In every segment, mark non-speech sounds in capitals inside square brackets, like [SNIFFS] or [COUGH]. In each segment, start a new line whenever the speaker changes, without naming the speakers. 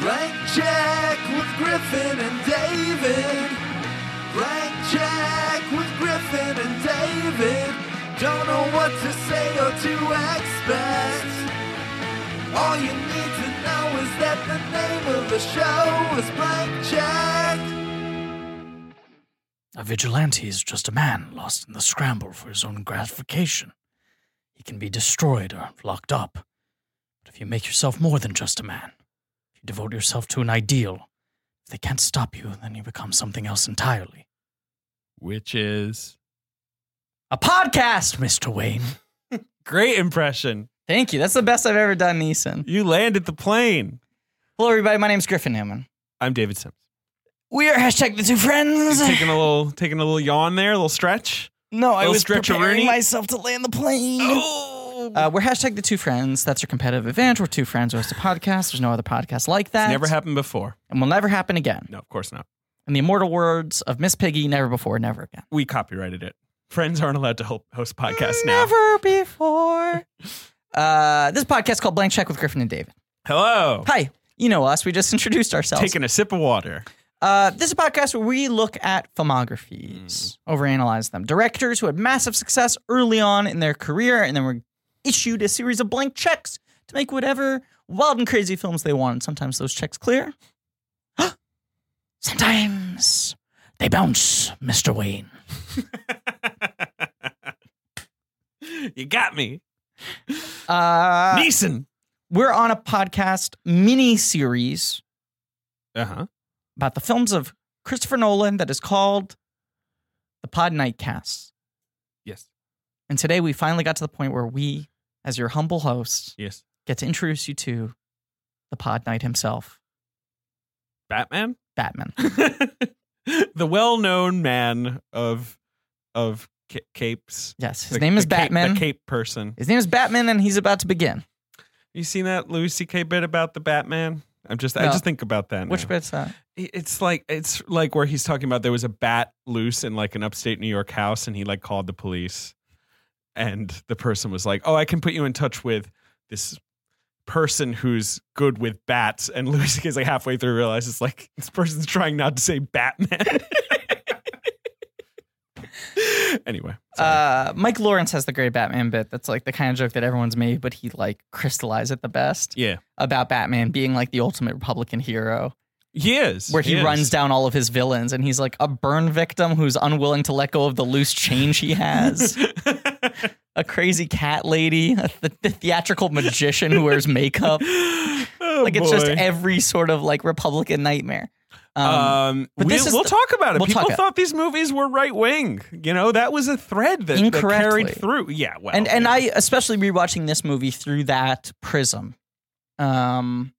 Blank check with Griffin and David. Blank check with Griffin and David. Don't know what to say or to expect. All you need to know is that the name of the show is Blank Check.
A vigilante is just a man lost in the scramble for his own gratification. He can be destroyed or locked up. But if you make yourself more than just a man, if you devote yourself to an ideal, if they can't stop you, then you become something else entirely.
Which is
A podcast, Mr. Wayne.
great impression.
Thank you. That's the best I've ever done, Neeson.
You landed the plane.
Hello, everybody. My name's Griffin Hammond.
I'm David Sims.
We are hashtag the two friends.
Taking a little, taking a little yawn there, a little stretch.
No, I
Little
was
stretch-a-rooney.
preparing myself to land the plane.
Oh,
Uh, we're hashtag the two friends. That's our competitive advantage. We're two friends who host a podcast. There's no other podcast like that.
it's never happened before.
and will never happen again.
No, of course not.
In the immortal words of Miss Piggy, never before, never again.
We copyrighted it. Friends aren't allowed to ho- host podcasts now.
Never before. uh, this podcast called Blank Check with Griffin and David.
Hello.
Hi, you know us. We just introduced ourselves.
Taking a sip of water.
Uh, this is a podcast where we look at filmographies,
Hmm.
overanalyze them. Directors who had massive success early on in their career and then were issued a series of blank checks to make whatever wild and crazy films they wanted. Sometimes those checks clear.
[GASPS] Sometimes they bounce, Mr. Wayne.
[LAUGHS] You got me,
Uh,
Neeson.
we're on a podcast mini series
Uh huh.
about the films of Christopher Nolan that is called the Pod Night Cast.
[LAUGHS] Yes.
And today we finally got to the point where we, as your humble hosts,
Yes.
get to introduce you to the Pod Knight himself,
Batman.
Batman.
[LAUGHS] the well-known man of of ca- capes.
Yes, his
The-
name is
the cape-
Batman.
the cape person.
His name is Batman, and he's about to begin.
You seen that Louis C.K. bit about the Batman? I'm just I
No.
just think about that.
Which
now.
bit's that?
It- It's like it's like where he's talking about there was a bat loose in like an upstate New York house, and he like called the police, and the person was like, "Oh, I can put you in touch with this." Person who's good with bats, and [LAUGHS] Louis C.K. is like halfway through realizes like this person's trying not to say Batman. [LAUGHS] anyway, sorry.
Uh, Mike Lawrence has the great Batman bit. That's like the kind of joke that everyone's made, but he like crystallized it the best
yeah,
about Batman being like the ultimate Republican hero,
he is
where he
is.
runs down all of his villains, and he's like a burn victim who's unwilling to let go of the loose change he has, a crazy cat lady, a th- the theatrical magician who wears makeup.
[GASPS] Oh,
like it's just
boy.
every sort of like Republican nightmare. Um,
Um,
but
we,
this is
will
the-
talk about it.
we'll
People
talk-
thought these movies were right wing. You know, that was a thread that, that carried
Incorrectly.
through. Yeah, well,
and and
yeah.
I especially rewatching this movie through that prism, um,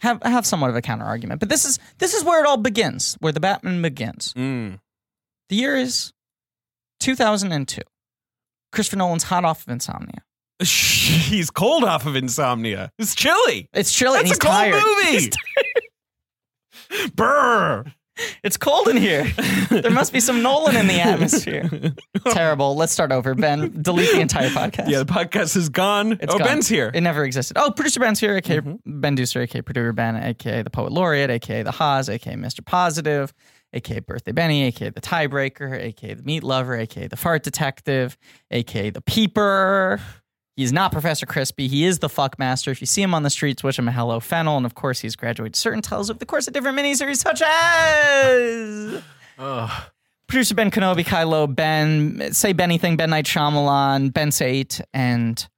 have I have somewhat of a counter argument. But this is this is where it all begins, where the Batman begins.
Mm. [LAUGHS]
The year is two thousand and two. Christopher Nolan's hot off of insomnia.
he's cold off of insomnia. It's chilly.
It's chilly and
That's
[LAUGHS] he's
a cold
tired.
movie. [LAUGHS] Brr.
It's cold in here. [LAUGHS] There must be some Nolan in [LAUGHS] the atmosphere. Terrible. Let's start over. Ben, delete the entire podcast.
Yeah, the podcast is gone.
It's
oh,
gone.
Ben's here. Mm-hmm.
It never existed. Oh, producer Ben's here, aka Ben Deucer, aka producer Ben, aka the poet laureate, aka the Haas, aka Mr. Positive, aka birthday Benny, aka the tiebreaker, aka the meat lover, aka the fart detective, aka the peeper. He's not Professor Crispy. He is the fuck master. If you see him on the streets, wish him a hello, Fennel. And of course, he's graduated certain titles over the course of different miniseries, such as. Producer Ben Kenobi, Kylo, Ben, Say Benything, Ben Knight Shyamalan, Ben Sate, and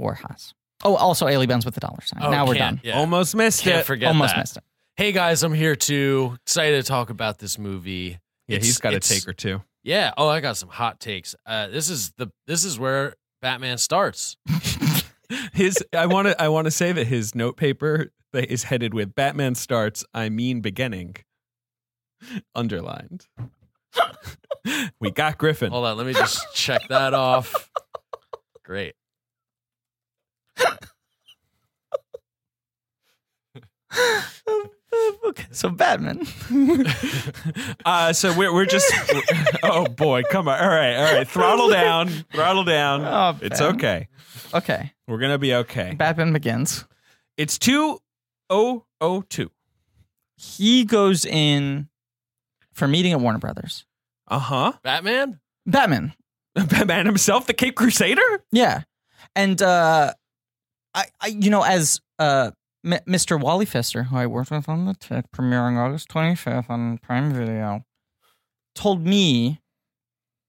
Warhas. Oh, also Ailey Benz with the dollar sign. now we're
Oh, can't-
done.
yeah.
Almost missed
Can't
it.
forget
Almost
that.
missed it.
Hey guys, I'm here too. Excited to talk about this movie.
yeah,
It's-
he's got a
it's-
take or two.
Yeah. Oh, I got some hot takes. Uh, this is the this is where Batman starts.
His, I want to, I want to say that his note paper that is headed with Batman starts. I mean, beginning. Underlined. we got Griffin.
Hold on, let me
[LAUGHS]
just check that off. Great.
okay, so Batman. [LAUGHS]
[LAUGHS] Uh, so we're we're just. oh boy, come on! All right, all right. Throttle down, throttle down.
Oh,
it's
Ben.
okay.
Okay,
We're gonna be okay.
Batman begins.
It's two oh oh two.
he goes in for a meeting at Warner Brothers.
Uh huh.
Batman?
Batman.
[LAUGHS] Batman himself, the Cape Crusader.
Yeah. And uh I, I you know as uh M- Mr. Wally Fester, who I worked with on the tech premiering August 25th on Prime Video, told me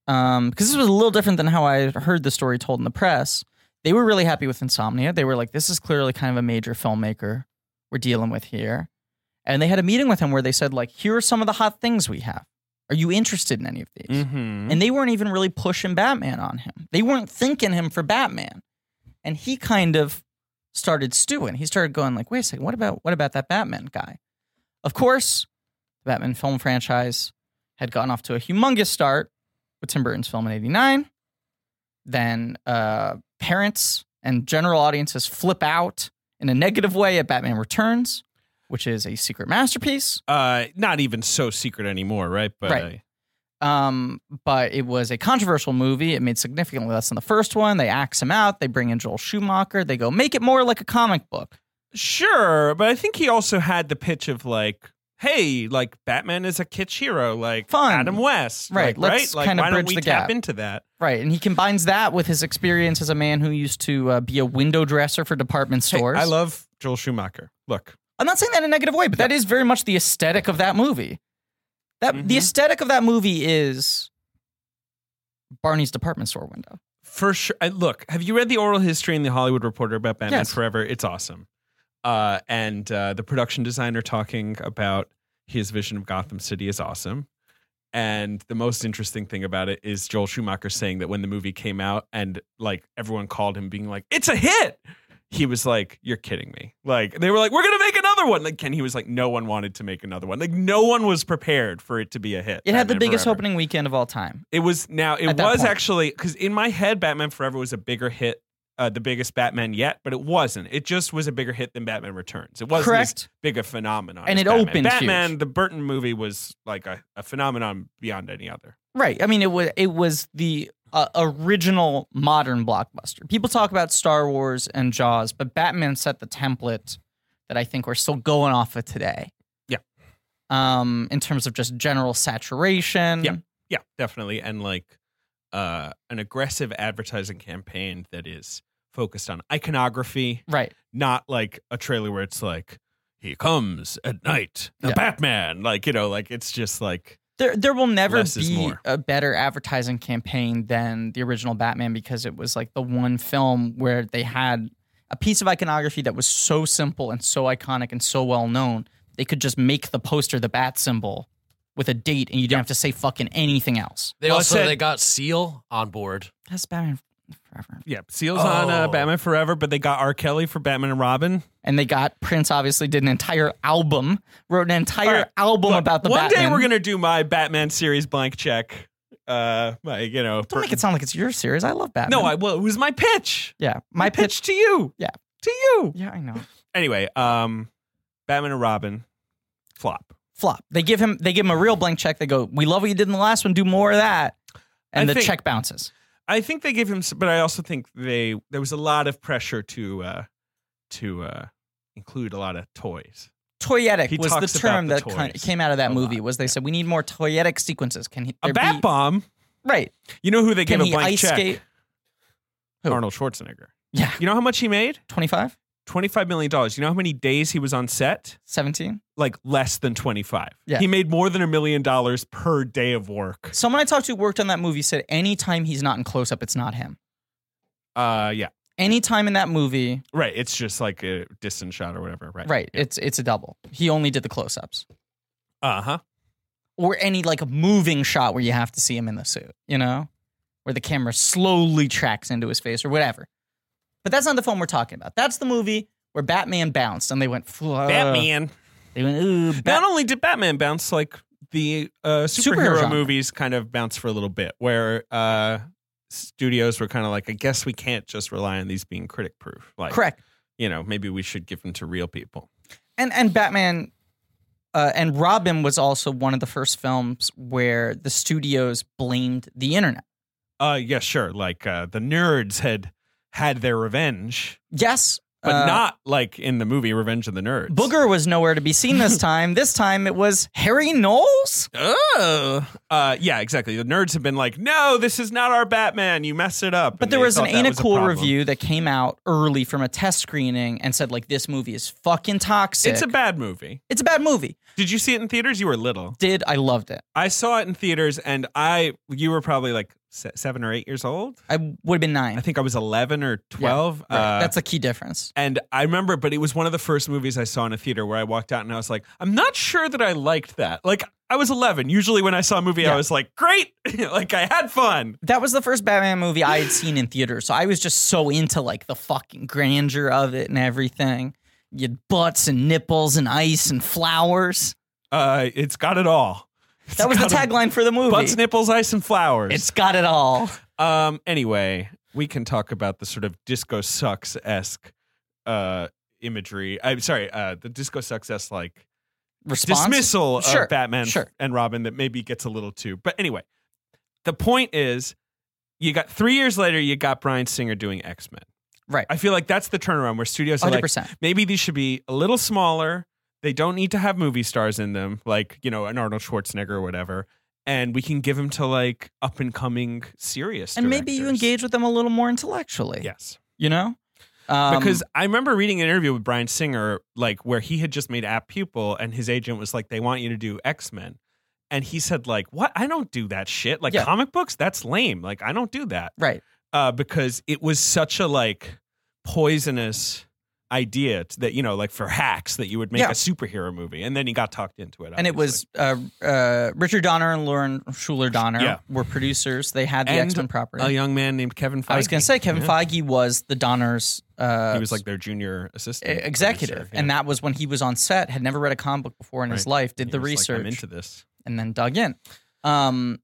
um because this was a little different than how I had heard the story told in the press. They were really happy with Insomnia. They were like this is clearly kind of a major filmmaker we're dealing with here. And they had a meeting with him where they said like here are some of the hot things we have. Are you interested in any of these?
Mm-hmm.
and they weren't even really pushing Batman on him. They weren't thinking him for Batman, and he kind of started stewing. He started going like, "Wait a second, what about what about that Batman guy?" Of course, the Batman film franchise had gotten off to a humongous start with Tim Burton's film in '89. Then uh, parents and general audiences flip out in a negative way at Batman Returns, which is a secret masterpiece.
Uh, not even so secret anymore, right? But uh,
Right. Um, but it was a controversial movie. It made significantly less than the first one. They axe him out. They bring in Joel Schumacher. They go make it more like a comic book.
Sure, but I think he also had the pitch of like, hey, like Batman is a kitsch hero, like
Fun.
Adam West,
Right,
Like,
let's
right? Like,
kinda
why don't
bridge
we
the
tap
gap.
into that?
Right, and he combines that with his experience as a man who used to uh, be a window dresser for department
Hey,
stores.
I love Joel Schumacher. Look,
I'm not saying that in a negative way, but that is very much the aesthetic of that movie. That
Mhm.
the aesthetic of that movie is Barney's department store window.
for sure. I, look, have you read the oral history in the Hollywood Reporter about Batman
Yes.
Forever? It's awesome. Uh, and uh, the production designer talking about his vision of Gotham City is awesome. And the most interesting thing about it is Joel Schumacher saying that when the movie came out and like everyone called him being like, it's a hit. He was like, you're kidding me. Like they were like, we're going to make another one. Like, and he was like, no one wanted to make another one. Like no one was prepared for it to be a hit.
It had the
Batman
biggest
Forever.
opening weekend of all time.
It was now. It
At that
was
point.
actually because in my head, Batman Forever was a bigger hit, uh, the biggest Batman yet, but it wasn't. It just was a bigger hit than Batman Returns. It wasn't as
Correct.
big a phenomenon,
And
as
it
Batman.
opened huge.
Batman, the Burton movie, was like a, a phenomenon beyond any other.
Right. I mean, it was it was the uh, original modern blockbuster. People talk about Star Wars and Jaws, but Batman set the template that I think we're still going off of today.
Yeah.
Um, in terms of just general saturation.
Yeah. Yeah, definitely, and like uh, an aggressive advertising campaign that is focused on iconography,
Right.
not like a trailer where it's like he comes at night, the
Yeah.
Batman. Like you know, like it's just like
There, there will never
Less is
be
more.
a better advertising campaign than the original Batman because it was like the one film where they had a piece of iconography that was so simple and so iconic and so well known. They could just make the poster the bat symbol with a date and you didn't have to say fucking anything else.
They
Well, it
also
said-
they got Seal on board.
That's Batman forever.
Yeah, Seal's on uh,
Oh.
Batman Forever, but they got R. Kelly for Batman and Robin.
And they got Prince obviously did an entire album, wrote an entire
All right,
album
Look,
about the
one
Batman.
day we're gonna do my Batman series blank check. Uh, my you know,
Don't make it sound like it's your series. I love Batman.
no, I well, it was my pitch.
yeah, my pitch.
to you.
Yeah.
to you.
Yeah, I know.
Anyway, um, Batman and Robin flop.
flop. They give him they give him a real blank check. They go, "We love what you did in the last one. Do more of that." And the
I think-
check bounces.
I think they gave him, s- but I also think they there was a lot of pressure to uh to uh include a lot of toys.
Toyetic
He
was the
talks about
term
the
that kind
toys
came out of that
a
movie.
lot,
Was they
yeah.
said we need more toyetic sequences? Can he,
A
there
bat
be,
bomb.
right?
You know who they
Can
gave a
he
blank
ice
check?
skate? Who?
Arnold Schwarzenegger.
Yeah,
You know how much he made?
25,
25 million dollars. You know how many days he was on set?
17.
Like less than 25.
Yeah.
He made more than a million dollars per day of work.
Someone I talked to who worked on that movie said anytime he's not in close up, it's not him.
Uh yeah.
Anytime in that movie,
Right, it's just like a distant shot or whatever, right?
right? It's it's a double. He only did the close ups
Uh-huh.
or any like moving shot where you have to see him in the suit. You know, where the camera slowly tracks into his face or whatever. But that's not the film we're talking about. That's the movie where Batman bounced and they went "Fuck."
Batman.
They went ooh. Uh, Bat-"
Not only did Batman bounce like the uh
Superhero
superhero
genre.
movies kind of bounce for a little bit where uh studios were kind of like I guess we can't just rely on these being critic proof. Like
Correct.
you know, maybe we should give them to real people.
And and Batman uh, and Robin was also one of the first films where the studios blamed the internet.
Uh yeah, sure. Like uh the nerds had had their revenge.
Yes,
but
Uh,
not like in the movie Revenge of the Nerds.
Booger was nowhere to be seen
[LAUGHS]
this time. this time it was Harry Knowles.
Oh, uh, yeah, exactly. The nerds have been like, "No, this is not our Batman. You messed it up."
But
And
there
they
was an
thought that
Ain't a
a
Cool
problem.
review that came out early from a test screening and said like this movie is fucking toxic.
It's a bad movie.
it's a bad movie.
Did you see it in theaters? You were little.
Did I loved it?
I saw it in theaters, and I you were probably like se- seven or eight years old.
I would have been nine.
I think I was eleven or twelve.
Right.
uh,
That's a key difference.
and I remember, but it was one of the first movies I saw in a theater where I walked out and I was like, I'm not sure that I liked that. Like, I was 11. Usually, when I saw a movie,
Yeah.
I was like, great. [LAUGHS] like, I had fun.
That was the first Batman movie I had seen in theaters, so I was just so into like the fucking grandeur of it and everything. You had butts and nipples and ice and flowers.
Uh, it's got it all. It's
That was the
got it-
tagline for the movie.
Butts, nipples, ice, and flowers.
It's got it all.
Um. Anyway, we can talk about the sort of disco sucks esque uh imagery. I'm sorry. Uh, the disco sucks esque like
Response.
dismissal
Sure,
of Batman
sure.
and Robin that maybe gets a little too. But anyway, the point is, you got three years later, you got Brian Singer doing X Men.
Right.
I feel like that's the turnaround where studios are
Hundred
like,
percent.
maybe these should be a little smaller. They don't need to have movie stars in them, like you know, an Arnold Schwarzenegger or whatever. And we can give them to like up and coming serious.
And maybe you
directors.
engage with them a little more intellectually.
Yes.
You know? Um,
Because I remember reading an interview with Brian Singer, like where he had just made App Pupil, and his agent was like, "They want you to do X Men," and he said, "Like what? I don't do that shit. Like
Yeah.
comic books, that's lame. Like I don't do that."
Right.
uh, because it was such a like poisonous idea t- that you know like for hacks that you would make
Yeah.
a superhero movie and then he got talked into it
And it was uh, uh, Richard Donner and Lauren Schuler Donner
Yeah.
were producers. They had the
And
X Men property.
obviously. a young man named Kevin Feige
I was going to say Kevin
Yeah.
Feige was the Donner's. Uh,
he was like their junior assistant
e- executive,
producer.
and
Yeah.
that was when he was on set. Had never read a comic book before in his
Right.
life. Did
He
the
was like,
research
I'm into this
and then dug in. Um,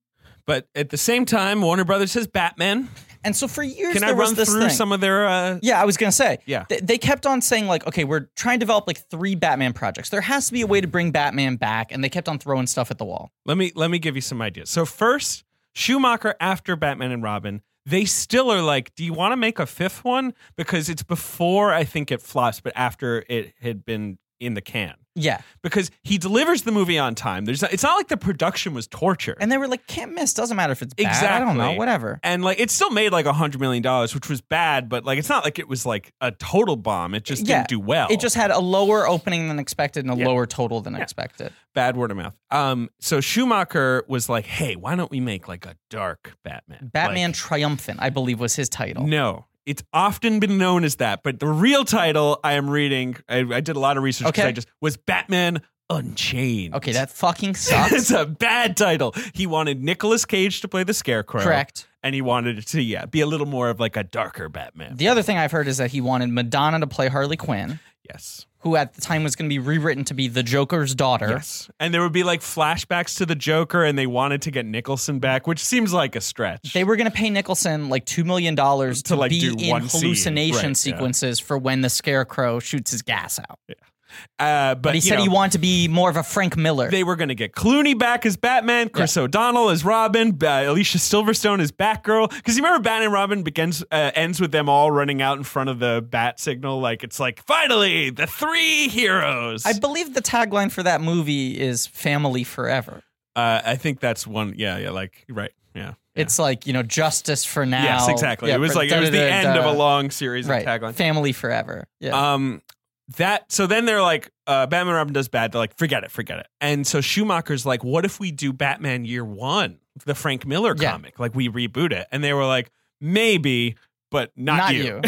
but at the same time Warner Brothers has
[LAUGHS]
Batman
and so for years,
can I
there was
run
this
through
thing.
some of their uh
Yeah, I was gonna say.
Yeah.
they, they kept on saying like, okay, we're trying to develop like three Batman projects. There has to be a way to bring Batman back, and they kept on throwing stuff at the wall.
Let me let me give you some ideas. So first, Schumacher after Batman and Robin, they still are like, do you want to make a fifth one? Because it's before I think it flops, but after it had been in the can.
Yeah,
Because he delivers the movie on time. There's it's not like the production was torture.
and they were like, can't miss. Doesn't matter if it's bad. I don't know.
Exactly.
Whatever.
and like it still made like a hundred million dollars, which was bad, but like it's not like it was like a total bomb. It just
Yeah.
didn't do well.
It just had a lower opening than expected and a
Oh. Yeah.
lower total than expected.
bad word of mouth. Um, so Schumacher was like, hey, why don't we make like a dark Batman?
Batman
Like,
Triumphant, I believe, was his title.
No. It's often been known as that, but the real title I am reading, I, I did a lot of research because
Okay.
I just was Batman Unchained.
Okay, that fucking
[LAUGHS] it's
sucks.
a bad title. He wanted Nicolas Cage to play the Scarecrow.
Correct.
And he wanted it to, yeah, be a little more of like a darker Batman.
The other thing I've heard is that he wanted Madonna to play Harley Quinn,
yes.
who at the time was going to be rewritten to be the Joker's daughter.
Yes. And there would be like flashbacks to the Joker, and they wanted to get Nicholson back, which seems like a stretch.
They were going to pay Nicholson like two million dollars to,
like,
be
do
in
one scene.
hallucination
Right, yeah.
sequences for when the Scarecrow shoots his gas out. But,
uh, but,
he
you
said
know,
he wanted to be more of a Frank Miller.
They were going to get Clooney back as Batman, Chris O'Donnell as Robin, uh, Alicia Silverstone as Batgirl. Because you remember, Batman and Robin begins uh, ends with them all running out in front of the bat signal, like it's like finally the three heroes.
I believe the tagline for that movie is "Family Forever."
uh, I think that's one. Yeah, yeah, like right, yeah.
It's like you know, justice for now.
Yes, exactly.
Yeah,
it was
for-
like it was the
da-da-da-da.
end of a long series
right.
of taglines.
Family forever. Yeah,
Um, that so then they're like, uh, Batman and Robin does bad. They're like, forget it, forget it. And so Schumacher's like, what if we do Batman Year One, the Frank Miller
Yeah.
comic? Like we reboot it. And they were like, maybe, but not,
Not
you.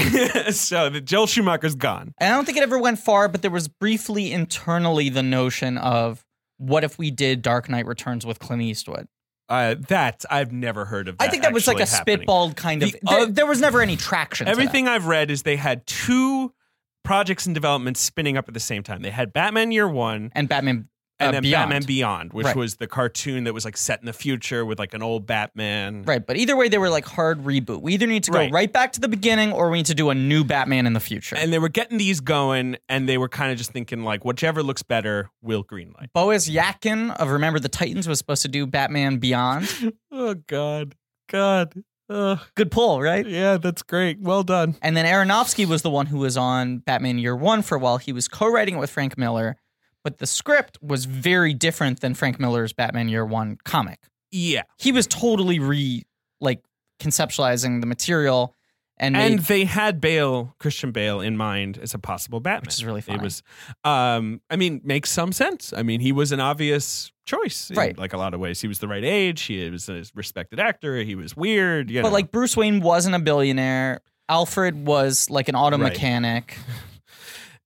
[LAUGHS] so the Joel Schumacher's gone.
and I don't think it ever went far, but there was briefly internally the notion of what if we did Dark Knight Returns with Clint Eastwood.
Uh, that I've never heard of. That
I think that was like a
actually happening.
spitballed kind of.
The
there,
oth-
there was never any traction. to that.
Everything I've read is they had two projects in development spinning up at the same time. They had Batman Year One
and Batman
and
uh,
then
Beyond.
Batman Beyond, which
Right.
was the cartoon that was like set in the future with like an old Batman.
Right, but either way, they were like hard reboot. We either need to go right.
Right.
back to the beginning, or we need to do a new Batman in the future.
And they were getting these going, and they were kind of just thinking like, whichever looks better, will greenlight.
Boaz
[LAUGHS]
Yakin of Remember the Titans was supposed to do Batman Beyond.
Oh God, God, Ugh.
Good pull, right?
yeah, that's great. Well done.
And then Aronofsky was the one who was on Batman Year One for a while. He was co-writing it with Frank Miller, but the script was very different than Frank Miller's Batman Year One comic.
Yeah.
He was totally re like conceptualizing the material and,
And
made-
they had Bale, Christian Bale, in mind as a possible Batman,
Which is really funny.
It was, um, I mean, makes some sense. I mean, he was an obvious choice, in,
Right.
Like a lot of ways, he was the right age. He was a respected actor. He was weird, you
but
know.
like Bruce Wayne wasn't a billionaire. Alfred was like an auto
Right. [LAUGHS]
mechanic.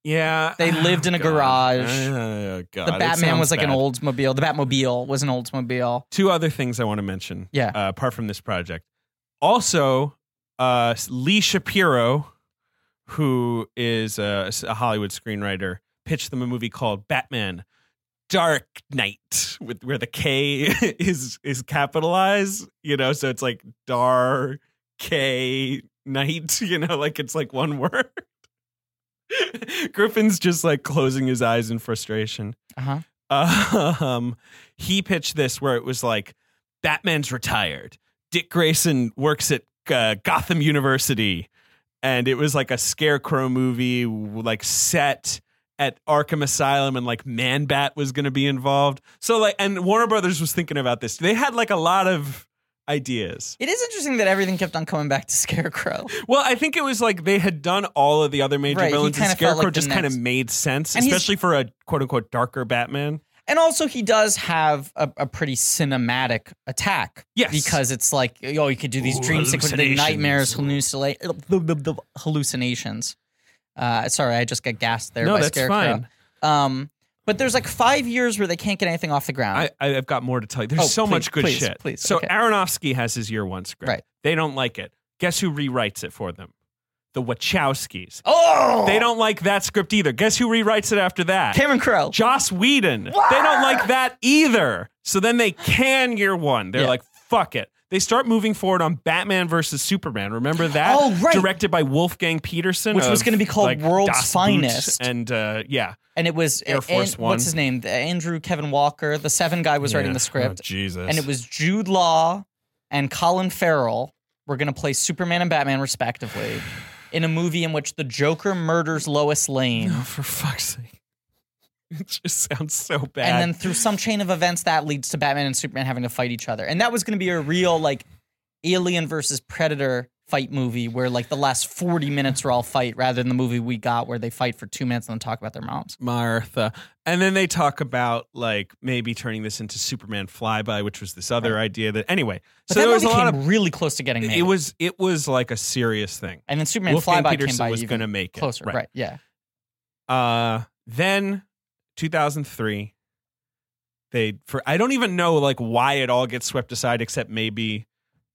yeah,
they lived
[SIGHS]
in a garage.
Oh, God.
The
It
Batman was
sounds
like an
bad.
Oldsmobile. The Batmobile was an Oldsmobile.
Two other things I want to mention.
Yeah.
uh, apart from this project, also uh, Lee Shapiro, who is a, a Hollywood screenwriter, pitched them a movie called Batman. Dark Knight, with where the K [LAUGHS] is is capitalized, you know, so it's like Dar K Knight, [LAUGHS] you know, like it's like one [LAUGHS] word. Griffin's just like closing his eyes in frustration.
Uh-huh.
Um, he pitched this where it was like Batman's retired. Dick Grayson works at uh, Gotham University, and it was like a scarecrow movie, like set at Arkham Asylum, and like Man Bat was going to be involved. So like, and Warner Brothers was thinking about this. They had like a lot of ideas.
It is interesting that everything kept on coming back to Scarecrow.
Well, I think it was like they had done all of the other major
Right, he
villains, and
kinda felt
Scarecrow
like the
just kind of
next-
made sense,
And he's-
especially for a quote unquote darker Batman.
And also, he does have a, a pretty cinematic attack.
Yes.
Because it's like, oh, you could do these
Ooh,
dream sequences, the nightmares, hallucila- the, the, the [LAUGHS] hallucinations. Uh, sorry, I just got gassed there
No,
by
that's
Scarecrow. Um, but there's like five years where they can't get anything off the ground.
I, I've got more to tell you. There's
Oh,
so
please,
much good
please,
shit.
please,
so
okay.
Aronofsky has his year one script.
Right.
They don't like it. Guess who rewrites it for them? The Wachowskis.
oh!
They don't like that script either. Guess who rewrites it after that?
Cameron Crowe.
Joss Whedon. They don't like that either. So then they can year one. They're
Yeah.
like, fuck it. They start moving forward on Batman versus Superman. Remember that?
Oh, right.
Directed by Wolfgang Peterson,
Which was
of,
gonna be called World's
Das Boot
Finest.
And uh, yeah,
and it was uh,
Air Force
and-
One.
What's his name? The Andrew Kevin Walker, the seven guy, was writing
Yeah.
the
Oh,
script,
Jesus,
and it was Jude Law and Colin Farrell were going to play Superman and Batman respectively in a movie in which the Joker murders Lois Lane,
Oh, for fuck's sake. [LAUGHS] It just sounds so [LAUGHS] bad.
and then through some chain of events that leads to Batman and Superman having to fight each other, and that was going to be a real like Alien versus Predator fight movie where like the last 40 minutes were all fight rather than the movie we got where they fight for two minutes and then talk about their moms
Martha. And then they talk about like maybe turning this into Superman Flyby, which was this other idea that anyway.
but
so
that
there was
movie
a lot
came
of
really close to getting made
it was it was like a serious thing.
And then Superman
Wolfgang
Flyby came
Peterson
by
was
even
gonna make it.
closer,
Right.
right. Yeah,
Uh then 2003 they for I don't even know like why it all gets swept aside except maybe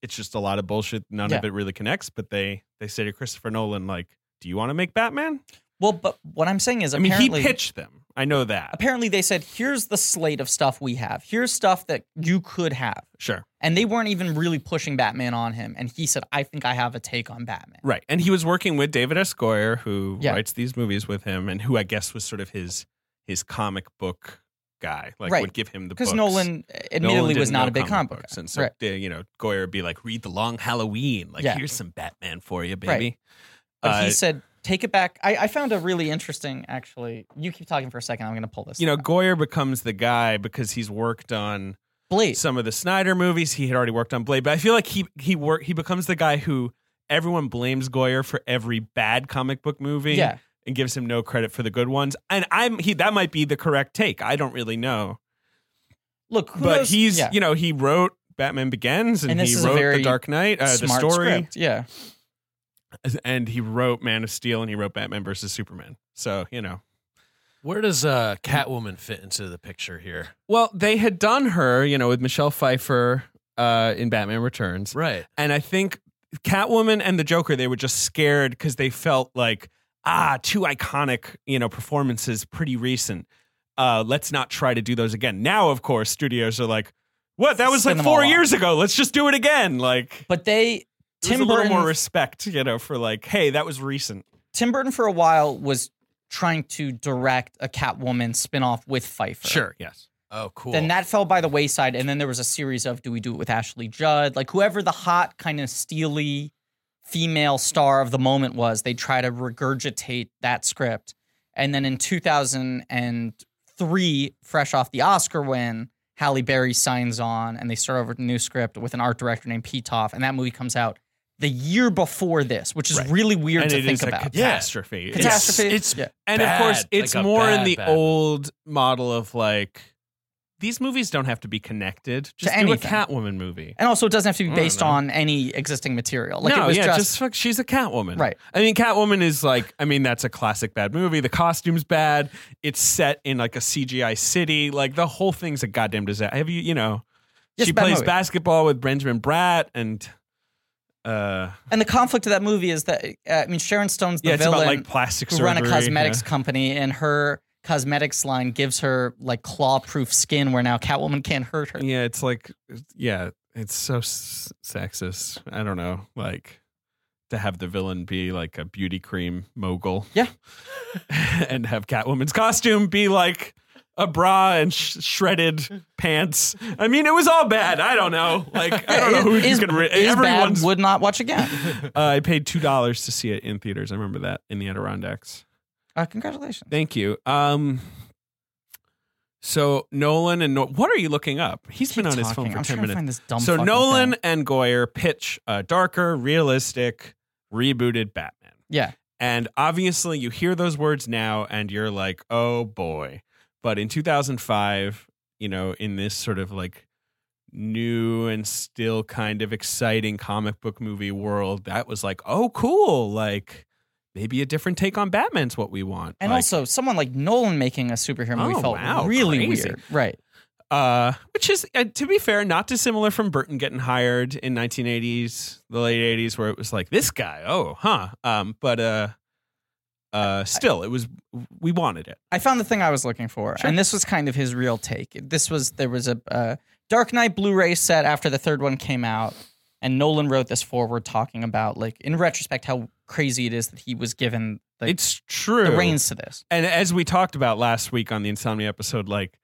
it's just a lot of bullshit none of
Yeah.
it really connects but they they say to Christopher Nolan like do you want to make Batman?
Well, but what I'm saying is,
I mean he
apparently,
pitched them. I know that.
apparently they said, "Here's the slate of stuff we have. Here's stuff that you could have,"
Sure.
and they weren't even really pushing Batman on him. And he said, "I think I have a take on Batman."
Right. And he was working with David S. Goyer, who
Yeah.
writes these movies with him and who I guess was sort of his his comic book guy. Like
Right.
would give him the
Because
books.
Nolan,
Nolan
admittedly, was
didn't
not
know
a big comic book.
books.
guy.
And so
right.
uh, you know, Goyer would be like, read the long Halloween. Like
Yeah.
here's some Batman for you, baby.
Right. But
Uh,
he said, "Take it back." I, I found a really interesting. Actually, you keep talking for a second. I'm going to pull this.
you know,
up.
Goyer becomes the guy because he's worked on
Blade.
some of the Snyder movies. He had already worked on Blade, but I feel like he he work he becomes the guy who everyone blames Goyer for every bad comic book movie,
Yeah.
and gives him no credit for the good ones. And I'm he that might be the correct take. I don't really know,
Look, who
but
knows-
he's
yeah.
you know he wrote Batman Begins and,
And this
he
is a
wrote
very
The Dark Knight, uh, the
smart
story,
script. Yeah.
[LAUGHS] and he wrote Man of Steel and he wrote Batman versus Superman. So you know.
Where does uh, Catwoman fit into the picture here?
Well, they had done her, you know, with Michelle Pfeiffer uh, in Batman Returns,
Right.
And I think Catwoman and the Joker, they were just scared because they felt like, ah, two iconic, you know, performances pretty recent. Uh, let's not try to do those again. Now, of course, studios are like, what? That was
Send
like
them all
four
off.
years ago. Let's just do it again. Like,
But they.
there's
Tim
a little
Burton
more respect, you know, for like, hey, that was recent.
Tim Burton for a while was trying to direct a Catwoman spin-off with Pfeiffer.
yes.
Oh, cool.
Then that fell by the wayside, and then there was a series of do we do it with Ashley Judd? Like whoever the hot kind of steely female star of the moment was, they try to regurgitate that script. And then in 2003, fresh off the Oscar win, Halle Berry signs on, and they start over a new script with an art director named Petoff, and that movie comes out the year before this, which is
Right.
really weird
and
to
it
think
is a
about.
catastrophe. It's-
Catastrophe.
It's, it's
Yeah.
and
bad,
of course, it's
like a
more in
bad,
the
bad movie.
old model of like these movies don't have to be connected. Just do
anything.
a Catwoman movie.
And also, it doesn't have to be
I don't
based
know.
on any existing material. Like
no,
it was
yeah,
just,
just, fuck, she's a Catwoman,
Right.
I mean, Catwoman is like, I mean, that's a classic bad movie. The costume's bad. It's set in like a CGI city. Like the whole thing's a goddamn disaster. Have you, you know,
It's
she
a bad
plays
movie.
basketball with Benjamin Bratt, and uh,
And the conflict of that movie is that uh, I mean, Sharon Stone's the
yeah, it's
villain
about like plastic
who
surgery.
run a cosmetics
yeah.
company, and her cosmetics line gives her like claw-proof skin, where now Catwoman can't hurt her.
Yeah, it's like, yeah, it's so s- sexist. I don't know, like to have the villain be like a beauty cream mogul.
Yeah.
[LAUGHS] and have Catwoman's costume be like a bra and sh-
[LAUGHS]
shredded pants. I mean, it was all bad. I don't know. Like,
[LAUGHS]
I don't know who
It
you
is-
can. Re-
is bad.
everyone's.
Would not watch again.
[LAUGHS] uh, I paid two dollars to see it in theaters. I remember that in the Adirondacks.
Uh, congratulations.
Thank you. Um. So Nolan and Nor- what are you looking up? He's
Keep
been on his
talking.
phone for
I'm trying
ten
to
minutes.
find this dumb
So
fucking
Nolan
thing.
and Goyer pitch a darker, realistic, rebooted Batman.
Yeah.
And obviously, you hear those words now and you're like, oh boy. But in 2005, you know, in this sort of like new and still kind of exciting comic book movie world, that was like, oh, cool. Like maybe a different take on Batman's what we want.
And
Like,
also, someone like Nolan making a superhero movie
Oh,
felt
wow,
really
crazy.
weird. Right.
uh, which is, uh, to be fair, not dissimilar from Burton getting hired in 1980s, the late 80s, where it was like this guy, oh, huh. Um, but uh, uh, still, it was we wanted it.
I found the thing I was looking for, and this was kind of his real take. This was there was a uh, Dark Knight Blu-ray set after the third one came out, and Nolan wrote this forward talking about like in retrospect how crazy it is that he was given like,
it's true.
the reins to this.
and as we talked about last week on the insomnia episode, like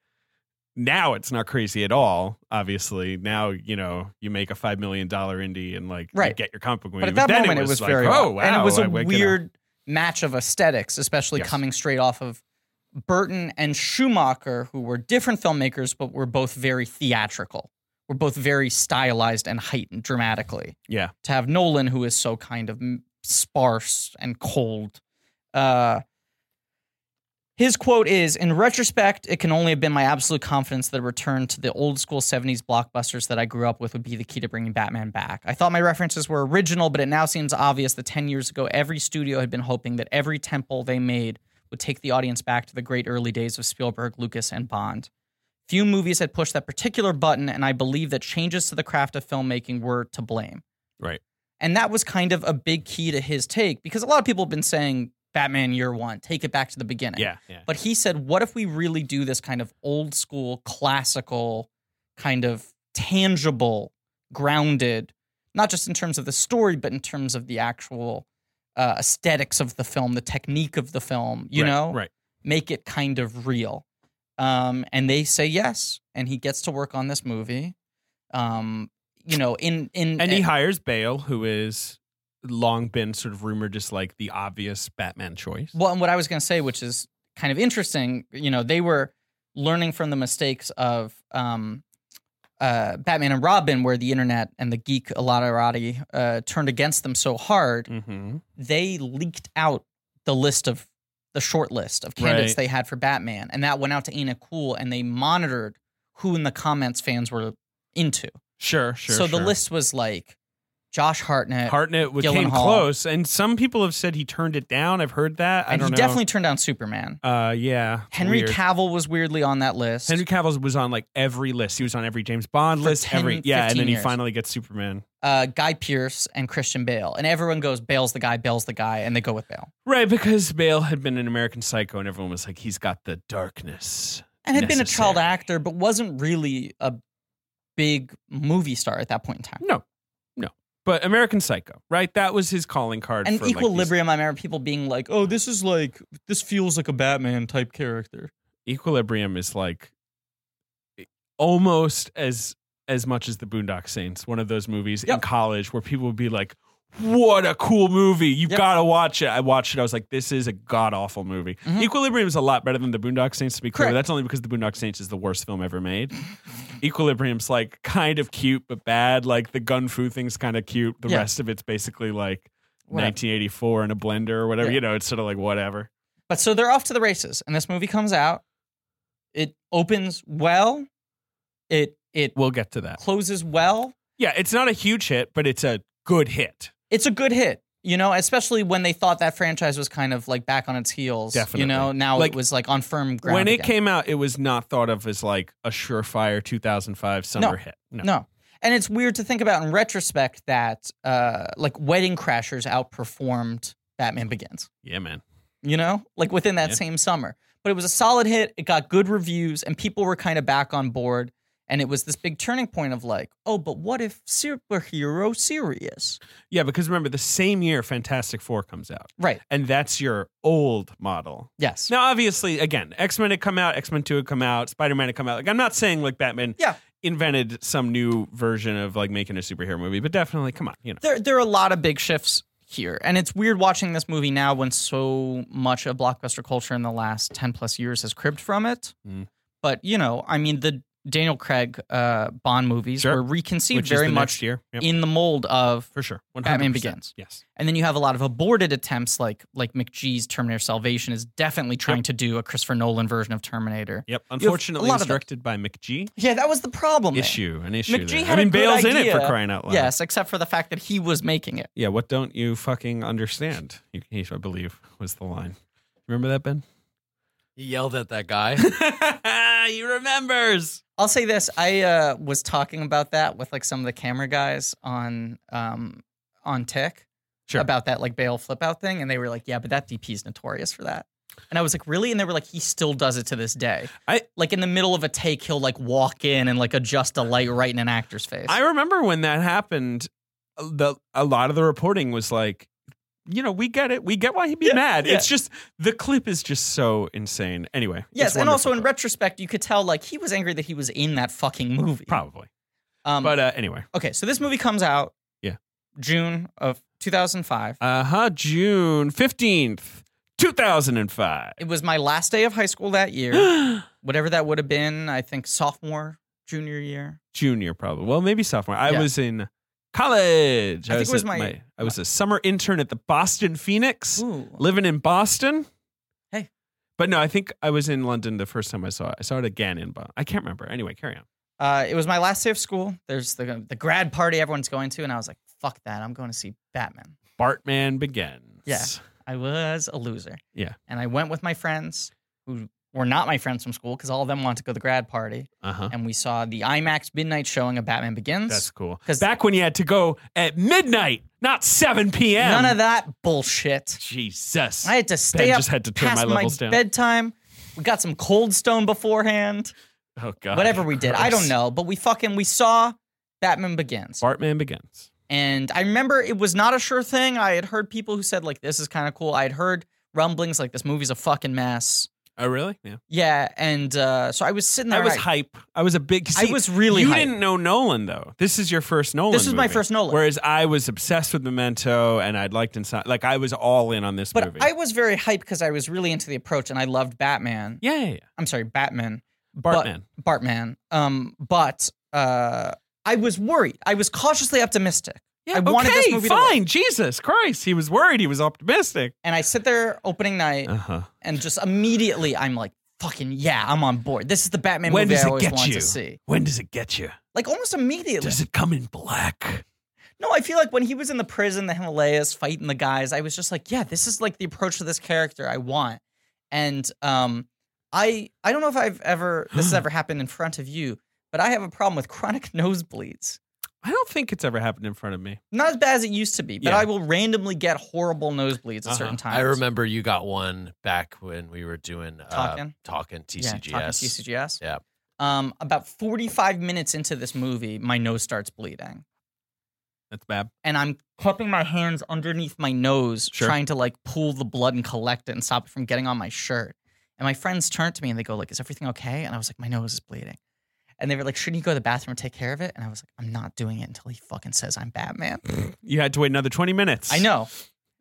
now it's not crazy at all. Obviously, now you know you make a five million dollar indie and like you
Right.
get your comic book movie.
But at that
then
moment, it was,
like,
very
oh
odd.
wow,
and it was a
I- we can-
weird match of aesthetics, especially
Yes.
coming straight off of Burton and Schumacher, who were different filmmakers but were both very theatrical. Were both very stylized and heightened dramatically.
yeah.
to have Nolan, who is so kind of m- sparse and cold. Uh, his quote is In retrospect, it can only have been my absolute confidence that a return to the old school 70s blockbusters that I grew up with would be the key to bringing Batman back. I thought my references were original, but it now seems obvious that 10 years ago, every studio had been hoping that every temple they made would take the audience back to the great early days of Spielberg, Lucas, and Bond. Few movies had pushed that particular button, and I believe that changes to the craft of filmmaking were to blame.
Right.
And that was kind of a big key to his take because a lot of people have been saying Batman year one, take it back to the beginning.
Yeah. Yeah.
But he said, what if we really do this kind of old school, classical, kind of tangible, grounded, not just in terms of the story, but in terms of the actual uh, aesthetics of the film, the technique of the film, you
Right,
know?
Right.
make it kind of real. Um, and they say yes, and he gets to work on this movie. Um, you know, in in
[LAUGHS] And he hires Bale, who is long been sort of rumored as like the obvious Batman choice.
well, and what I was going to say, which is kind of interesting, you know, they were learning from the mistakes of um, uh, Batman and Robin, where the internet and the geek Elarati uh, turned against them so hard.
Mm-hmm.
they leaked out the list of the short list of candidates
Right.
they had for Batman, and that went out to Ina Cool, and they monitored who in the comments fans were into.
Sure, sure.
so the
sure.
list was like Josh Hartnett,
Hartnett w- came
Gyllenhaal.
close, and some people have said he turned it down. I've heard that. I
and
don't
he
know.
definitely turned down Superman.
uh, yeah. it's
Henry
weird.
Cavill was weirdly on that list.
Henry Cavill was on like every list. He was on every James Bond
For
list.
10,
every yeah, and
15
then he
years.
finally gets Superman.
uh, Guy Pierce and Christian Bale, and everyone goes Bale's the guy, Bale's the guy, and they go with Bale.
Right, because Bale had been an American Psycho, and everyone was like, he's got the darkness.
And had been a child
Necessary.
actor, but wasn't really a big movie star at that point in time.
No, no. But American Psycho, right? That was his calling card.
and
for, like, these-
equilibrium i remember people being like oh this is like this feels like a batman type character
Equilibrium is like almost as as much as the Boondock Saints, one of those movies in
Yep.
college where people would be like, "What a cool movie! You've
Yep.
got to watch it." I watched it. I was like, "This is a god awful movie." Equilibrium is a lot better than the Boondock Saints, to be clear.
Mm-hmm. Correct.
That's only because the Boondock Saints is the worst film ever made. Equilibrium's like kind of cute but bad. Like the gun foo thing's kind of cute. The
Yeah.
rest of it's basically like.
Whatever.
1984 in a blender or whatever.
Yeah.
You know, it's sort of like whatever.
But so they're off to the races, and this movie comes out. It opens well. It it
We'll get to that.
closes well.
Yeah, it's not a huge hit, but it's a good hit.
It's a good hit, you know, especially when they thought that franchise was kind of like back on its heels. You
Definitely.
know, now
Like,
it was like on firm ground.
when it
again.
came out, it was not thought of as like a surefire 2005 summer
No.
hit. No.
No. And it's weird to think about in retrospect that uh, like Wedding Crashers outperformed Batman Begins,
Yeah, man.
you know, like within that
Yeah.
same summer. But it was a solid hit. It got good reviews and people were kind of back on board. And it was this big turning point of like, oh, but what if superhero serious?
Yeah, because remember, the same year Fantastic Four comes out,
Right.
and that's your old model.
Yes.
Now, obviously, again, X Men had come out, X Men 2 had come out, Spider Man had come out. Like, I'm not saying like Batman
Yeah.
invented some new version of like making a superhero movie, but definitely, come on, you know.
There, there are a lot of big shifts here. And it's weird watching this movie now when so much of blockbuster culture in the last 10 plus years has cribbed from it.
Mm.
But, you know, I mean, the Daniel Craig uh, Bond movies
Sure.
were reconceived
Which is
very
the
much
next year. Yep.
in the mold of.
For sure. 100%.
Batman Begins.
Yes.
And then you have a lot of aborted attempts like like McGee's Terminator Salvation is definitely trying to do a Christopher Nolan version of Terminator.
Yep. Unfortunately,
lot
it's
of them.
directed by McGee.
Yeah, that was the problem. man.
Issue. An issue.
McGee
there.
had
I mean,
a good
Bale's in it
idea.
for crying out loud.
Yes, except for the fact that he was making it.
Yeah, what don't you fucking understand? You- He, I believe, was the line. Remember that, Ben?
He yelled at that
[LAUGHS]
[LAUGHS]
guy.
he remembers.
I'll say this: I uh, was talking about that with like some of the camera guys on um, on Tech
Sure.
about that like bail flip out thing, and they were like, "Yeah, but that DP is notorious for that." And I was like, "Really?" And they were like, "He still does it to this day."
I-
like in the middle of a take, he'll like walk in and like adjust a light right in an actor's face.
I remember when that happened. The a lot of the reporting was like, you know, we get it. We get why he'd be mad.
yeah.
It's just the clip is just so insane. Anyway,
yes,
it's
and also in
wonderful.
retrospect, you could tell like he was angry that he was in that fucking movie.
probably.
Um,
But uh, anyway,
okay, so this movie comes out,
Yeah.
June of two thousand five.
uh huh. June fifteenth, two thousand and five.
It was my last day of high school that
[GASPS]
year. [GASPS] Whatever that would have been, I think sophomore, junior year.
junior probably well maybe sophomore i
Yeah.
was in college
I think it was
at
my-
i was a summer intern at the boston phoenix
Ooh.
living in boston
Hey.
but no i think i was in london the first time i saw it i saw it again in boston i can't remember anyway carry on
Uh, it was my last day of school. There's the the grad party everyone's going to, and I was like, "Fuck that! I'm going to see Batman."
bartman begins
Yeah. I was a loser.
Yeah.
And I went with my friends who were not my friends from school because all of them wanted to go to the grad party,
uh-huh
and we saw the IMAX midnight showing of Batman Begins.
that's cool
'Cause-
back when you had to go at midnight not 7 p.m
None of that bullshit.
jesus
I had to stay
Ben
up
just had to turn
past
my levels down.
bedtime. We got some cold stone beforehand.
oh god
whatever we did. I don't
gross.
know, but we fucking we saw Batman Begins.
bartman begins
And I remember it was not a sure thing. I had heard people who said like this is kind of cool. I had heard rumblings like this movie's a fucking mess.
oh really yeah
Yeah, and uh, so I was sitting there.
I was
right.
hype. I was a big.
I was really
You
hype.
didn't know Nolan though. This is your first Nolan.
This was my
movie.
first Nolan.
Whereas I was obsessed with Memento, and I'd liked Inside. Like I was all in on this
but
movie.
I was very hyped because I was really into the approach and I loved Batman.
yeah, yeah, yeah.
I'm sorry, Batman. But-
Bartman.
Bartman. Um, but uh, I was worried. I was cautiously optimistic.
yeah,
I wanted
okay,
this movie to work.
fine. Jesus Christ, he was worried. He was optimistic.
And I sit there opening night
Uh huh.
and just immediately I'm like, fucking yeah, I'm on board. This is the Batman
When
movie
does
I
it
always
get
wanted
you?
to see.
When does it get you?
Like almost immediately.
Does it come in black?
no, I feel like when he was in the prison, the Himalayas, fighting the guys, I was just like, yeah, this is like the approach to this character I want. And um, I I don't know if I've ever this
[GASPS]
has ever happened in front of you, but I have a problem with chronic [LAUGHS] nosebleeds.
I don't think it's ever happened in front of me.
Not as bad as it used to be, but
Yeah.
I will randomly get horrible nosebleeds at
Uh-huh.
certain times.
I remember you got one back when we were doing uh,
Talking?
talking
Yeah,
TCGS.
talking TCGS.
Yeah.
Um, about 45 minutes into this movie, my nose starts bleeding.
That's bad.
and I'm cupping my hands underneath my nose,
Sure.
trying to like pull the blood and collect it and stop it from getting on my shirt. And my friends turn to me and they go, like, is everything okay? And I was like, my nose is bleeding. And they were like, shouldn't you go to the bathroom and take care of it? And I was like, I'm not doing it until he fucking says I'm Batman.
You had to wait another 20 minutes.
I know.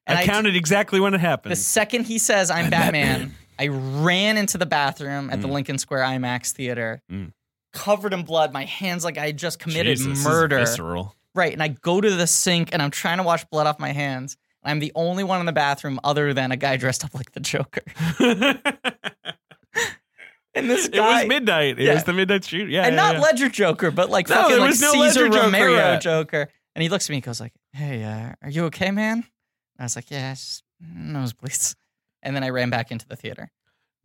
And
I,
I-
counted exactly when it happened.
The second he says I'm, Batman, I ran into the bathroom at the
Mm.
Lincoln Square IMAX theater,
Mm.
covered in blood, my hands like I had just committed
Jesus, this is
murder.
visceral. [LAUGHS]
Right. And I go to the sink and I'm trying to wash blood off my hands. And I'm the only one in the bathroom other than a guy dressed up like the
[LAUGHS]
Joker. [LAUGHS] And this
It
guy
was midnight. It
Yeah.
was the midnight shoot. Yeah.
and
yeah,
not
yeah.
Ledger Joker, but like
No,
fucking
there
like
was no
Caesar
Ledger Joker
Romero Joker,
yet.
And he looks at me and goes like, "Hey, uh, are you okay, man?" And I was like, "Yeah, it's just mm, nosebleeds." And then I ran back into the theater.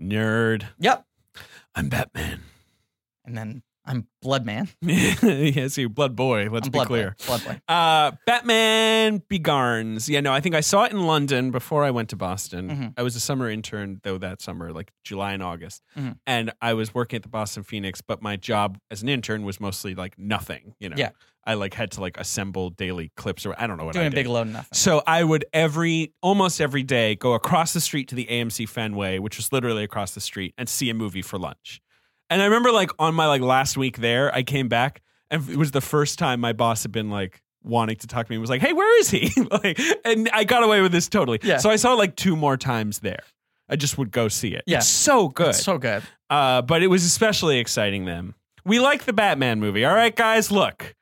Nerd.
Yep.
I'm Batman.
And then I'm Blood Man.
[LAUGHS] yes, you blood boy. Let's
I'm
be
Blood
clear.
Boy. Blood Boy.
Uh, Batman Begarns. Yeah, no, I think I saw it in London before I went to Boston.
Mhm.
I was a summer intern though that summer, like July and August,
Mhm.
and I was working at the Boston Phoenix. But my job as an intern was mostly like nothing. You know,
Yeah.
I like had to like assemble daily clips or I don't know what I
Doing a
did.
big load of nothing.
So I would every almost every day go across the street to the AMC Fenway, which was literally across the street, and see a movie for lunch. And I remember like on my like last week there, I came back and it was the first time my boss had been like wanting to talk to me and was like, "Hey, where is he?" [LAUGHS] like and I got away with this totally.
Yeah.
So I saw it like two more times there. I just would go see it.
Yeah.
It's so good.
It's so good.
Uh, but it was especially exciting then. We like the Batman movie. All right, guys, look.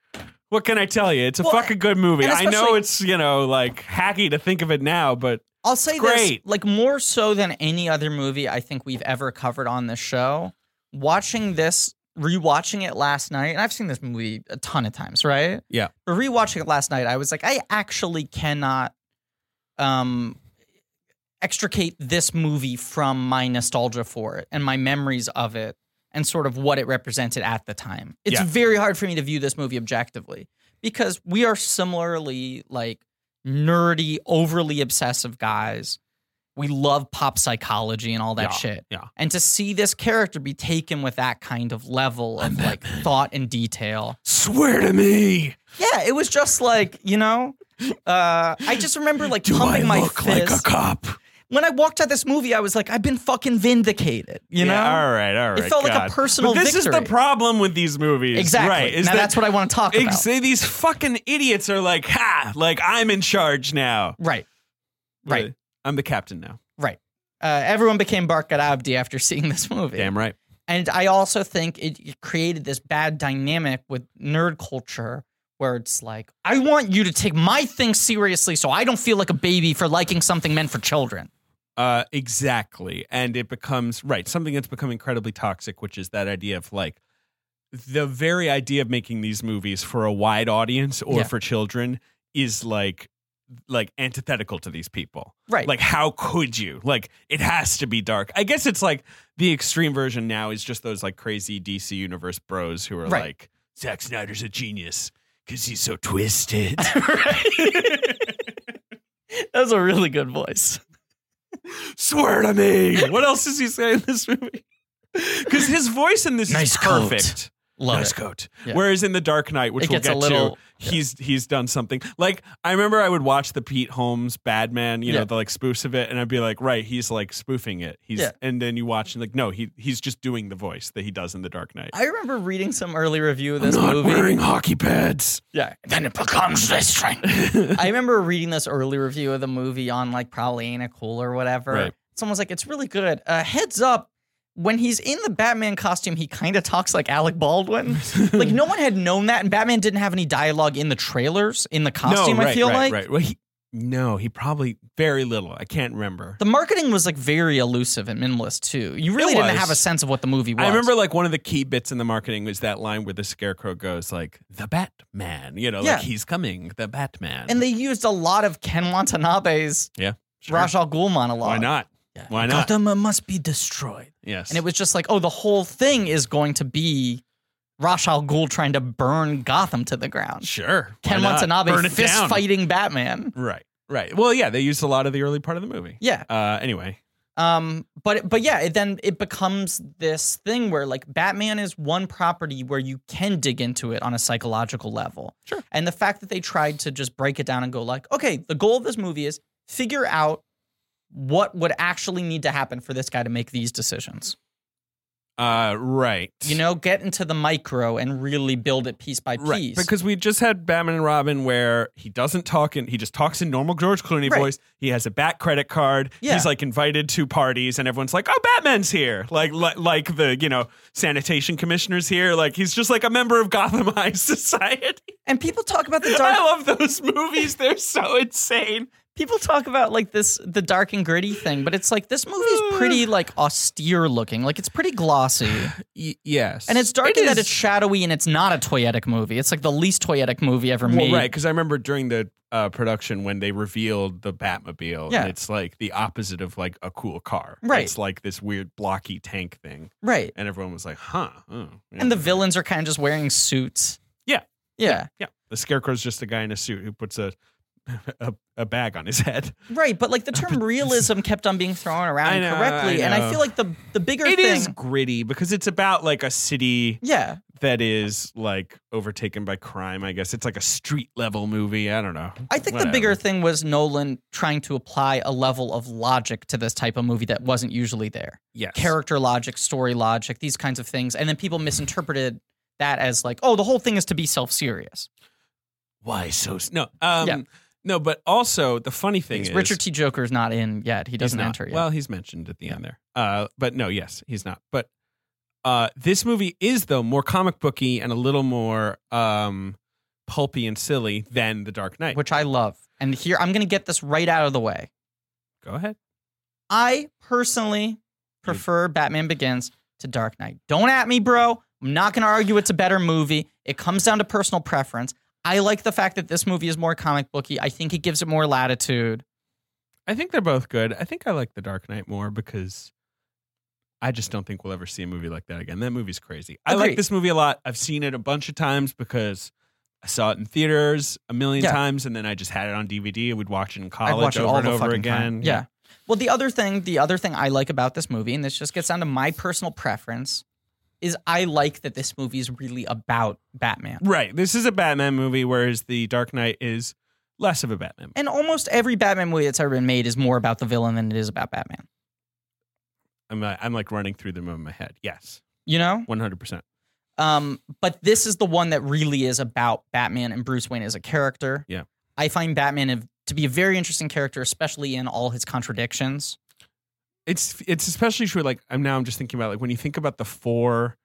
What can I tell you? It's a
Well,
fucking good movie.
and
I know
especially-
it's, you know, like hacky to think of it now, but
I'll say this,
great.
like more so than any other movie I think we've ever covered on this show. Watching this, rewatching it last night, and I've seen this movie a ton of times, right?
Yeah.
But rewatching it last night, I was like, I actually cannot um extricate this movie from my nostalgia for it and my memories of it and sort of what it represented at the time. It's
Yeah.
very hard for me to view this movie objectively because we are similarly like nerdy, overly obsessive guys. We love pop psychology and all that
Yeah,
shit.
yeah.
And to see this character be taken with that kind of level of like thought and detail.
swear to me.
Yeah, it was just like, you know, uh, I just remember like pumping my fist.
cop?
when I walked out this movie, I was like, I've been fucking vindicated. You know?
all right, all right.
felt like a
God.
personal
But this is
victory.
the problem with these movies.
Exactly.
Right. Is
now
that
that's what I want to talk about.
ex- these fucking idiots are like, ha, like I'm in charge now.
Right. Right.
I'm the captain now.
Right. Uh, everyone became Barkat Abdi after [LAUGHS] seeing this movie.
Damn right.
And I also think it it created this bad dynamic with nerd culture where it's like, I want you to take my thing seriously so I don't feel like a baby for liking something meant for children.
Uh, exactly. And it becomes, right, something that's become incredibly toxic, which is that idea of like the very idea of making these movies for a wide audience or
Yeah.
for children is like, like antithetical to these people.
Right. [LAUGHS]
Like, [LAUGHS] how could you? Like, it has to be dark. I guess it's like the extreme version now is just those like crazy DC universe bros who are
Right.
like, Zack Snyder's a genius because he's so
[LAUGHS]
twisted.
that was a really good voice.
swear to me. [LAUGHS] What else does he say in this movie? [LAUGHS] Because his voice in this
Nice
is
coat.
perfect.
Love
nice
it.
coat.
Yeah.
Whereas in the Dark Knight, which
It
we'll
gets a
get
little-
to, he's he's done something. Like I remember, I would watch the Pete Holmes Badman, you know,
Yeah.
the like spoofs of it, and I'd be like, right, he's like spoofing it. He's
Yeah.
and then you watch and like, no, he he's just doing the voice that he does in the Dark Knight.
I remember reading some early review of this movie.
hockey pads.
yeah.
Then it becomes this strength.
[LAUGHS] I remember reading this early review of the movie on like probably Ain't It Cool or whatever.
Right.
Someone's like, it's really good. Uh, heads up, when he's in the Batman costume, he kind of talks like Alec
[LAUGHS]
Baldwin. like no one had known that, and Batman didn't have any dialogue in the trailers in the costume.
no, right,
I feel
right,
like
right. Well, he, no, he probably very little. I can't remember.
the marketing was like very elusive and minimalist too. You really
It
didn't
was.
have a sense of what the movie was.
I remember like one of the key bits in the marketing was that line where the scarecrow goes like the Batman, you know,
Yeah.
like he's coming, the Batman.
and they used a lot of Ken Watanabe's
yeah, sure.
Rajal Ra's al Ghul monologue.
Why not? Why not?
Gotham must be destroyed.
Yes.
And it was just like, oh, the whole thing is going to be Ra's al Ghul trying to burn Gotham to the ground.
sure. why
Ken
not? Burn
Watanabe
it
fist
down.
fighting Batman.
Right. Right. Well, yeah, they used a lot of the early part of the movie.
Yeah.
Uh, anyway,
Um. But but yeah, it, then it becomes this thing where like Batman is one property where you can dig into it on a psychological level.
Sure.
And the fact that they tried to just break it down and go like, okay, the goal of this movie is figure out what would actually need to happen for this guy to make these decisions.
Uh, right.
You know, get into the micro and really build it piece by piece.
Right, because we just had Batman and Robin where he doesn't talk and he just talks in normal George Clooney
Right.
voice. He has a bat credit card.
Yeah.
He's like invited to parties and everyone's like, "Oh, Batman's here!" Like li- like the you know sanitation commissioner's here. Like he's just like a member of Gotham [LAUGHS] High Society.
and people talk about the [LAUGHS]
I
dark.
love those movies. They're so insane.
People talk about like this, the dark and gritty thing, but it's like this movie's
[SIGHS]
pretty like austere looking. Like it's pretty glossy,
yes,
and it's dark in that it's shadowy and it's not a toyetic movie. It's like the least toyetic movie ever
Well,
made.
right, because I remember during the uh, production when they revealed the Batmobile,
Yeah.
it's like the opposite of like a cool car.
Right.
It's like this weird blocky tank thing.
Right.
And everyone was like, huh. oh, yeah.
And the villains are kind of just wearing suits.
Yeah.
Yeah.
Yeah. The scarecrow's just a guy in a suit who puts a [LAUGHS] a, a bag on his head.
Right, but like the
[LAUGHS]
term realism kept on being thrown around
I know,
incorrectly,
I
and I
know.
feel like the the bigger
It
thing,
is gritty because it's about like a city
yeah,
that is like overtaken by crime, I guess. It's like a street level movie. I don't know.
I think
Whatever.
the bigger thing was Nolan trying to apply a level of logic to this type of movie that wasn't usually there.
yes.
Character logic, story logic, these kinds of things. And then people misinterpreted that as like, oh, the whole thing is to be self serious.
Why so? s- No. Um,
Yeah.
No, but also the funny thing is
Richard T. Joker's not in yet. He
He's
doesn't
not.
enter yet.
Well, he's mentioned at the end there. Uh, but no, yes, he's not. But uh, this movie is though more comic booky and a little more um, pulpy and silly than The Dark Knight.
which I love. And here, I'm going to get this right out of the way.
Go ahead.
I personally prefer Batman Begins to Dark Knight. Don't at me, bro. I'm not going to argue it's a better movie. It comes down to personal preference. I like the fact that this movie is more comic booky. I think it gives it more latitude.
I think they're both good. I think I like The Dark Knight more because I just don't think we'll ever see a movie like that again. That movie's crazy. I like
Agreed.
this movie a lot. I've seen it a bunch of times because I saw it in theaters a million
Yeah.
times, and then I just had it on DVD. and We'd watch it in
I
college
watch it
over
all
and
the
over
fucking
again.
time. Yeah. Well, the other thing, the other thing I like about this movie, and this just gets down to my personal preference, is I like that this movie is really about Batman.
Right. This is a Batman movie, whereas The Dark Knight is less of a Batman.
And almost every Batman movie that's ever been made is more about the villain than it is about Batman.
I'm, uh, I'm like running through them in my head. Yes,
You know?
100%.
Um, but this is the one that really is about Batman and Bruce Wayne as a character.
Yeah.
I find Batman of- to be a very interesting character, especially in all his contradictions.
It's it's especially true. Like I'm now I'm just thinking about like when you think about the four,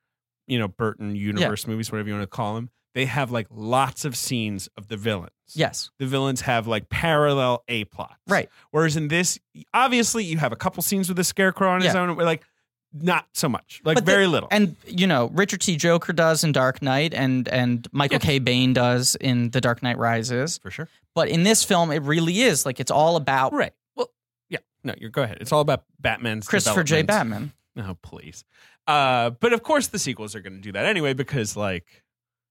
you know, Burton universe movies, whatever you want to call them, they have like lots of scenes of the villains.
Yes.
The villains have like parallel a plots.
Right.
Whereas in this, obviously you have a couple scenes with the scarecrow on his
Yeah.
own, but, like not so much. Like
But the-
very little.
And you know, Richard T. Joker does in Dark Knight and and Michael
Yes.
K. Bain does in The Dark Knight Rises.
for sure.
But in this film, it really is like it's all about
Right. Well, yeah. No, you're go ahead. It's all about Batman's
Christopher J.
development.
Batman.
Oh, please. Uh, but of course, the sequels are going to do that anyway because, like,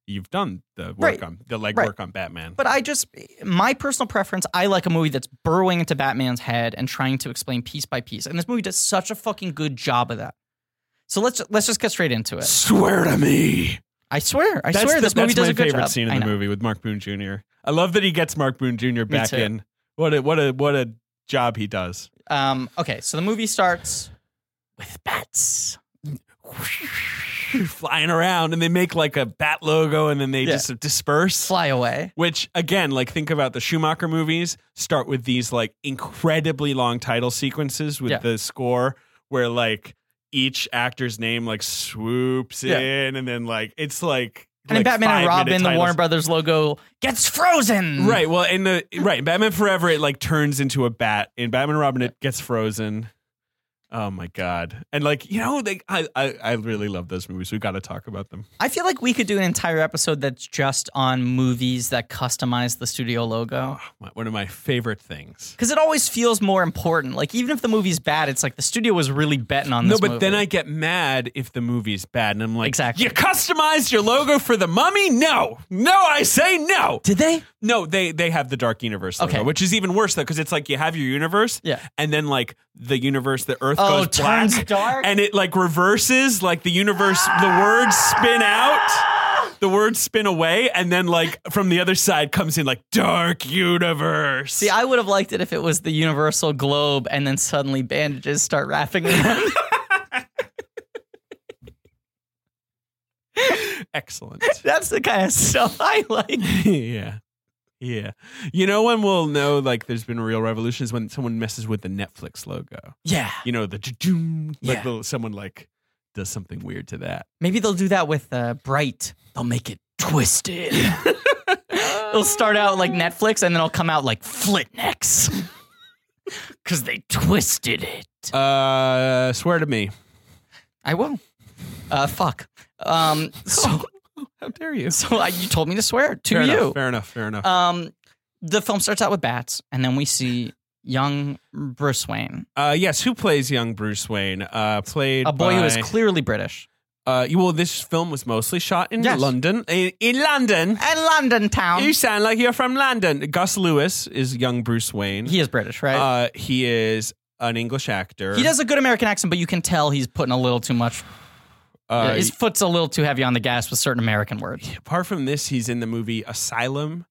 you've done the work
Right.
on the legwork
Right.
on Batman.
But I just, my personal preference, I like a movie that's burrowing into Batman's head and trying to explain piece by piece. And this movie does such a fucking good job of that. So let's let's just get straight into it.
swear to me,
I swear, I
that's
swear,
the,
this movie
that's
does
my
a good
favorite
job.
scene
I
in the
know.
movie with Mark Boone Jr. I love that he gets Mark Boone Jr. back
too.
in. What a what a what a job he does. [LAUGHS]
Um, okay, so the movie starts with bats.
Flying around, and they make like a bat logo, and then they
Yeah.
just disperse.
Fly away.
Which again, like think about the Schumacher movies, start with these like incredibly long title sequences with
Yeah.
the score where like each actor's name like swoops
Yeah.
in and then like it's like
And
like,
in Batman and
five-minute
Robin, the Mm.
titles.
Warner Brothers logo gets frozen.
Right. Well, in the right Batman Forever, it like turns into a bat. In Batman and Robin, it gets frozen. Oh my god! And like you know, they I I, I really love those movies. We've got to talk about them.
I feel like we could do an entire episode that's just on movies that customize the studio logo.
Oh, my, one of my favorite things.
Because it always feels more important. Like even if the movie's bad, it's like the studio was really betting on
No,
this.
but
movie.
then I get mad if the movie's bad, and I'm like,
Exactly.
You customized your logo for the Mummy? No, no, I say no.
did they?
No, they they have the Dark Universe logo,
Okay.
which is even worse though, because it's like you have your universe,
Yeah.
and then like the universe, the Earth
Oh,
goes black,
turns dark?
and it like reverses, like the universe, the words spin
Ah!
out. The words spin away, and then like from the other side comes in like dark universe.
See, I would have liked it if it was the Universal Globe, and then suddenly bandages start wrapping around.
excellent.
[LAUGHS] That's the kind of stuff I like.
[LAUGHS] yeah. Yeah. You know when we'll know like there's been a real revolution is when someone messes with the Netflix logo.
Yeah.
You know, the doom
Yeah.
like the someone like does something weird to that.
Maybe they'll do that with uh, Bright.
They'll make it twisted.
[LAUGHS] It'll start out
Uh.
like Netflix and then it'll come out like Flitnex. [LAUGHS]
Because they twisted it.
Uh swear to me.
I will. Uh, fuck.
[LAUGHS]
Um, so,
How dare you?
so I, you told me to swear to
fair
you.
Enough, fair enough, fair enough.
Um, the film starts out with bats, and then we see young Bruce Wayne,
Uh, yes, who plays young Bruce Wayne? Uh, played
a boy who is
by-
clearly British.
Uh, you- well, this film was mostly shot in
Yes. Um,
London. In, in London,
And London town.
you sound like you're from London. Gus Lewis is young Bruce Wayne.
He is British, right?
uh, he is an English actor.
he does a good American accent, but you can tell he's putting a little too much.
Uh,
his foot's a little too heavy on the gas with certain American words.
apart from this, he's in the movie Asylum.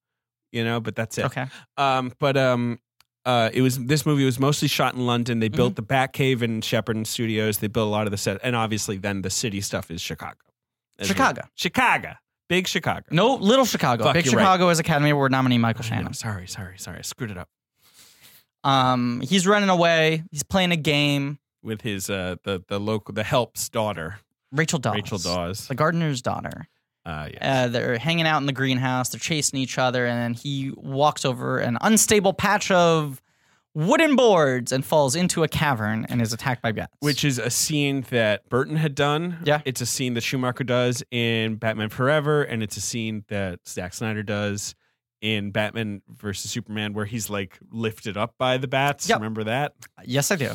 You know, but that's it.
Okay.
Um, but um, uh, it was this movie was mostly shot in London. They
Mm-hmm.
built the Batcave in Shepperton Studios. They built a lot of the set, and obviously, then the city stuff is Chicago. As well.
Chicago.
Chicago, big Chicago.
No, Little Chicago.
Fuck,
Big
you're right.
Chicago is Academy Award nominee Michael
I know,
Shannon.
sorry, sorry, sorry. I screwed it up
Um, he's running away. He's playing a game.
with his uh, the the local the help's daughter,
Rachel Dawes.
Rachel Dawes.
The gardener's daughter.
Uh, yeah.
Uh, they're hanging out in the greenhouse. They're chasing each other, and then he walks over an unstable patch of wooden boards and falls into a cavern and is attacked by bats.
which is a scene that Burton had done.
Yeah.
It's a scene that Schumacher does in Batman Forever, and it's a scene that Zack Snyder does in Batman versus Superman, where he's like lifted up by the bats.
Yep.
Remember that?
yes, I do.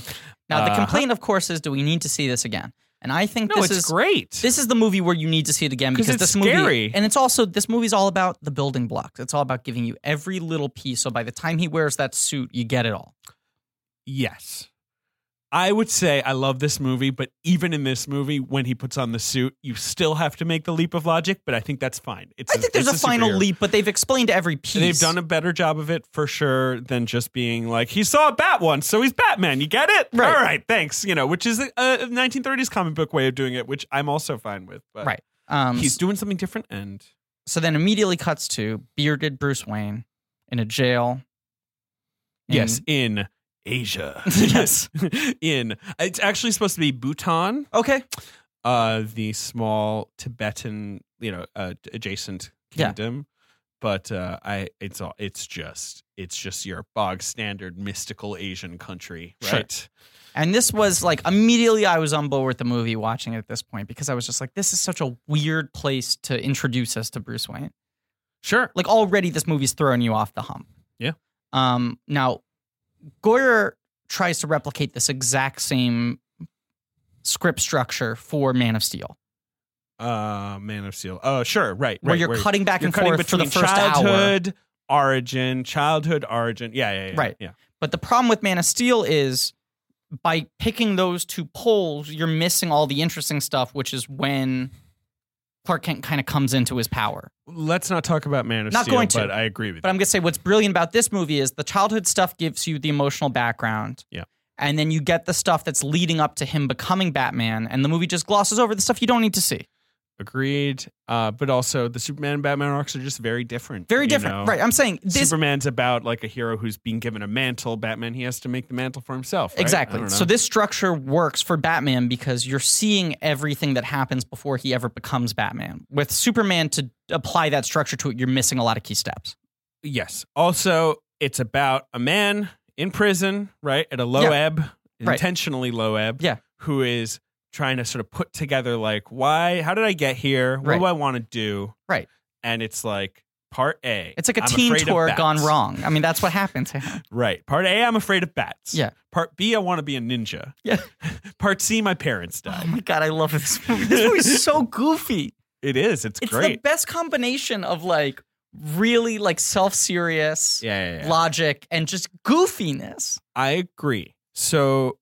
Now the
Uh-huh.
complaint, of course, is do we need to see this again? And I think
No,
this
it's
is
great.
this is the movie where you need to see it again
'Cause
because
it's
this movie
scary.
and it's also this movie's all about the building blocks. It's all about giving you every little piece. So by the time he wears that suit, you get it all.
yes. I would say I love this movie, but even in this movie, when he puts on the suit, you still have to make the leap of logic. But I think that's fine. It's
I think there's a,
it's
final
superhero.
leap, but they've explained every piece.
They've done a better job of it for sure than just being like he saw a bat once, so he's Batman. You get it?
Right.
All right, thanks. You know, which is a, a 1930s comic book way of doing it, which I'm also fine with. But
right. Um,
he's doing something different, and
So then immediately cuts to bearded Bruce Wayne in a jail. In-
yes, in Asia,
[LAUGHS]
[LAUGHS]
Yes.
in it's actually supposed to be Bhutan,
Okay.
uh, the small Tibetan, you know, uh, adjacent
Yeah.
kingdom. But uh, I, it's all, it's just, it's just your bog standard mystical Asian country,
Sure.
right?
And this was like immediately I was on board with the movie watching it at this point because I was just like, this is such a weird place to introduce us to Bruce Wayne.
Sure.
Like already this movie's throwing you off the hump.
Yeah.
Um now Goyer tries to replicate this exact same script structure for Man of Steel.
uh Man of Steel. Oh, sure, right, right.
Where you're cutting back and forth for the
between
first hour.
childhood origin, childhood origin. Yeah, yeah, yeah.
Right.
Yeah.
But the problem with Man of Steel is by picking those two poles, you're missing all the interesting stuff, which is when Clark Kent kind of comes into his power.
Let's not talk about Man of
Not
Steel,
going to.
but I agree with
But I'm going to say what's brilliant about this movie is the childhood stuff gives you the emotional background.
Yeah.
And then you get the stuff that's leading up to him becoming Batman, and the movie just glosses over the stuff you don't need to see.
you. Agreed. Uh, but also the Superman and Batman arcs are just very different.
Very
you
different.
know?
Right. I'm saying this
Superman's about like a hero who's being given a mantle. Batman, he has to make the mantle for himself. right? I
Exactly.
don't
So
know.
this structure works for Batman because you're seeing everything that happens before he ever becomes Batman. With Superman to apply that structure to it, you're missing a lot of key steps.
Yes. Also, it's about a man in prison, right? At a low
Yeah.
ebb,
Right.
intentionally low ebb.
Yeah.
Who is trying to sort of put together, like, why, how did I get here? What
Right.
do I want to do?
Right.
And it's like, part A.
It's like a
I'm
teen
afraid of
tour
bats.
gone wrong. I mean, that's what
[LAUGHS]
Oh happened to him.
Right. Part A, I'm afraid of bats.
Yeah.
Part B, I want to be a ninja.
Yeah.
[LAUGHS] part C, my parents
Oh
died.
my god, I love this movie. This movie's so goofy.
It is. It's,
It's the
great.
best combination of like really like self-serious
yeah, yeah, yeah.
logic and just goofiness.
I agree. So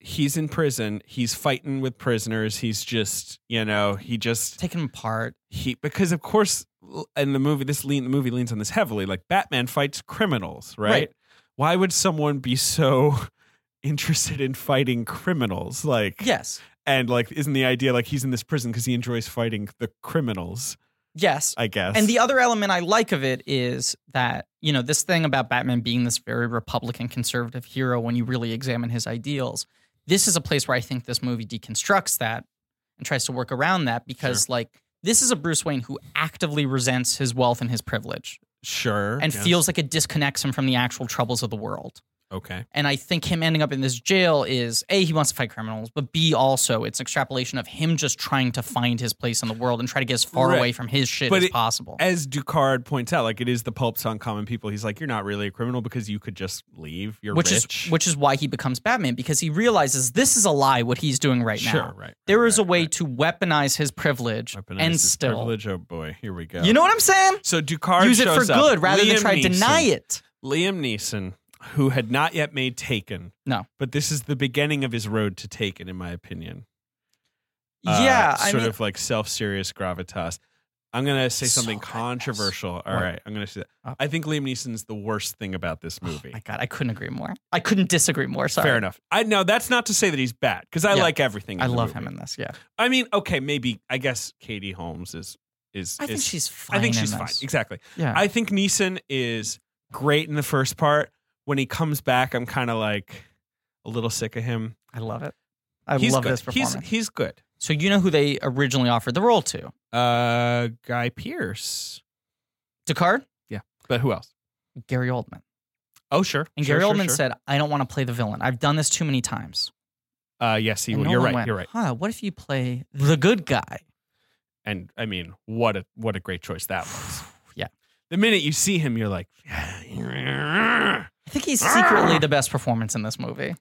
he's in prison. He's fighting with prisoners. He's just, you know, he just
Taking him apart.
he because of course l- in the movie this lean the movie leans on this heavily. Like Batman fights criminals, right?
Right.
Why [LAUGHS] would someone be so interested in fighting criminals? Like
Yes.
And like, isn't the idea like he's in this prison because he enjoys fighting the criminals?
Yes.
I guess.
And the other element I like of it is that, you know, this thing about Batman being this very Republican conservative hero when you really examine his ideals, this is a place where I think this movie deconstructs that and tries to work around that because, like, this is a Bruce Wayne who actively resents his wealth and his privilege
sure
and
yes.
feels like it disconnects him from the actual troubles of the world.
okay.
And I think him ending up in this jail is A, he wants to fight criminals, but B, also it's an extrapolation of him just trying to find his place in the world and try to get as far
Right.
away from his shit
But
as
it-
possible.
As Ducard points out, like it is the pulps on common people. He's like, you're not really a criminal because you could just leave. You're
which
rich.
is which is why he becomes Batman because he realizes this is a lie what he's doing right
sure,
now.
right.
There is
right,
a way
right.
to weaponize his privilege
Weaponize
and
his
still.
privilege. Oh boy, here we go.
You know what I'm saying?
so Ducard
Use it for
shows up.
good rather than
Liam
try to deny
Neeson-
it.
Liam Neeson, who had not yet made Taken.
No.
but this is the beginning of his road to Taken, in my opinion. uh,
yeah, I
sort
mean,
of like self-serious gravitas. I'm gonna say
So
something
gravitas.
controversial. All
What?
right, I'm gonna say
Oh.
that. I think Liam Neeson's the worst thing about this movie.
my God, I couldn't agree more. I couldn't disagree more. Sorry,
Fair enough. I know that's not to say that he's bad because I
Yeah.
like everything. in
I
the
love him
movie.
in this. Yeah,
I mean, okay, maybe I guess Katie Holmes is is.
I think
is-
she's fine.
I think
in
she's
this.
fine. Exactly.
Yeah,
I think Neeson is great in the first part. When he comes back, I'm kind of like a little sick of him.
I love it. I
he's
love
good.
this performance.
He's he's good.
so you know who they originally offered the role to?
Uh, Guy Pierce.
Descartes,
But who else?
Gary Oldman,
Oh, sure.
and
Sure,
Gary
sure,
Oldman
sure.
said, "I don't want to play the villain. I've done this too many times."
Uh, yes, he,
And
will. you're
Nolan
right.
went,
You're right.
Huh, what if you play the good guy?
And I mean, what a what a great choice that was.
[SIGHS] Yeah.
The minute you see him, you're like, [SIGHS] [SNIFFS]
I think he's secretly the best performance in this movie.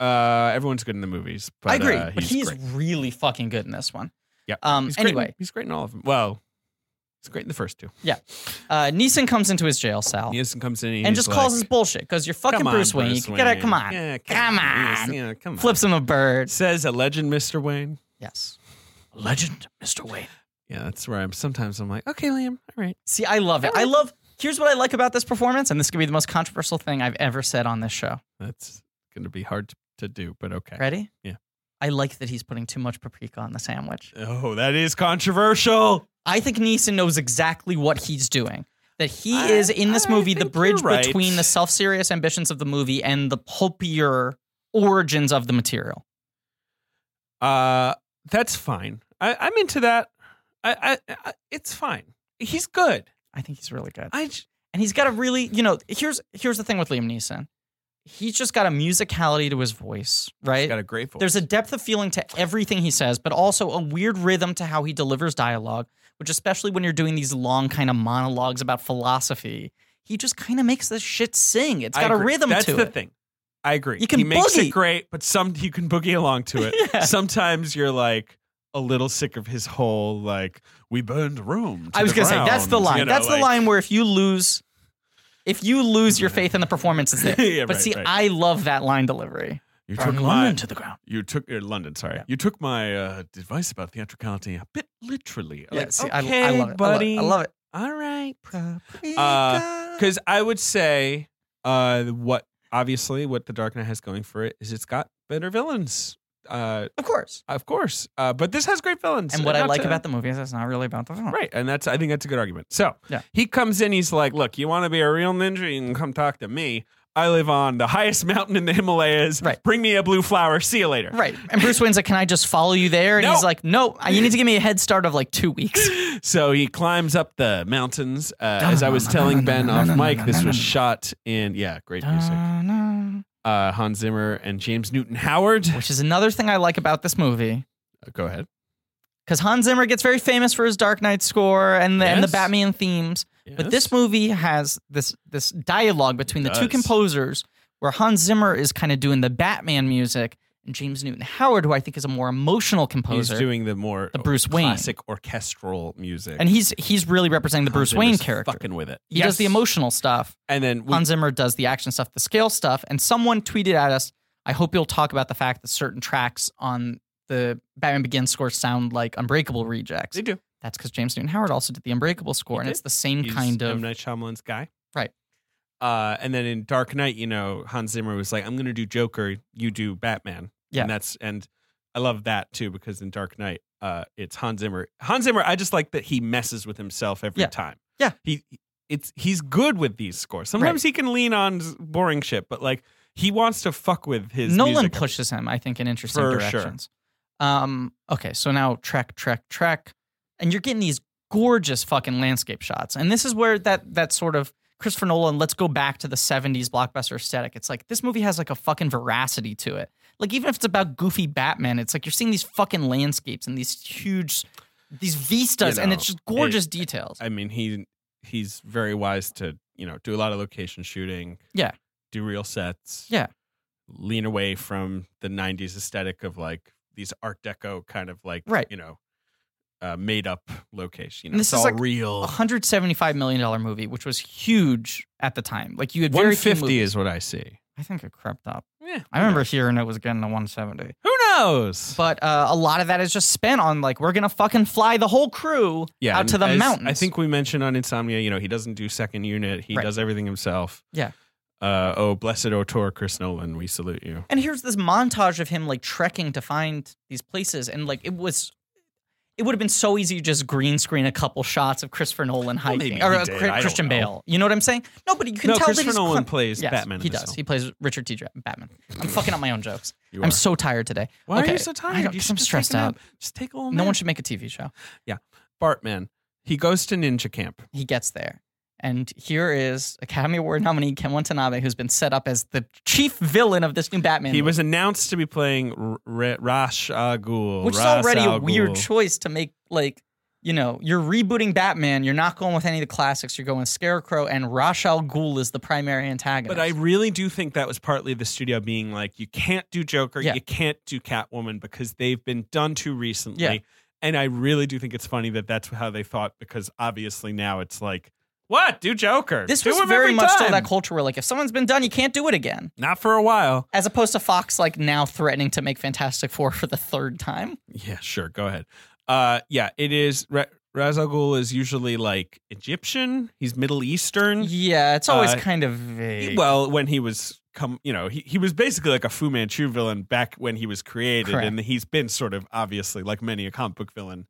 uh, everyone's good in the movies. But,
I agree,
uh,
but he's
he's great.
really fucking good in this one.
Yep.
Um.
He's great in-
anyway,
he's great in all of them. Well, he's great in the first two.
uh, Neeson comes into his jail cell
Neeson comes in and,
Oh. and
he's
just calls
like,
his bullshit because you're fucking
"Come on,
Bruce Wayne. You
Bruce
can get out.
Wayne.
Come on.
Yeah,
Come
Yes,
on.
yeah, come on.
Flips him a bird.
Says a legend, Mr. Wayne.
Yes.
Legend, Mr. Wayne.
Yeah, that's where I'm. Sometimes I'm like, okay, Liam, all right.
See, I love it. I love. Here's what I like about this performance, and this could be the most controversial thing I've ever said on this show.
That's going to be hard to, to do, but okay.
Ready?
Yeah.
I like that he's putting too much paprika on the sandwich.
Oh, that is controversial.
I think Neeson knows exactly what he's doing. That he
I-
is in this
I
movie the
think you're
bridge
right.
between the self serious ambitions of the movie and the pulpier origins of the material.
Uh, that's fine. I, I'm into that. I, I, I, it's fine. He's good.
I think he's really good.
I, j-
and he's got a really, you know, here's here's the thing with Liam Neeson. He's just got a musicality to his voice, right?
he's got a great voice.
There's a depth of feeling to everything he says, but also a weird rhythm to how he delivers dialogue, which, especially when you're doing these long kind of monologues about philosophy, he just kind of makes this shit sing. It's
I
got a
agree.
rhythm
That's
to
the
it.
thing. I agree.
You can
he makes
boogie.
it great, but some you can boogie
[LAUGHS]
along to it.
Yeah.
Sometimes you're like a little sick of his whole like we burned Rome. To
I was
going
gonna
to
say that's the line. that's the line [LAUGHS] where if you lose, if you lose your faith in the performance, it's there.
[LAUGHS] [LAUGHS] Yeah,
but
right,
see,
right.
I love that line delivery.
You took
Burn
my
London to the ground.
you took uh, London. Sorry, you took my uh, advice about theatricality a bit literally.
Yeah,
like,
see, I-
okay,
I, love it,
buddy.
I love it. Uh,
All right, because I would say uh, what obviously what the Dark Knight has going for it is it's got better villains, uh,
Of course.
of course. Uh, but this has great villains.
And what I
not
like
to-
about the movie is it's not really about the film.
right, and that's I think that's a good argument. So
Yeah.
he comes in, he's like, "Look, you want to be a real ninja? You can come talk to me. I live on the highest [LAUGHS] mountain in the Himalayas.
Right.
Bring me a blue flower. See you later."
Right. And Bruce Wayne's like, Can I just follow you there? And
No.
he's like, No, you need to give me a head start of like two
[GASPS]
weeks.
So he climbs up the mountains. Uh, as I was telling Ben off mic, this was shot in yeah, great music. Uh, Hans Zimmer and James Newton Howard. Uh,
Which is another thing I like about this movie.
Go ahead.
Because Hans Zimmer gets very famous for his Dark Knight score and the, and the
Yes.
Batman themes. But this movie has this this dialogue between the two
does.
composers where Hans Zimmer is kind of doing the Batman music and James Newton Howard, who I think is a more emotional
he's
composer.
doing the more
the Bruce Wayne.
classic orchestral music,
and he's he's really representing the Bruce
Hans
Wayne
Zimmer's
character.
fucking with it.
he does the emotional stuff.
and then we,
Hans Zimmer does the action stuff, the scale stuff, and someone tweeted at us, I hope you'll talk about the fact that certain tracks on the Batman Begins score sound like Unbreakable rejects.
they do
That's because James Newton Howard also did the Unbreakable score, and
He did.
it's the same
He's
kind of.
M Night Shyamalan's guy,
Right.
Uh, and then in Dark Knight, you know, Hans Zimmer was like, "I'm going to do Joker, you do Batman."
Yeah.
and that's and I love that too because in Dark Knight, uh, it's Hans Zimmer. Hans Zimmer, I just like that he messes with himself every
Yeah.
time.
Yeah.
he it's he's good with these scores. Sometimes he can lean on s- boring shit, but like he wants to fuck with his.
Nolan
music.
pushes him, I think, in interesting
For sure.
directions. Um, okay, so now trek, trek, trek, and you're getting these gorgeous fucking landscape shots, and this is where that that sort of Christopher Nolan. Let's go back to the '70s blockbuster aesthetic. It's like this movie has like a fucking veracity to it. Like even if it's about goofy Batman, it's like you're seeing these fucking landscapes and these huge, these vistas, and
know,
it's just gorgeous details.
I mean, he he's very wise to you know do a lot of location shooting.
Yeah.
do real sets.
Yeah.
lean away from the '90s aesthetic of like these Art Deco kind of like
Right.
you know uh, made up location. You know,
And this
it's
is
all
like
real.
$175 million movie, which was huge at the time. Like you had very few movies-
is what I see.
I think it crept up.
Yeah,
I remember hearing it was getting to 170.
Who knows?
But uh, a lot of that is just spent on like we're gonna fucking fly the whole crew out
and
to the
as
mountains.
I think we mentioned on Insomnia, you know, he doesn't do second unit. He
Right.
does everything himself.
Yeah.
Uh, oh, blessed auteur Chris Nolan, we salute you.
And here's this montage of him like trekking to find these places, and like it was, it would have been so easy to just green screen a couple shots of Christopher Nolan hiking
maybe
or
he
uh,
did,
Chri-
I don't
Christian
know.
Bale. You know what I'm saying? No, but you can
no,
tell that
Christopher
he's
Nolan
clean.
plays
Yes,
Batman. in
He
this
does.
film.
He plays Richard T. Dra- Batman. I'm fucking up my own jokes.
You
I'm
are.
so tired today.
Why are
Okay.
you so
I
tired?
don't-
You should
I'm
just take Oh,
stressed
a
out.
nap. Just take a little
No
nap.
one should make a TV show.
Bartman. He goes to Ninja Camp.
he gets there. And here is Academy Award nominee Ken Watanabe, who's been set up as the chief villain of this new Batman.
He
movie,
was announced to be playing R- R- Ra's al Ghul.
which is
Ra's
already a
al
weird
Ghul.
choice to make. Like, you know, you're rebooting Batman. You're not going with any of the classics. You're going with Scarecrow, and Ra's al Ghul is the primary antagonist.
But I really do think that was partly the studio being like, you can't do Joker,
Yeah.
you can't do Catwoman because they've been done too recently.
Yeah.
And I really do think it's funny that that's how they thought because obviously now it's like, what? Do Joker.
this
do
was
him
very
every
much still
time.
that culture where, like, if someone's been done, you can't do it again.
Not for a while.
As opposed to Fox, like, now threatening to make Fantastic Four for the third time.
Yeah, sure. Go ahead. Uh, yeah, it is. Ra- Ra's al Ghul is usually like Egyptian. He's Middle Eastern.
Yeah, it's always
Mm-hmm. Uh,
kind of vague.
Well, when he was come, you know, he, he was basically like a Fu Manchu villain back when he was created,
Correct.
and he's been sort of obviously like many a comic book villain,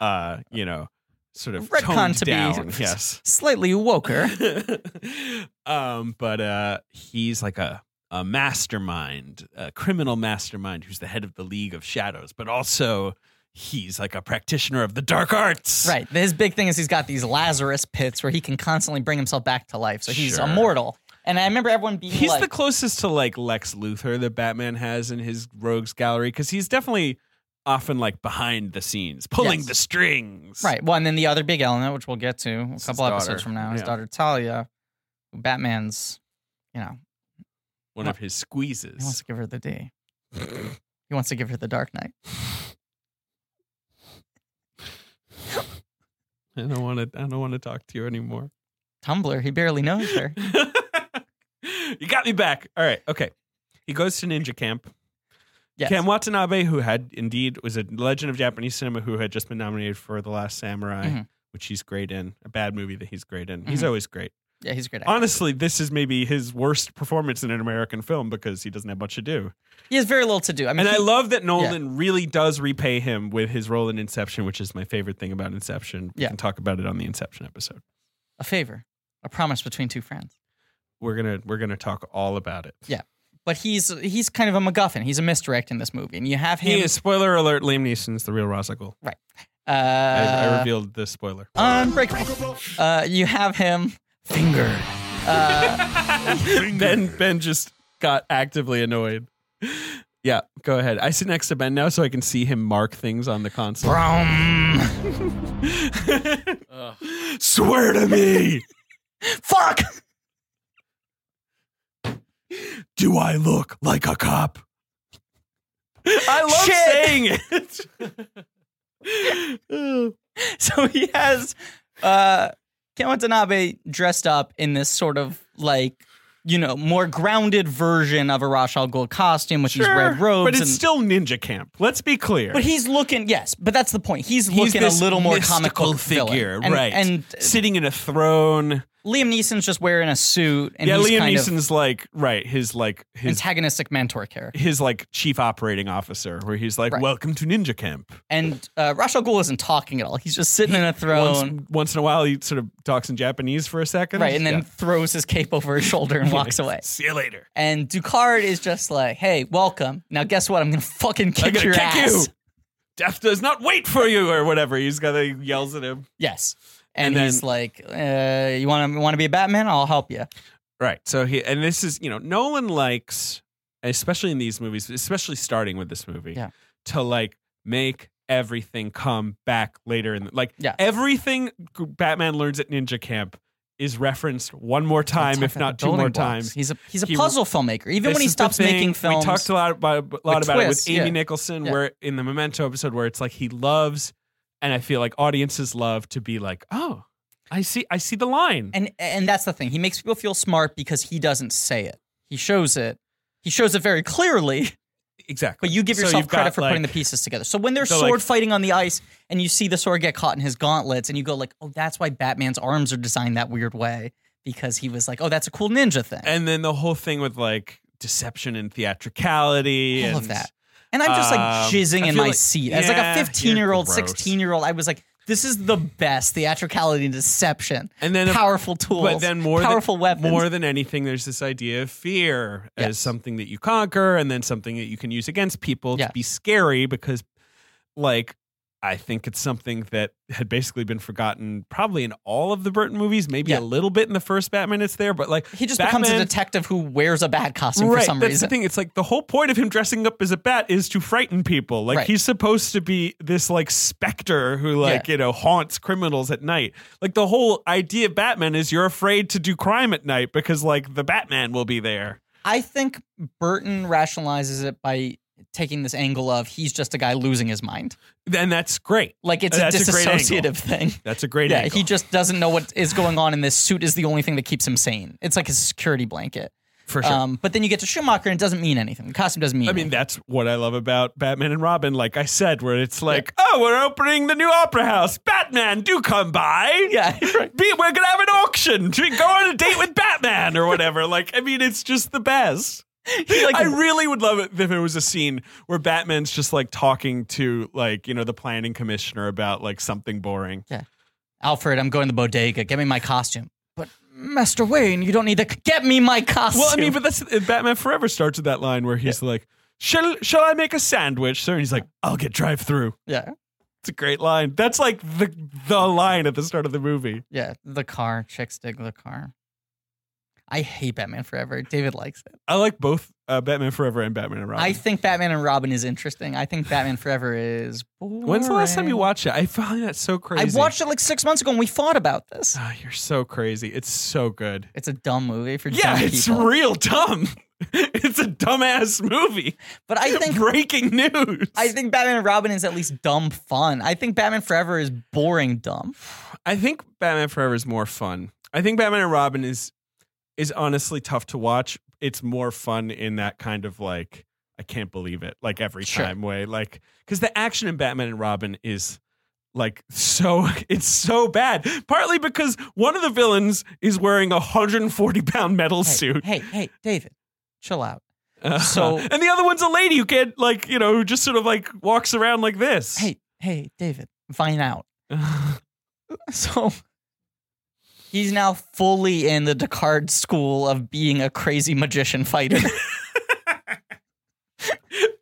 uh, you know, sort of
Retcon
toned
to be-
down. yes.
slightly woker.
[LAUGHS] um, but uh, he's like a a mastermind, a criminal mastermind who's the head of the League of Shadows, but also he's like a practitioner of the dark arts.
Right. His big thing is he's got these Lazarus pits where he can constantly bring himself back to life. So he's
Sure.
immortal. And I remember everyone being
He's
like,
the closest to like Lex Luthor that Batman has in his rogues gallery because he's definitely often like behind the scenes, pulling
Yes.
the strings.
right. Well, and then the other big element, which we'll get to a
It's
couple
his
episodes
daughter.
from now, his
Yeah.
daughter Talia, who Batman's, you know,
One of his
he wants
squeezes.
to give her the D. he wants to give her the Dark Knight.
I don't want to. I don't want to talk to you anymore. [LAUGHS]
Tumblr, he barely knows her.
you got me back. All right. Okay. He goes to ninja camp.
Yes.
Cam Watanabe, who had indeed was a legend of Japanese cinema, who had just been nominated for The Last Samurai,
Mhm.
which he's great in. A bad movie that he's great in. He's
Mhm.
always great.
yeah, he's a great. Actor.
Honestly, this is maybe his worst performance in an American film because he doesn't have much to do.
He has very little to do. I mean,
And I
he-
love that Nolan really does repay him with his role in Inception, which is my favorite thing about Inception. We
Yeah.
can talk about it on the Inception episode.
a favor, a promise between two friends.
We're gonna we're gonna talk all about it.
Yeah. But he's he's kind of a MacGuffin. He's a misdirect in this movie, and you have him.
He is spoiler alert. Liam Neeson's the real Rosagul.
Uh,
I, I revealed the spoiler.
Unbreakable. Uh, you have him finger. Uh,
ben Ben just got actively annoyed. Yeah, go ahead. I sit next to Ben now, so I can see him mark things on the console.
brum.
Ugh.
Swear to me,
Fuck.
do I look like a cop? I love [LAUGHS] saying it.
[LAUGHS] So he has uh, Ken Watanabe dressed up in this sort of like you know more grounded version of a Ra's al Ghul costume, which is red robes.
but it's
and,
still ninja camp. Let's be clear.
But he's looking, yes, but that's the point. He's looking
this
a little more comic
mystical
book villain.
figure,
And- uh,
right?
And
sitting in a throne,
Liam Neeson's just wearing a suit, and
yeah,
he's
Liam
kind
Neeson's like right, his like
of
his
antagonistic mentor character.
his like chief operating officer, where he's like,
Right.
"Welcome to Ninja Camp."
And uh, Ra's al Ghul isn't talking at all. He's just sitting in a throne,
Once, once in a while, he sort of talks in Japanese for a second,
right, and then
Yeah.
throws his cape over his shoulder and walks away.
See you later.
And Ducard is just like, "Hey, welcome. Now, guess what? I'm gonna fucking kick
I'm gonna
your
kick
ass."
you. Death does not wait for you, or whatever. He's got he yells at him.
Yes. And,
And
he's
then-
like, uh, "You want to want to be a Batman? I'll help you."
Right. So he and this is you know Nolan likes especially in these movies, especially starting with this movie,
Yeah.
to like make everything come back later in the, like
Yeah.
everything Batman learns at Ninja Camp is referenced one more time, if
Talking
not
about
two
building
more
blocks.
times.
He's a he's a
He-
puzzle filmmaker. Even when
This
he
is the
stops
thing.
making films,
We talked a lot about, a lot
With
about
twists,
it with Amy
yeah.
Nicholson,
Yeah.
where in the Memento episode, where it's like he loves, and I feel like audiences love to be like, oh, I see, I see the line.
and and that's the thing. He makes people feel smart because he doesn't say it. He shows it. He shows it very clearly,
exactly.
but you give
So
yourself
you've
credit
got,
for putting the
like-
pieces together. So when they're
So, like-
sword fighting on the ice and you see the sword get caught in his gauntlets and you go like, "Oh, that's why Batman's arms are designed that weird way because he was like, "Oh, that's a cool ninja thing." And,
and then the whole thing with like deception and theatricality
All
and
of that. I'm just like
um,
jizzing
I
in
feel
my
like-
seat. As
yeah,
like a
you're
15-year-old,
gross.
16-year-old, I was like, "This is the best theatricality and deception."
and then
powerful tools,
but then more
powerful
than,
weapons.
more than anything there's this idea of fear
Yes.
as something that you conquer and then something that you can use against people
Yeah.
to be scary because like I think it's something that had basically been forgotten probably in all of the Burton movies, maybe
Yeah.
a little bit in the first Batman it's there, but like
he just becomes a
Batman-
detective who wears a bad costume
right,
for some
that's
reason.
the thing. It's like the whole point of him dressing up as a bat is to frighten people. Like
Right.
he's supposed to be this like specter who like you know haunts criminals at night. Like the whole idea of Batman is you're afraid to do crime at night because like the Batman will be there.
I think Burton rationalizes it by taking this angle of he's just a guy losing his mind.
And that's great.
Like it's
That's
a
a great angle.
disassociative thing.
That's a great
yeah,
angle.
he just doesn't know what is going on, and this suit is the only thing that keeps him sane. It's like his security blanket.
for sure.
Um, but then you get to Schumacher, and it doesn't mean anything. The costume doesn't mean.
I mean,
anything.
that's what I love about Batman and Robin. Like I said, where it's like, oh, we're opening the new opera house. Batman, do come by.
Yeah, [LAUGHS] right.
Be, we're gonna have an auction. To go on a date with Batman or whatever. Like, I mean, it's just the best.
[LAUGHS] like-
I really would love it if there was a scene where Batman's just like talking to like you know the planning commissioner about like something boring.
Alfred, I'm going to the bodega. Get me my costume. But Master Wayne, you don't need to get me my costume.
Well, I mean, but that's uh, Batman Forever starts with that line where he's like, "Shall shall I make a sandwich, sir?" And he's like, "I'll get drive through."
yeah,
It's a great line. That's like the the line at the start of the movie.
yeah, the car. Chicks dig the car. I hate Batman Forever. David likes it.
I like both uh, Batman Forever and Batman and Robin.
I think Batman and Robin is interesting. I think Batman Forever is. Boring.
When's the last time you watched it? I find that so
I
crazy.
watched it like six months ago, and we fought about this.
Ah, you're so crazy. It's so good.
It's a dumb movie for
Yeah,
dumb
it's
people.
real dumb. [LAUGHS] it's a dumbass movie.
but I think
breaking news.
I think Batman and Robin is at least dumb fun. I think Batman Forever is boring dumb.
I think Batman Forever is more fun. I think Batman and Robin is is honestly tough to watch. It's more fun in that kind of like I can't believe it, like every
Sure.
time way, like because the action in Batman and Robin is like so [LAUGHS] it's so bad. Partly because one of the villains is wearing a hundred and forty pound metal
Hey,
suit,
hey, hey, David, chill out.
Uh,
so-
[LAUGHS] and the other one's a lady who can't like you know who just sort of like walks around like this.
Hey, hey, David, find out.
[LAUGHS]
So he's now fully in the Descartes school of being a crazy magician fighter.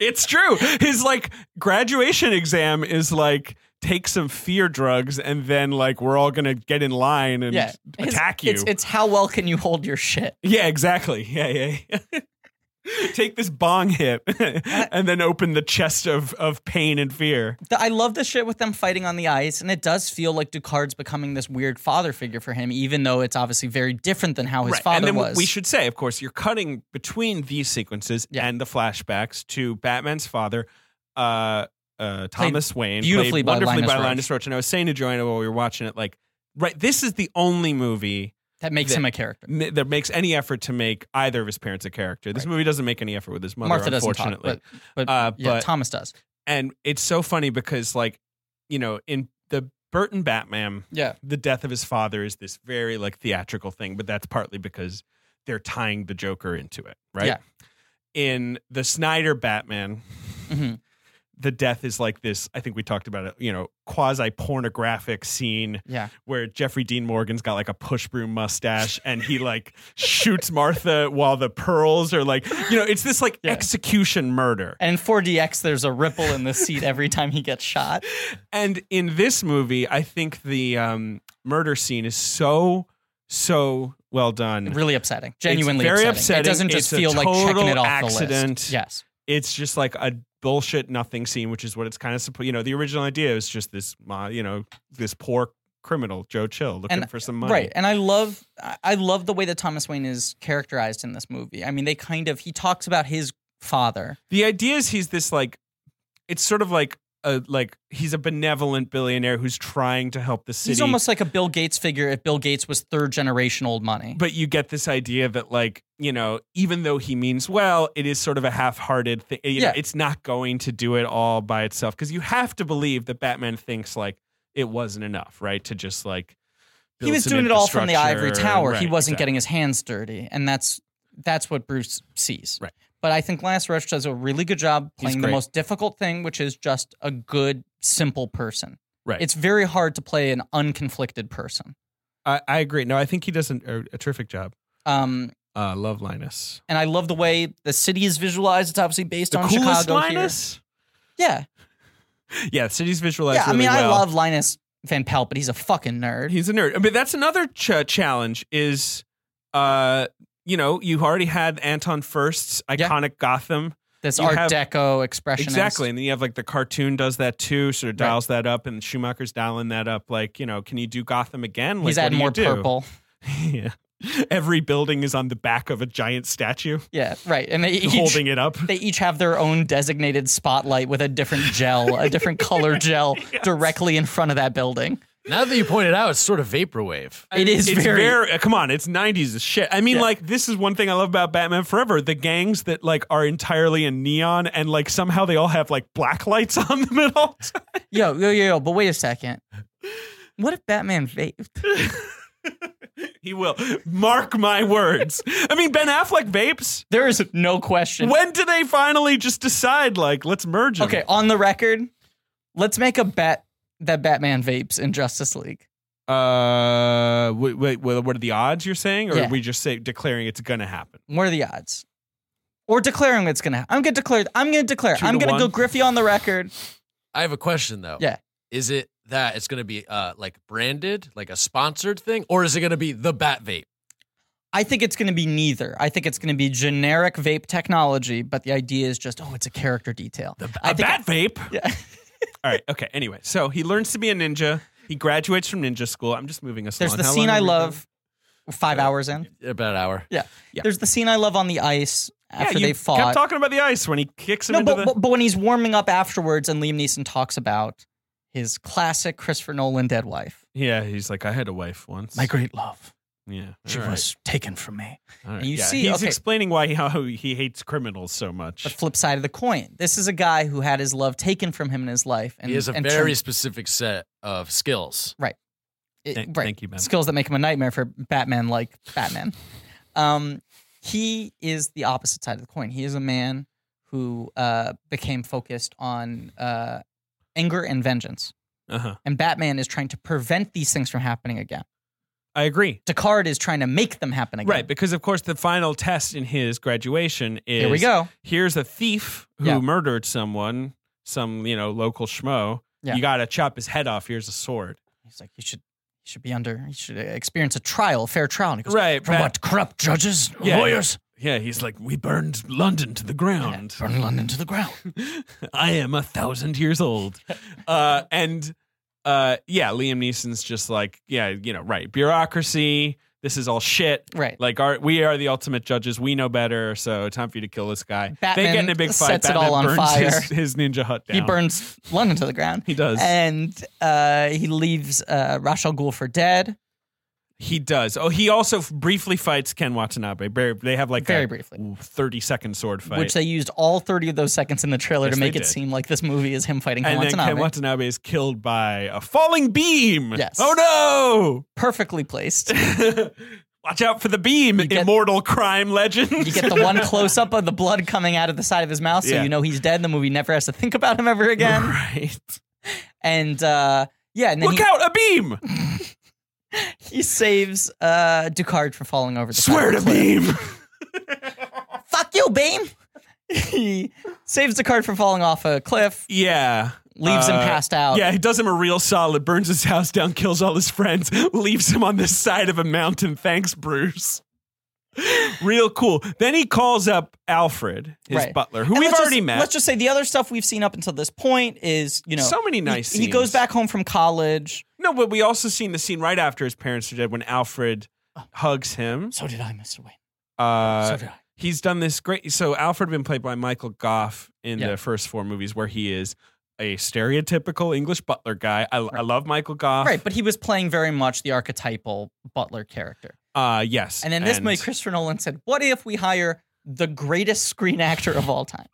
It's true. His like graduation exam is like take some fear drugs and then like we're all gonna get in line [LAUGHS] and
yeah, His-
attack you.
It's, it's how well can you hold your shit?
yeah, exactly. Yeah, yeah. yeah. [LAUGHS] take this bong hit
Uh,
and then open the chest of of pain and fear.
The- I love the shit with them fighting on the ice, and it does feel like Ducard's becoming this weird father figure for him, even though it's obviously very different than how his
Right.
father
and then
was.
We should say, of course, you're cutting between these sequences
Yeah.
and the flashbacks to Batman's father, uh, uh, Thomas Wayne,
beautifully
played
by
wonderfully
Linus
by
Roach.
Linus Roach. And I was saying to Joanna while we were watching it, like, right, this is the only movie
that makes
that-
him a character.
m- that makes any effort to make either of his parents a character. This movie doesn't make any effort with his mother,
Martha doesn't talk,
unfortunately
but, but,
Uh,
yeah,
but-
Thomas does.
and it's so funny because like you know in the Burton Batman,
Yeah.
the death of his father is this very like theatrical thing, but that's partly because they're tying the Joker into it, right?
Yeah.
In the Snyder Batman,
Mhm.
the death is like this. I think we talked about it, you know, quasi pornographic scene
Yeah.
where Jeffrey Dean Morgan's got like a push broom mustache and he like shoots Martha while the pearls are like, you know, it's this like
Yeah.
execution murder.
And in 4DX, there's a ripple in the seat every time he gets
[LAUGHS]
shot.
And in this movie, I think the um, murder scene is so, so well done.
Really upsetting. Genuinely
very
upsetting. It
upsetting.
doesn't just
It's a
feel like checking
total
it off the
accident.
list. Yes.
it's just like a bullshit nothing scene, which is what it's kind of supposed. You know, the original idea is just this, uh, you know, this poor criminal Joe Chill looking
And-
for some money.
Right. And I love I- I love the way that Thomas Wayne is characterized in this movie. I mean, they kind of he talks about his father.
The idea is he's this like, it's sort of like a like he's a benevolent billionaire who's trying to help the city.
He's almost like a Bill Gates figure if Bill Gates was third generation old money.
but you get this idea that like you know even though he means well it is sort of a half-hearted thing you know,
Yeah.
it's not going to do it all by itself because you have to believe that batman thinks like it wasn't enough right to just like
he
build
was
some
doing it all from the ivory
infrastructure.
tower. he
Right,
wasn't
exactly.
getting his hands dirty, and that's that's what Bruce sees.
Right.
But I think Lance Rush does a really good job
He's
playing the
great.
most difficult thing, which is just a good, simple person.
Right.
It's very hard to play an unconflicted person.
I, I agree no i think he does an, a, a terrific job
Um,
uh love linus
and I love the way the city is visualized. It's obviously based on Chicago here. Yeah,
yeah the city's visualized
yeah. I
really
mean, I
well.
love Linus Van Pelt, but he's a fucking nerd.
He's a nerd. I mean, that's another ch- challenge is, uh, you know, you already had Anton First's
Yeah.
iconic Gotham.
this
you
Art
have-
Deco expressionist.
Exactly. And then you have like the cartoon does that too, sort of
Right.
dials that up, and Schumacher's dialing that up. Like, you know, can you do Gotham again? Like,
He's
what
adding
do
more
you do?
purple.
[LAUGHS] yeah. Every building is on the back of a giant statue
Yeah, right. And they [LAUGHS] each,
holding it up.
they each have their own designated spotlight with a different gel, a different
[LAUGHS]
color gel directly in front of that building.
Now that you point it out, it's sort of vaporwave.
It is
it's
very,
very, uh, come on it's 90s as shit i mean like this is one thing i love about batman forever the gangs that like are entirely in neon and like somehow they all have like black lights [LAUGHS] on them at all times.
yo, yo, yo, yo, but wait a second. What if Batman vaped?
he will mark my words i mean ben affleck vapes
There is no question.
when do they finally just decide like let's merge 'em?
Okay, on the record, let's make a bet that Batman vapes in Justice League.
uh wait, wait wha- what are the odds you're saying or
Yeah.
are we just say declaring it's gonna happen
What are the odds? Or declaring it's gonna happen. I'm gonna declare I'm gonna declare.
Two
I'm
to
gonna go
one.
Griffey on the record.
I have a question though.
Yeah.
Is it that it's going to be uh, like branded, like a sponsored thing, or is it going to be the Bat Vape?
I think it's going to be neither. I think it's going to be generic vape technology, but the idea is just, oh, it's a character detail. I
a
think
bat vape
Yeah.
all right okay anyway so he learns to be a ninja he graduates from ninja school i'm just moving us
There's
along.
the
How
scene
long
I
are we doing?
love. Five hours in.
About an hour.
Yeah.
Yeah.
There's the scene I love on the ice after
you
they fought.
Kept talking about the ice when he kicks him
no,
into
but,
the.
but but when he's warming up afterwards, and Liam Neeson talks about his classic Christopher Nolan dead wife,
yeah, he's like, I had a wife once.
My great love.
yeah,
She
all right,
was taken from me.
all right.
And you
Yeah,
see-
he's
okay.
explaining why he, how he hates criminals so much.
the flip side of the coin. This is a guy who had his love taken from him in his life, and
he has a
and
very
turned-
specific set of skills.
it-
Thank-
right.
thank you, Ben.
skills that make him a nightmare for Batman like Batman. Um, he is the opposite side of the coin. He is a man who uh, became focused on uh, anger and vengeance.
Uh-huh.
And Batman is trying to prevent these things from happening again.
I agree.
Descartes is trying to make them happen again.
Right, because of course the final test in his graduation is
Here we go.
Here's a thief who
Yeah.
murdered someone, some you know local schmo.
Yeah.
You got to chop his head off. Here's a sword.
He's like, you should, you should be under, you should uh, experience a trial, a fair trial. And he goes,
Right,
From
Bat-
what? Corrupt judges?
Yeah.
Lawyers?
Yeah, he's like, we burned London to the ground.
Burn London to the ground.
[LAUGHS] I am a thousand years old. Uh, and uh, yeah, Liam Neeson's just like, yeah, you know, right. Bureaucracy. This is all shit.
Right.
Like, our, we are the ultimate judges. We know better. So time for you to kill this guy. they
Batman
get in a big fight.
sets it all
Batman
on
burns
fire.
His, his ninja hut down.
He burns London to the ground.
He does.
And uh, he leaves uh, Rachel Ghoul for dead.
He does. Oh, he also f- briefly fights Ken Watanabe. Very- They have like
Very
a
briefly.
thirty-second sword fight,
Which they used all 30 of those seconds in the trailer
Yes,
to make
they
it
did.
seem like this movie is him fighting Ken
and then Ken
Watanabe.
Watanabe is killed by a falling beam.
Yes.
Oh
Perfectly
[LAUGHS]
placed.
no! Watch out for the beam,
get-
immortal crime legend.
You get the one close up of the blood coming out of the side of his mouth, so
Yeah.
you know he's dead. The movie never has to think about him ever again.
[LAUGHS] right.
And uh, yeah, and then
Look
he,
out, a beam!
he saves uh, Ducard from falling over the side
Swear
of the
to
cliff.
beam. [LAUGHS]
Fuck you, Beam! [LAUGHS] he saves Ducard from falling off a cliff,
Yeah.
leaves him
Uh,
passed out.
Yeah, he does him a real solid, burns his house down, kills all his friends, [LAUGHS] leaves him on this side of a mountain. Thanks, Bruce. Real cool. Then he calls up Alfred, his
Right.
butler, who
And
we've
let's
already
just-
met.
Let's just say the other stuff we've seen up until this point is, you know,
So many nice
He, he goes
scenes.
back home from college.
no, but we also seen the scene right after his parents are dead when Alfred hugs him.
So did I, Mr. Wayne.
Uh,
so did I.
he's done this great. So Alfred been played by Michael Goff in
Yeah.
the first four movies, where he is a stereotypical English butler guy. I, I love Michael Goff.
Right, but he was playing very much the archetypal butler character.
Uh, yes.
And then this movie, Christopher Nolan said, "What if we hire the greatest screen actor of all time?"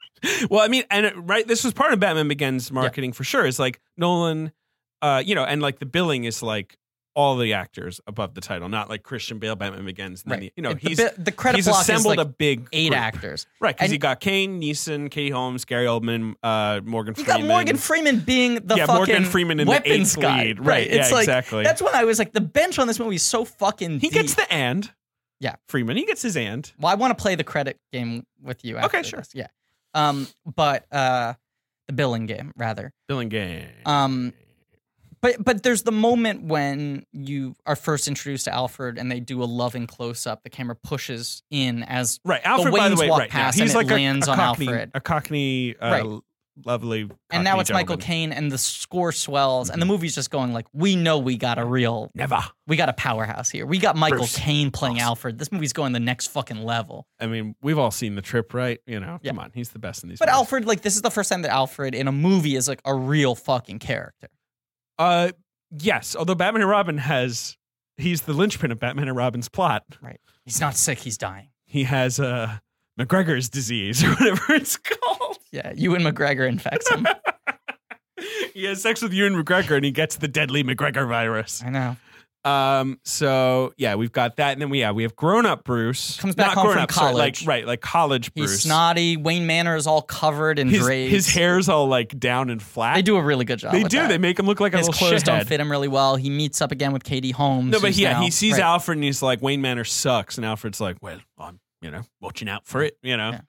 Well, I mean, and uh, right, this was part of Batman Begins marketing for sure. Is like Nolan, uh, you know, and like the billing is like all the actors above the title, not like Christian Bale, Batman Begins. [LAUGHS] And then
Right.
the, you know,
The
he's
bi- the credit
he's
block is,
assembled
like,
a big
Eight
group.
actors.
right? Because
And-
he got Kane, Neeson, Katie Holmes, Gary Oldman, uh, Morgan.
You got
Freeman.
Morgan Freeman being the
Yeah,
fucking
Morgan Freeman in the
weapons
eighth
guy.
lead. Right, yeah,
It's like
exactly.
that's when I was like, the bench on this movie is so fucking.
He
deep.
gets the and.
Yeah.
Freeman. He gets his and.
Well, I want to play the credit game with you. After
Okay, sure.
this. Yeah. Um, but uh, the billing game rather.
Bill and Gang.
Um, but but there's the moment when you are first introduced to Alfred, and they do a loving close up. The camera pushes in as
right. Alfred. by the
Wayans
way,
walk
right
past
now,
and
he's
it
like a-
lands
a,
on
Cockney,
Alfred.
a Cockney, uh,
Right.
lovely.
and now it's Michael Caine, and the score swells, and the
Mm-hmm.
movie's just going like, we know we got a real,
Never.
we got a powerhouse here. We got Michael
Bruce.
Caine playing
Awesome.
Alfred. This movie's going the next fucking level.
I mean, we've all seen the trip, right? You know,
Yeah.
come on, he's the best in these.
But
movies.
Alfred, like, this is the first time that Alfred in a movie is like a real fucking character.
Uh, yes. Although Batman and Robin has, he's the linchpin of Batman and Robin's plot.
He's not sick. He's dying.
He has uh McGregor's disease [LAUGHS] or whatever it's called.
Yeah, Ewan McGregor infects him.
he has sex with Ewan McGregor and he gets the deadly McGregor virus.
[LAUGHS] I know.
Um. So yeah, we've got that, and then we yeah we have grown up Bruce
Comes back
Not
home
grown
from
up, sorry,
college.
like right like college
He's
Bruce.
snotty. Wayne Manor is all covered in
his
braids.
his hair's all like down and flat.
They do a really good job.
They
with
do.
that.
They make him look like
His
a little
clothes don't
shithead.
fit him really well. He meets up again with Katie Holmes.
No, but
who's
yeah,
now-
he sees
right.
Alfred and he's like, Wayne Manor sucks. And Alfred's like, well, I'm, you know, watching out for it, you know.
Yeah.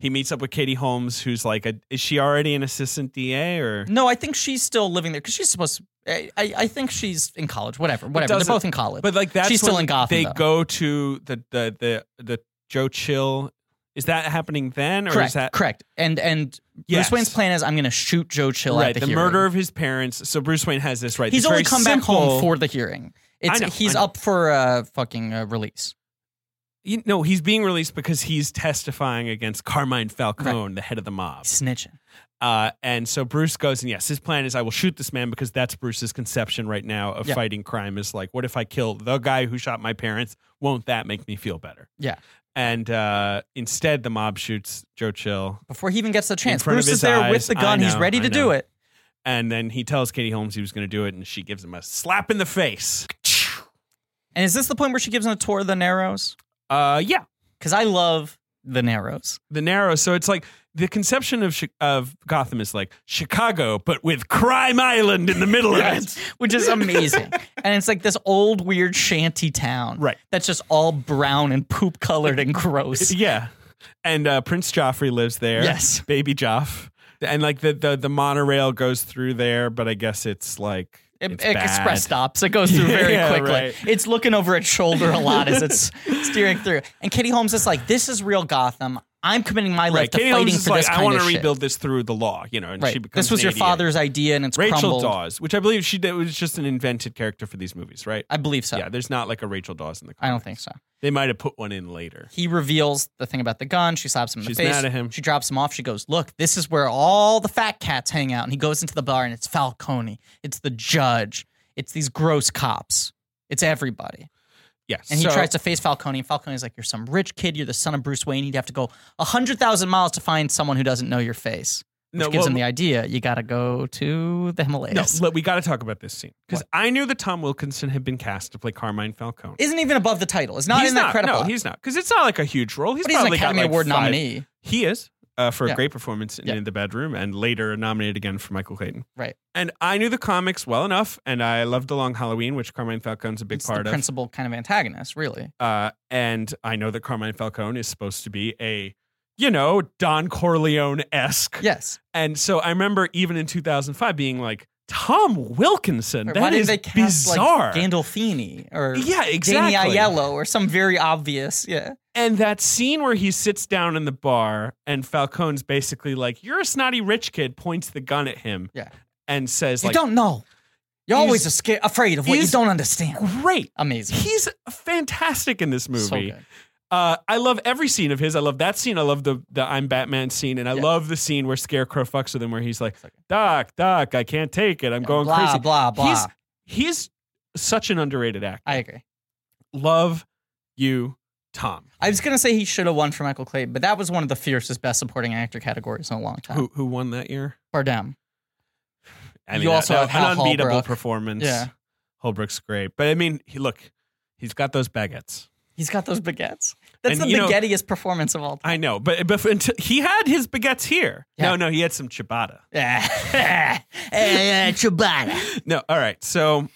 He meets up with Katie Holmes, who's like, a, is she already an assistant DA or?
No, I think she's still living there because she's supposed. To, I, I I think she's in college. Whatever, whatever. They're
doesn't-
both in college.
But like that's
She's still
when
in Gotham,
They
though.
go to the, the, the, the Joe Chill. Is that happening then? Or
correct,
is that?
correct. And and
Yes.
Bruce Wayne's plan is I'm going to shoot Joe Chill
Right.
at the,
The,
hearing.
murder of his parents. So Bruce Wayne has this, right?
He's
this
only
very
come back home
simple-
for the hearing. It's
know,
he's
I know.
up for uh, fucking uh, release.
You, no, he's being released because he's testifying against Carmine Falcone, the head of the mob.
Snitching.
Uh, and so Bruce goes, and yes, his plan is I will shoot this man because that's Bruce's conception right now of
Yeah.
fighting crime is like, what if I kill the guy who shot my parents? Won't that make me feel better?
Yeah.
And uh, instead, the mob shoots Joe Chill,
Before he even gets the chance,
front of
Bruce is
his
there with
eyes.
the
I
gun. he's
know,
ready
I
to do
know.
it.
and then he tells Katie Holmes he was going to do it, and she gives him a slap in the face.
And is this the point where she gives him a tour of the Narrows?
Uh, yeah,
Because I love the Narrows.
the narrow. So it's like the conception of Chi- of Gotham is like Chicago, but with Crime Island in
[LAUGHS]
the middle of it.
which is
[LAUGHS]
amazing. and it's like this old weird shanty town.
Right.
That's just all brown and poop colored and
[LAUGHS]
gross.
Yeah. And uh, Prince Joffrey lives there.
Yes.
Baby Joff. And like the, the, the monorail goes through there, but I guess it's like
It,
it's
it
bad.
express stops. It goes
[LAUGHS]
through very
Yeah,
quickly.
right.
It's looking over its shoulder a lot as
[LAUGHS]
it's [LAUGHS] steering through. And Katie Holmes is like, "This is real Gotham. I'm committing my life
Right.
to
Katie
fighting
Holmes is
for
like,
this
I
kind
want
of
to
shit."
rebuild this through the law, you know, and she
right.
becomes
This was
an
your
88.
father's idea, and it's
Rachel
crumbled.
Dawes, which I believe she did, was just an invented character for these movies, right?
I believe so.
yeah, there's not like a Rachel Dawes in the
I
comics.
don't think so.
They might have put one in later.
He reveals the thing about the gun. She slaps him in
She's
the face.
mad at him.
She drops him off. She goes, Look, this is where all the fat cats hang out. And he goes into the bar and it's Falcone. It's the judge. It's these gross cops. It's everybody.
Yes.
And he
so-
tries to face Falcone, and Falcone's like, You're some rich kid, you're the son of Bruce Wayne. He'd have to go 100,000 miles to find someone who doesn't know your face. Which
No,
gives
well-
him the idea you got to go to the
No,
Himalayas.
look, we got to talk about this scene because I knew that Tom Wilkinson had been cast to play Carmine Falcone.
Isn't even above the title. It's not
he's
in that
not.
credit
no,
block.
he's not because it's not like a huge role. He's
but he's an
probably got,
Academy
like,
Award
five-
nominee.
He is uh, for a
Yeah.
great performance in
Yeah.
In the Bedroom, and later nominated again for Michael Clayton.
Right.
And I knew the comics well enough, and I loved The Long Halloween, which Carmine Falcone's a big
It's
part
the
of.
principal kind of antagonist, really.
Uh, and I know that Carmine Falcone is supposed to be a, you know, Don Corleone esque.
Yes.
And so I remember even in 2005 being like, Tom Wilkinson.
Or
that is
Why did they cast
bizarre.
like Gandolfini or
yeah, exactly.
Danny Aiello or some very obvious? Yeah.
And that scene where he sits down in the bar and Falcone's basically like, "You're a snotty rich kid," points the gun at him.
Yeah.
And says,
You
like,
don't know. You're
He's-
always scared, afraid of what you
he's-
don't understand.
"Great."
Amazing.
He's fantastic in this movie.
So good.
Uh, I love every scene of his. I love that scene. I love the the I'm Batman scene, and I
Yeah.
love the scene where Scarecrow fucks with him, where he's like, "Doc, Doc, I can't take it. I'm going
blah,
crazy."
Blah blah
He's he's such an underrated actor.
I agree.
love you, Tom.
I was gonna say he should have won for Michael Clayton, but that was one of the fiercest best supporting actor categories in a long time.
Who who won that year?
Bardem.
I
You
that-
also
that-
have
an
Hal
unbeatable
Holbrook.
performance.
Yeah.
Holbrook's great, but I mean, he look, he's got those baguettes.
He's got those baguettes. That's
And
the
you know-
baguettiest performance of all time.
I know, but but until, he had his baguettes here.
Yeah.
No, no, he had some ciabatta.
[LAUGHS] Yeah. Eh, Ciabatta.
No, all right, so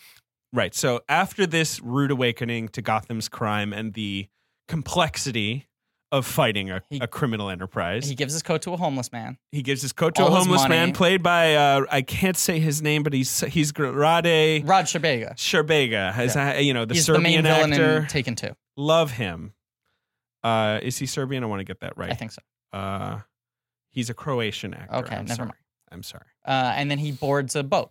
right, so after this rude awakening to Gotham's crime and the complexity of fighting a,
He-
a criminal enterprise,
He
he,
gives his coat to a homeless man.
gives his coat to
all
a
his
homeless
money-
man played by uh, I can't say his name, but he's he's Grade
Rod Shabega.
Sherbega, has uh, you know the
He's
Serbian
the main villain
actor.
in Taken Two.
love him. Uh, is he Serbian? I want to get that right.
I think so.
Uh, he's a Croatian actor.
Okay,
I'm
never
sorry.
mind.
I'm sorry.
Uh, and then he boards a boat.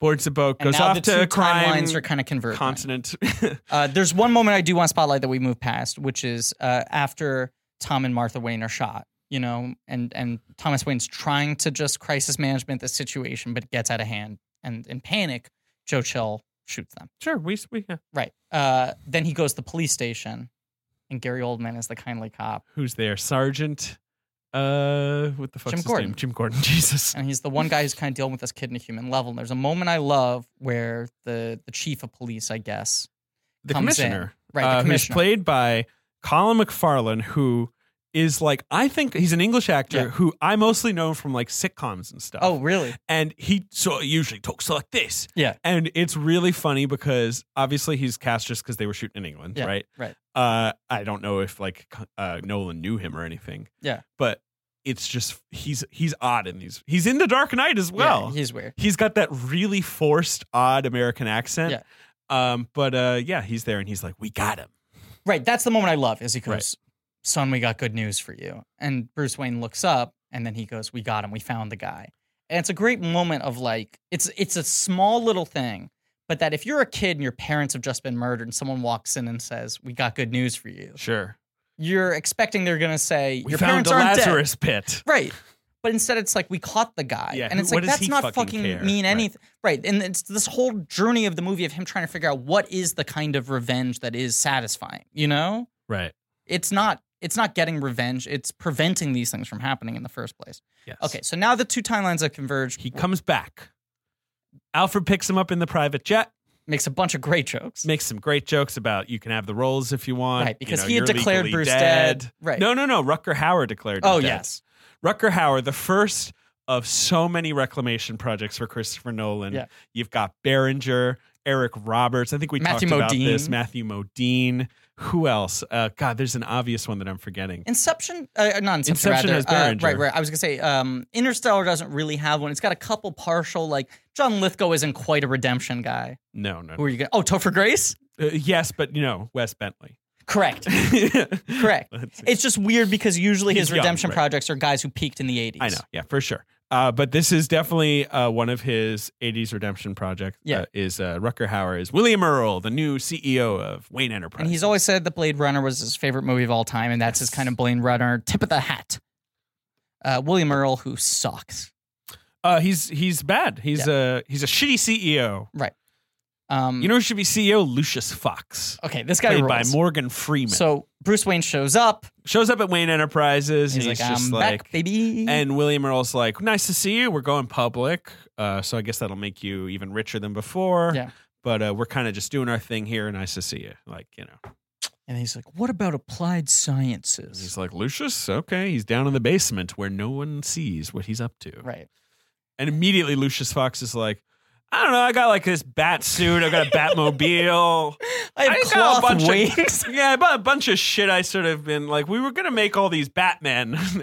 Boards the boat,
And
goes
now
off
the
to
two
a crime
timelines are kind of converging.
continent. [LAUGHS]
Uh, there's one moment I do want to spotlight that we move past, which is uh, after Tom and Martha Wayne are shot. You know, and and Thomas Wayne's trying to just crisis management the situation, but it gets out of hand, and in panic, Joe Chill shoots them.
sure, we we yeah.
Right. Uh, then he goes to the police station, and Gary Oldman is the kindly cop,
who's there? Sergeant. Uh, what the fuck's
Jim
his
Gordon.
name? Jim Gordon. [LAUGHS] Jesus.
and he's the one guy who's kind of dealing with this kid in a human level. And there's a moment I love where the the chief of police, I guess,
The
comes in.
commissioner.
Right, the
uh, who's
commissioner.
played by Colin McFarlane, who is like I think he's an English actor
Yeah.
who I mostly know from like sitcoms and stuff.
Oh, really?
and he so usually talks like this.
Yeah.
and it's really funny because obviously he's cast just because they were shooting in England,
Yeah,
right?
right.
Uh, I don't know if like uh, Nolan knew him or anything.
Yeah.
but it's just he's he's odd in these. He's in The Dark Knight as well.
yeah, he's weird.
he's got that really forced, odd American accent.
Yeah.
Um, but uh, yeah, he's there and he's like, "We got him."
Right. That's the moment I love is he goes,
Right.
Son, we got good news for you. And Bruce Wayne looks up and then he goes, We got him. We found the guy. And it's a great moment of like, it's it's a small little thing, but that if you're a kid and your parents have just been murdered and someone walks in and says, We got good news for you,
Sure,
you're expecting they're gonna say,
we
Your
found
parents
the
aren't dead.
Lazarus pit.
Right. But instead, it's like we caught the guy,
Yeah,
and it's
who-
like
what does
that's
he
not
fucking
fucking
care?
mean
Right.
anything, right. And it's this whole journey of the movie of him trying to figure out what is the kind of revenge that is satisfying. You know,
Right.
it's not it's not getting revenge; it's preventing these things from happening in the first place.
Yes.
Okay, so now the two timelines have converged.
He comes back. Alfred picks him up in the private jet.
makes a bunch of great jokes,
makes some great jokes about you can have the roles if you want.
right? Because
You know,
he had
you're
declared
legally
Bruce dead. right?
No, no, no. Rucker Hauer declared. him
oh
dead.
yes,
Rucker Hauer, the first of so many reclamation projects for Christopher Nolan.
Yeah.
You've got Behringer, Eric Roberts. I think we
Matthew
talked about
Modine.
this. Matthew Modine. Who else? Uh, God, there's an obvious one that I'm forgetting.
Inception, uh, not Inception.
Inception
rather.
has
uh,
Behringer.
right, right. I was gonna say um, Interstellar doesn't really have one. It's got a couple partial. Like John Lithgow isn't quite a redemption guy.
No, no.
Who are you gonna? Oh, Topher Grace.
Uh, yes, but you know, Wes Bentley. [LAUGHS]
Correct. Correct.
Let's-
It's just weird because usually
He's
his
young,
redemption
right.
projects are guys who peaked in the eighties.
I know, yeah, for sure. Uh, but this is definitely uh, one of his '80s redemption project.
Yeah.
uh, is uh, Rucker Hauer is William Earl, the new CEO of Wayne Enterprise,
And he's always said that Blade Runner was his favorite movie of all time, and that's his
Yes.
kind of Blade Runner tip of the hat. Uh, William Earl, who sucks.
uh, he's he's bad. He's a he's a shitty CEO.
Um,
E You know who should be CEO? Lucius Fox.
okay, this guy
Played by
rules.
Morgan Freeman.
So Bruce Wayne shows up.
Shows up at Wayne Enterprises
He's,
and he's
like,
just
"I'm
like,
back, baby."
and William Earl's like, nice to see you. We're going public. Uh, so I guess that'll make you even richer than before.
Yeah.
But uh, we're kind of just doing our thing here. Nice to see you. Like, you know.
and he's like, "What about applied
And
sciences?"
He's like, Lucius, okay. He's down in the basement where no one sees what he's up to.
Right.
And immediately Lucius Fox is like, I don't know. I got like this bat suit. I got a
[LAUGHS]
Batmobile.
I have
I got a bunch
cloth
of-
wings.
[LAUGHS] yeah, I bought a bunch of shit. I sort of been like, we were going to make all these [LAUGHS] Batmen.
[LAUGHS]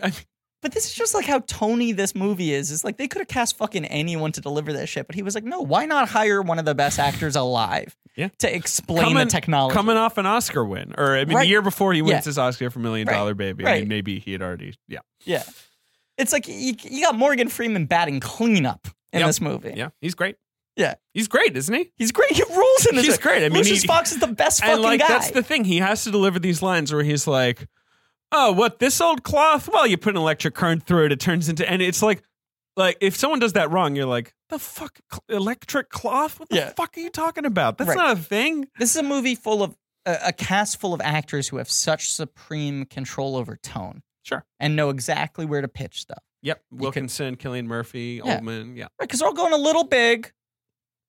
But this is just like how Tony this movie is. It's like they could have cast fucking anyone to deliver that shit, but he was like, no, why not hire one of the best actors alive
Yeah.
to explain
Coming-
the technology?
Coming off an Oscar win. Or, I mean,
Right.
the year before he wins
Yeah.
his Oscar for Million
Right.
Dollar Baby. I
Right.
mean, maybe he had already, yeah.
Yeah. It's like you, you got Morgan Freeman batting cleanup in
Yep.
this movie.
Yeah, he's great.
Yeah.
He's great, isn't he?
He's great. He rules in this.
He's
movie.
great. I mean,
Lucius
he-
Fox is the best
and
fucking
like
guy.
that's the thing. He has to deliver these lines where he's like, "Oh, what this old cloth? Well, you put an electric current through it, it turns into." And it's like, like if someone does that wrong, you're like, "The fuck, cl- electric cloth? What the
Yeah.
fuck are you talking about? That's
Right.
not a thing."
this is a movie full of a, a cast full of actors who have such supreme control over tone.
Sure.
And know exactly where to pitch stuff.
Yep, Wilkinson, Killian Murphy,
Yeah.
Oldman. Yeah,
Right, because they're all going a little big,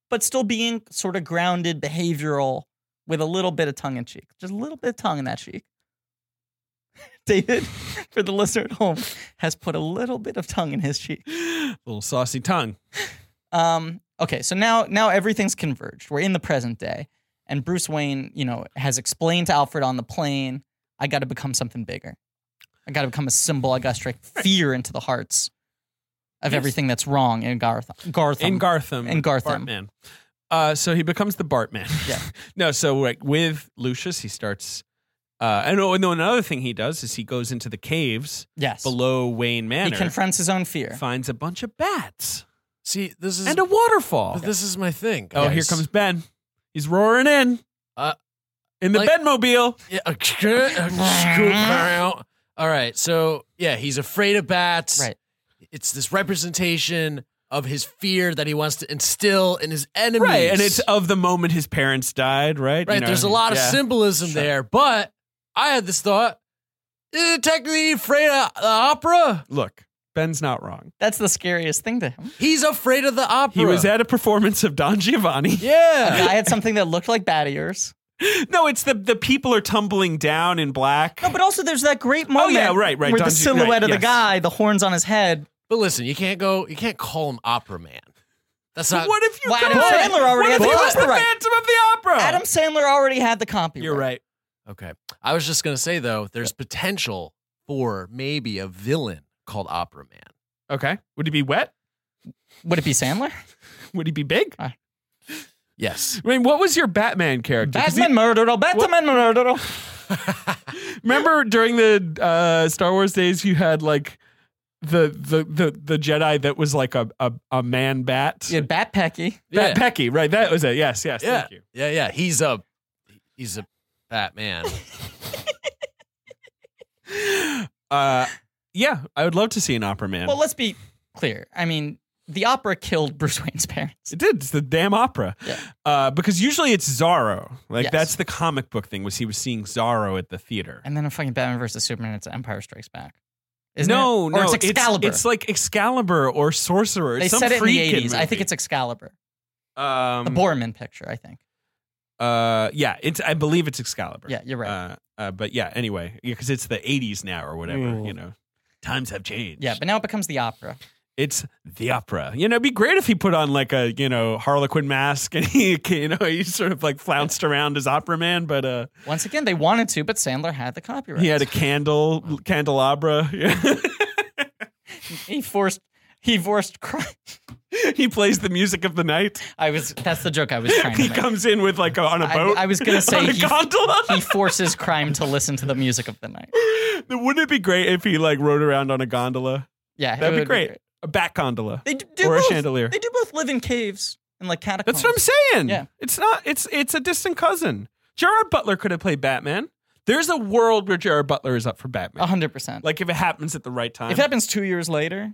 but still being sort of grounded, behavioral, with a little bit of tongue in cheek. Just a little bit of tongue in that cheek. [LAUGHS] David, [LAUGHS] for the listener at home, has put a little bit of tongue in his cheek.
little saucy tongue.
Um, okay, so now now everything's converged. We're in the present day, and Bruce Wayne, you know, has explained to Alfred on the plane, "I got to become something bigger. I got to become a symbol. I got to strike fear into the hearts of
Yes.
everything that's wrong in Garth Gartham."
In Gartham.
In Gartham.
Bartman. Uh, so he becomes the Bartman.
Yeah.
[LAUGHS] no, so like with Lucius, he starts. Uh, and, oh, and then another thing he does is he goes into the caves
yes,
below Wayne Manor,
he confronts his own fear.
finds a bunch of bats
See, this is
and a waterfall.
but this is my thing.
oh, here
guys.
comes Ben. He's roaring in.
Uh,
in the
like-
Benmobile.
Yeah. uh, [LAUGHS] okay. All right. So yeah, he's afraid of bats.
Right.
It's this representation of his fear that he wants to instill in his enemies.
Right. And it's of the moment his parents died, right?
right.
You know,
there's a lot
yeah.
of symbolism
Sure.
there, but I had this thought. eh, technically, afraid of the opera.
Look, Ben's not wrong.
That's the scariest thing to him.
He's afraid of the opera.
He was at a performance of Don Giovanni. [LAUGHS]
A
Yeah.
guy had something that looked like bat ears.
No, it's the the people are tumbling down in black.
No, but also there's that great moment.
yeah, right, right,
Where
Don
the
Ju-
silhouette
right,
of the
yes.
guy, the horns on his head.
But listen, you can't go. You can't call him opera man. That's not.
what if you
Well,
got
Adam Sandler already
What if
had
he
the
was the
copyright.
Phantom of the Opera?
Adam Sandler already had the copyright.
You're right.
Okay. I was just gonna say though, there's potential for maybe a villain called Opera Man.
Okay. Would he be wet?
Would it be Sandler?
Would he be big?
Yes.
I mean, what was your Batman character? 'Cause he-
Batman murdered. Oh, Batman murdered. oh.
Remember during the uh, Star Wars days, you had like the the the, the Jedi that was like a a, a man bat.
[LAUGHS] Yeah, Bat Pecky.
Yeah.
Bat Pecky, right? That was it. Yes, yes.
yeah.
Thank you.
[LAUGHS] Yeah, yeah. He's a he's a Batman.
Uh, yeah, I would love to see an opera man.
Well, let's be clear. I mean, the opera killed Bruce Wayne's [LAUGHS] parents.
it did. It's the damn opera.
Yeah.
Uh, because usually it's Zorro. Like
Yes.
that's the comic book thing. Was he was seeing Zorro at the theater?
And then in fucking Batman versus Superman, it's Empire Strikes Back. Isn't
no,
it?
no,
Or it's Excalibur.
It's, like Excalibur or Sorcerer.
they
Some
said it in
free
the
kid
80s. I think
movie.
it's Excalibur.
um,
the Borman picture, I think.
Uh, yeah, it's. I believe it's Excalibur.
Yeah, you're right.
Uh, uh, but yeah, anyway, because it's the 80s now or whatever, you know. Times have changed.
Mm. yeah, but now it becomes the opera.
it's the opera. You know, it'd be great if he put on like a, you know, Harlequin mask [LAUGHS] and he, you know, he sort of like flounced around as opera man, but uh,
Once again, they wanted to, but Sandler had the copyright.
he had a candle, candelabra. [LAUGHS] Yeah.
[LAUGHS] he forced he forced crime.
he plays the music of the night.
I was that's the joke I
[LAUGHS]
was trying
He
to make.
comes in with like a, on a
I-
boat.
I was gonna say
[LAUGHS] on a
he-
gondola.
he forces crime to listen to the music of the night.
[LAUGHS] Wouldn't it be great if he like rode around on a gondola?
Yeah, it
That'd be
would
great. A back gondola.
They d- do
Or a
both,
chandelier.
They do both live in caves and like catacombs.
That's what I'm saying.
Yeah.
It's not it's it's a distant cousin. Gerard Butler could have played Batman. There's a world where Gerard Butler is up for Batman.
hundred percent.
um, Like if it happens at the right time.
If it happens two years later,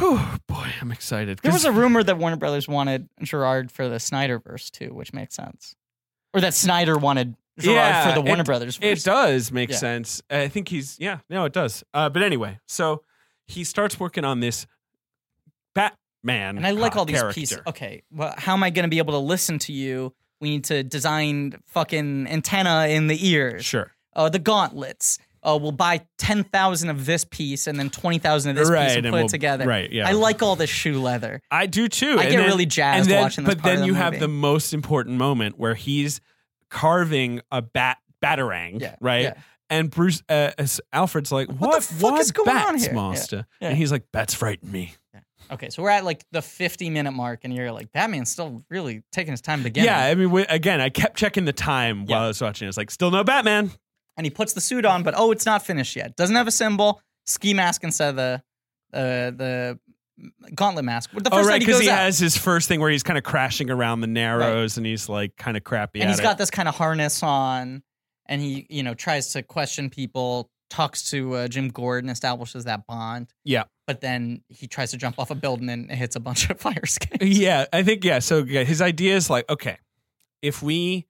Whew, boy, I'm excited.
There was
'cause-
a rumor that Warner Brothers wanted Gerard for the Snyderverse too, which makes sense. Or that Snyder wanted Gerard
Yeah,
for the Warner
it-
Brothers.
It
verse.
does make
Yeah.
sense. I think he's yeah, no, it does. Uh, but anyway, so he starts working on this Batman,
And I like
uh,
all these
character.
pieces. Okay, well, how am I going to be able to listen to you? We need to design fucking antenna in the ears.
Sure,
Uh, the gauntlets. Uh, we'll buy ten thousand of this piece and then twenty thousand of this
right,
piece and,
and
put
we'll-
it together.
Right, yeah.
I like all this shoe leather.
I do too.
I
and
get
then-
really jazzed
and then,
watching this
But
part of
then
the
you have
movie.
the most important moment where he's carving a bat batarang,
Yeah,
right?
yeah.
And Bruce, uh, as Alfred's like, "What,
the fuck
what
is going
bats,
on here?" Yeah,
monster?"
yeah.
And he's like, "Bats frighten me."
Okay, so we're at like the fifty-minute mark, and you're like, that man's still really taking his time to get.
Yeah,
it.
I mean, we, again, I kept checking the time while I was watching. It's like, still no Batman.
and he puts the suit on, but oh, it's not finished yet. Doesn't have a symbol. Ski mask instead of the uh, the gauntlet mask. But The
Oh,
first
right,
night he goes
because he,
out,
has his first thing where he's kind of crashing around the narrows and he's like kind of crappy.
and
at
he's
it.
got this kind of harness on, and he you know tries to question people, talks to uh, Jim Gordon, establishes that bond.
Yeah.
But then he tries to jump off a building and hits a bunch of [LAUGHS] fire escapes.
Yeah, I think yeah. So yeah, his idea is like, okay, if we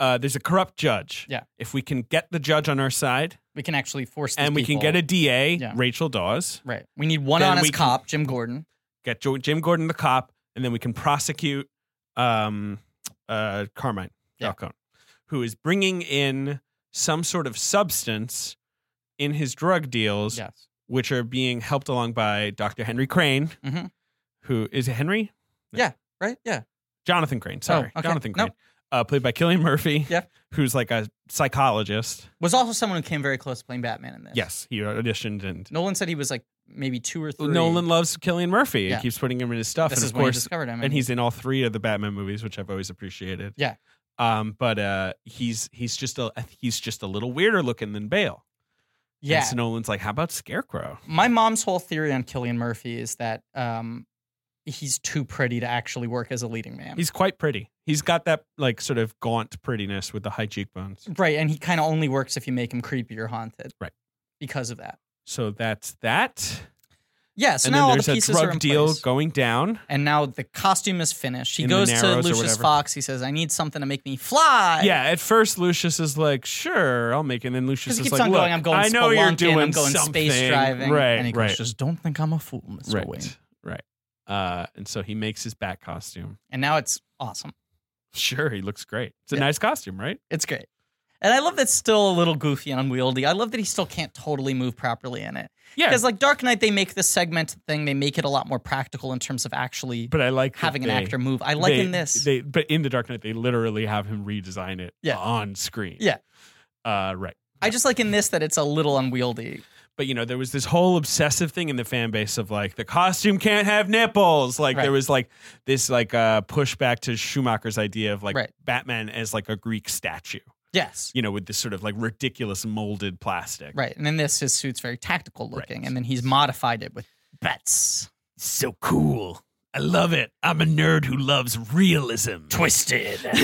uh, there's a corrupt judge.
Yeah.
If we can get the judge on our side
We can actually force these
and we can
people-
get a DA,
Yeah.
Rachel Dawes,
right. We need one
Then
honest
we can-
cop, Jim Gordon.
get jo- Jim Gordon the cop, and then we can prosecute um, uh, Carmine
Yeah.
Falcone, who is bringing in some sort of substance in his drug deals,
Yes.
which are being helped along by Dr. Henry Crane,
Mhm.
who- is it Henry?
Right. Yeah.
Jonathan Crane, sorry.
Oh, okay.
Jonathan Crane.
Nope.
Uh, played by Killian Murphy,
Yeah.
who's like a psychologist.
Was also someone who came very close to playing Batman in this.
Yes, he auditioned and
Nolan said he was like maybe two or three.
Nolan loves Killian Murphy.
Yeah.
He keeps putting him in his stuff,
this
and
is
of
when he
course,
discovered him,
and he's in all three of the Batman movies, which I've always appreciated.
Yeah.
Um, but uh, he's he's just a he's just a little weirder looking than Bale.
yeah.
And so Nolan's like, how about Scarecrow?
My mom's whole theory on Killian Murphy is that um, he's too pretty to actually work as a leading man.
He's quite pretty. He's got that like sort of gaunt prettiness with the high cheekbones.
right, and he kind of only works if you make him creepy or haunted.
Right.
Because of that.
So that's that.
Yeah. So
and
now
then
all the
there's
pieces
a
are
drug
in
deal
place.
going down.
and now the costume is finished. He
In the
goes to
Narrows or
Lucius
whatever.
Fox. He says, "I need something to make me fly."
Yeah, at first Lucius is like, "Sure, I'll make it." And then Lucius
Because he
is
keeps
like,
on
"Look,
going, I'm going
I know you're
spelunking,
doing
I'm going
something.
space driving.
right?
And he goes,
right,
Just don't think I'm a fool, Mr.
right,
Wayne.
right." Uh, and so he makes his bat costume. [LAUGHS]
And now it's awesome.
Sure, he looks great. It's a
Yeah.
nice costume, right?
It's great. And I love that's still a little goofy and unwieldy. I love that he still can't totally move properly in it.
Yeah,
Because like Dark Knight, they make the segmented thing, they make it a lot more practical in terms of actually
but I like that
having an
they-
actor move. I like
they-
in this.
They, but in the Dark Knight, they literally have him redesign it
Yeah.
on screen.
Yeah.
uh, right.
I just like in this that it's a little unwieldy.
but you know there was this whole obsessive thing in the fan base of like the costume can't have nipples like
Right.
there was like this like uh pushback to schumacher's idea of like
Right.
batman as like a greek statue
Yes.
you know with this sort of like ridiculous molded plastic
Right. And then this his suit's very tactical
Right.
looking. And then he's modified it with bets.
so cool i love it i'm a nerd who loves realism
Twisted.
[LAUGHS]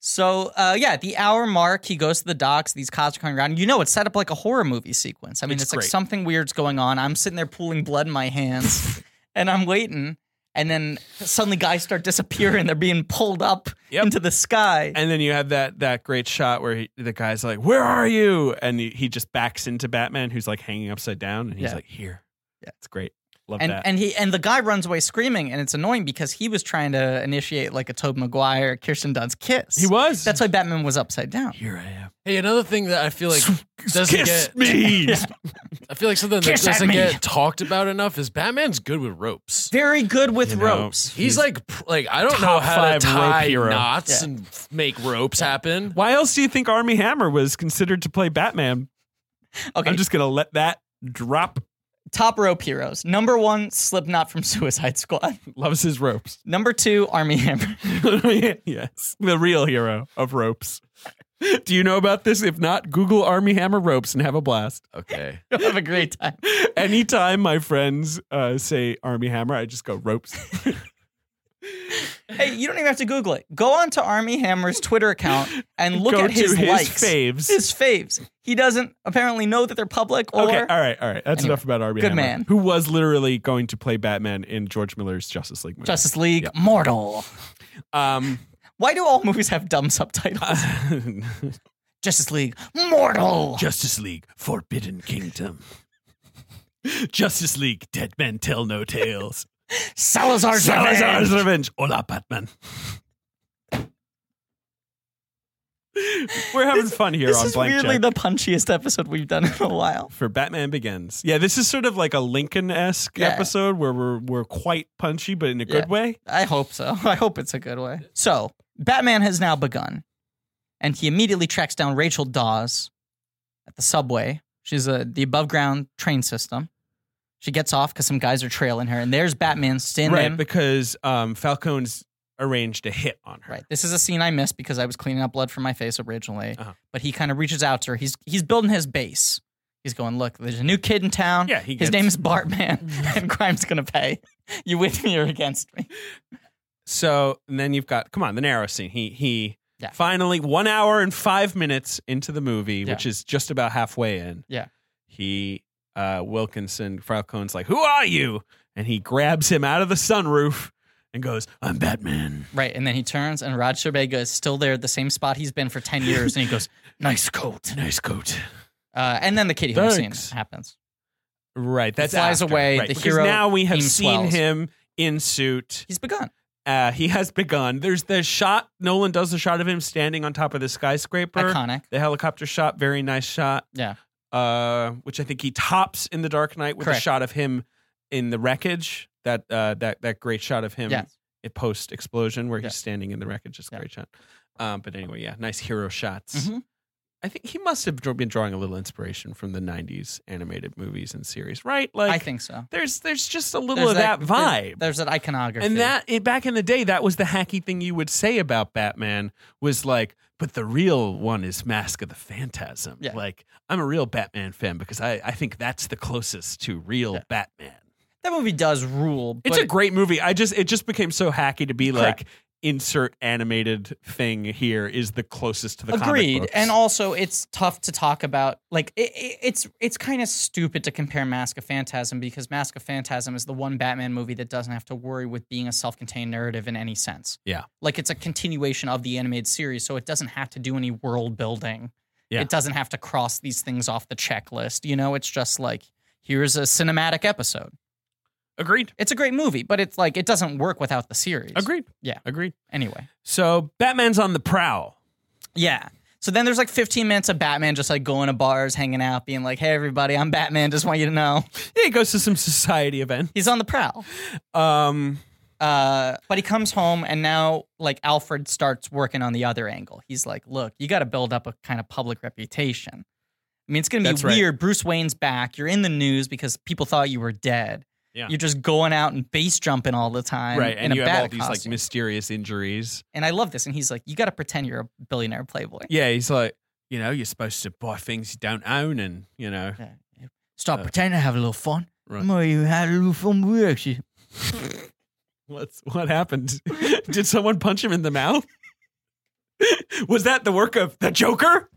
So uh, yeah, at the hour mark, he goes to the docks. These cops are coming around. You know, it's set up like a horror movie sequence. I mean, it's,
It's
like
great.
something weird's going on. I'm sitting there pooling blood in my
[LAUGHS]
hands, and I'm waiting. And then suddenly, guys start disappearing. They're being pulled up
Yep.
into the sky.
and then you have that that great shot where he, the guy's like where are you and he, he just backs into batman who's like hanging upside down and he's
Yeah.
like here
Yeah.
it's great love
and
that
and he and the guy runs away screaming, and it's annoying because he was trying to initiate like a Tobey Maguire, Kirsten Dunst kiss.
he was
That's why Batman was upside down.
here i am
Hey, another thing that I feel like doesn't
kiss
get
[LAUGHS] me.
I feel like something that
Kiss at
doesn't
me.
get talked about enough is Batman's good with ropes.
Very good with
You know,
ropes.
He's like pr- like I don't know
Top
how to
five rope
tie
hero.
knots
Yeah.
and f- make ropes
[LAUGHS]
happen.
Why else do you think Army Hammer was considered to play Batman?
Okay,
I'm just gonna let that drop.
top rope heroes. Number one, Slipknot from [LAUGHS] Suicide Squad.
Loves his ropes.
Number two, Army Hammer. [LAUGHS]
[LAUGHS] yes, the real hero of ropes. [LAUGHS] Do you know about this? If not, Google Army Hammer ropes and have a blast.
Okay.
You'll have a great time.
[LAUGHS] Anytime my friends uh, say Army Hammer, I just go ropes.
Hey, you don't even have to Google it. Go onto Army Hammer's Twitter account and look
Go
at his,
to his
likes,
faves.
his faves. He doesn't apparently know that they're public or
okay, all right, all right. That's
Anyway,
enough about Army
good
Hammer,
man.
who was literally going to play Batman in George Miller's Justice League movie.
Justice League Mortal.
um,
Why do all movies have dumb subtitles?
[LAUGHS]
Justice League Mortal.
Justice League Forbidden Kingdom.
Justice League, Dead Men Tell No
[LAUGHS]
Tales.
Salazar's
Salazar's
Revenge.
Revenge. Hola, Batman. We're having fun here
This
on
is
Blank
weirdly
Check
the punchiest episode we've done in a while.
for Batman Begins. Yeah, this is sort of like a Lincoln esque
Yeah.
episode where we're we're quite punchy, but in a
Yeah.
good way.
I hope so. [LAUGHS] I hope it's a good way. So, Batman has now begun, and he immediately tracks down Rachel Dawes at the subway. She's uh the above ground train system. She gets off because some guys are trailing her, and there's Batman standing.
right, because um, Falcone's arranged a hit on her.
Right. This is a scene I missed because I was cleaning up blood from my face originally.
Uh-huh.
But he kind of reaches out to her. He's he's building his base. He's going, look, there's a new kid in town.
Yeah, he
his
gets-
name is Bartman, [LAUGHS]
[LAUGHS]
and crime's gonna pay. You with me or against me?
So and then you've got come on the narrow scene. He he
Yeah.
finally one hour and five minutes into the movie,
Yeah.
which is just about halfway in.
Yeah.
he uh, Wilkinson Falcone's like, "Who are you?" And he grabs him out of the sunroof and goes, "I'm Batman."
Right. And then he turns, and Rod Shebega is still there, at the same spot he's been for ten years, and he goes, "Nice coat."
[LAUGHS] Nice coat.
Uh, and then the kitty home scene
Thanks.
happens.
Right, that's
flies
after.
away,
Right,
the
because
hero
now we have
team
seen
swells.
him in suit.
He's begun.
Uh, he has begun. There's the shot. Nolan does the shot of him standing on top of the skyscraper.
Iconic.
The helicopter shot, very nice shot.
Yeah.
Uh, which I think he tops in the Dark Knight with a
Correct.
shot of him in the wreckage. That uh, that that great shot of him
Yes.
at post explosion where
Yeah.
he's standing in the wreckage is a
Yeah.
great shot. Um, but anyway, yeah, nice hero shots.
Mhm.
I think he must have dr- been drawing a little inspiration from the '90s animated movies and series, right? Like,
I think so.
there's there's just a little
There's
of that, vibe.
There's, that iconography.
And that it, back in the day, that was the hacky thing you would say about Batman was like, but the real one is Mask of the Phantasm.
Yeah.
Like, I'm a real Batman fan because I, I think that's the closest to real
Yeah.
Batman.
that movie does rule.
It's
but
a great movie. I just it just became so hacky to be
Correct.
like insert animated thing here is the closest to the comic
agreed
books.
and also it's tough to talk about like it, it, it's it's kind of stupid to compare mask of phantasm because mask of phantasm is the one batman movie that doesn't have to worry with being a self-contained narrative in any sense
Yeah.
like it's a continuation of the animated series so it doesn't have to do any world building
Yeah.
it doesn't have to cross these things off the checklist you know it's just like here's a cinematic episode
agreed.
it's a great movie but it's like it doesn't work without the series
Agreed.
Yeah.
Agreed.
anyway
So Batman's on the prowl.
Yeah. So then there's like 15 minutes of Batman just like going to bars, hanging out, being like, hey, everybody, I'm Batman. Just want you to know.
Yeah, he goes to some [LAUGHS] society event.
He's on the prowl.
Um
Uh, but he comes home and now like Alfred starts working on the other angle. He's like, look, you got to build up a kind of public reputation. I mean, it's going to be
That's right.
weird. Bruce Wayne's back. You're in the news because people thought you were dead.
Yeah.
You're just going out and base jumping all the time.
right,
in
and
a
you have all
bat
these like
costume.
mysterious injuries.
and I love this. And he's like, you got to pretend you're a billionaire playboy.
Yeah, he's like, you know, you're supposed to buy things you don't own, and you know,
Stop
Uh,
pretending to have a little fun.
right.
Come on, you had a little fun with me, actually.
what's what happened? [LAUGHS] Did someone punch him in the mouth? [LAUGHS] Was that the work of the Joker?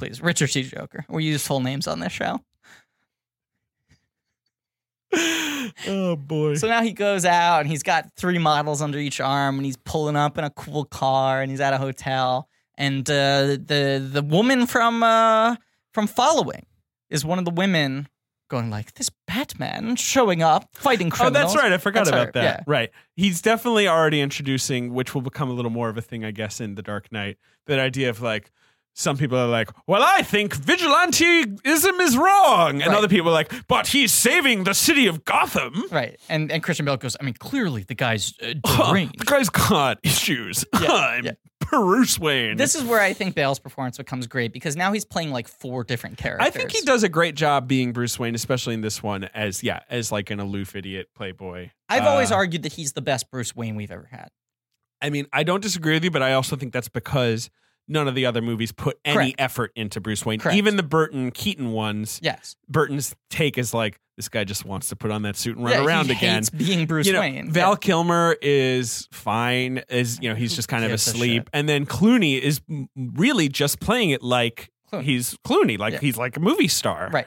please. Richard C. Joker. We use full names on this
[LAUGHS]
show.
[SIGHS] Oh boy!
So now he goes out and he's got three models under each arm and he's pulling up in a cool car and he's at a hotel. And uh, the the woman from uh, from following is one of the women going like this Batman showing up fighting
oh,
criminals.
that's right. I forgot
That's
about
her,
that.
yeah.
Right, he's definitely already introducing, which will become a little more of a thing, I guess, in The Dark Knight. That idea of like. Some people are like, well, I think vigilanteism is wrong. And
Right.
other people are like, but he's saving the city of Gotham.
Right. And and Christian Bale goes. I mean, clearly the guy's
[LAUGHS]
uh, deranged.
The guy's got issues. I'm [LAUGHS]
yeah.
Bruce Wayne.
This is where I think Bale's performance becomes great because now he's playing like four different characters.
I think he does a great job being Bruce Wayne, especially in this one as yeah, as like an aloof idiot playboy.
I've always
Uh,
argued that he's the best Bruce Wayne we've ever had.
I mean, I don't disagree with you, but I also think that's because none of the other movies put any
Correct.
effort into Bruce Wayne.
Correct.
Even the Burton Keaton ones,
Yes.
Burton's take is like this guy just wants to put on that suit and run
Yeah, he
around again.
hates being Bruce
you know,
Wayne.
Val
Yeah.
Kilmer is fine. Is you know he's just kind of
Gives a
asleep,
shit.
and then Clooney is m- really just playing it like
Clooney.
he's Clooney, like
Yeah.
he's like a movie star,
Right.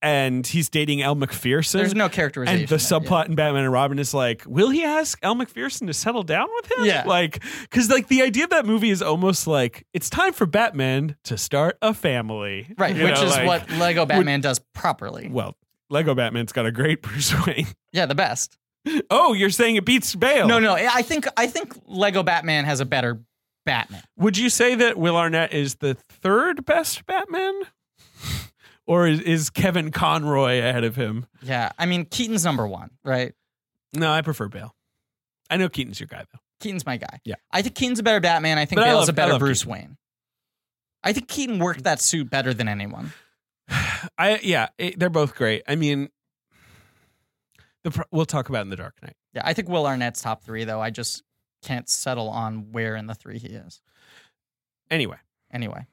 And he's dating Elle McPherson.
There's no characterization.
and the
there, yeah.
subplot in Batman and Robin is like, will he ask Elle McPherson to settle down with him?
Yeah.
like because like the idea of that movie is almost like it's time for Batman to start a family,
Right,
You
which
know,
is
like-
what Lego Batman does properly.
Well, Lego Batman's got a great [LAUGHS] Bruce Wayne.
Yeah, the best.
Oh, you're saying it beats Bale?
No, no, I think I think Lego Batman has a better Batman.
Would you say that Will Arnett is the third best Batman? [LAUGHS] or is, is Kevin Conroy ahead of him?
Yeah, I mean Keaton's number one, right?
No, I prefer Bale. I know Keaton's your guy, though.
Keaton's my guy.
Yeah.
I think Keaton's a better Batman. I think
But I
Bale's
love-
a
I
better
love
Bruce
Keaton.
Wayne. I think Keaton worked that suit better than anyone.
[SIGHS] I Yeah, it, they're both great. I mean, the pro- we'll talk about it in The Dark Knight.
Yeah, I think Will Arnett's top three though. I just can't settle on where in the three he is.
Anyway,
Anyway,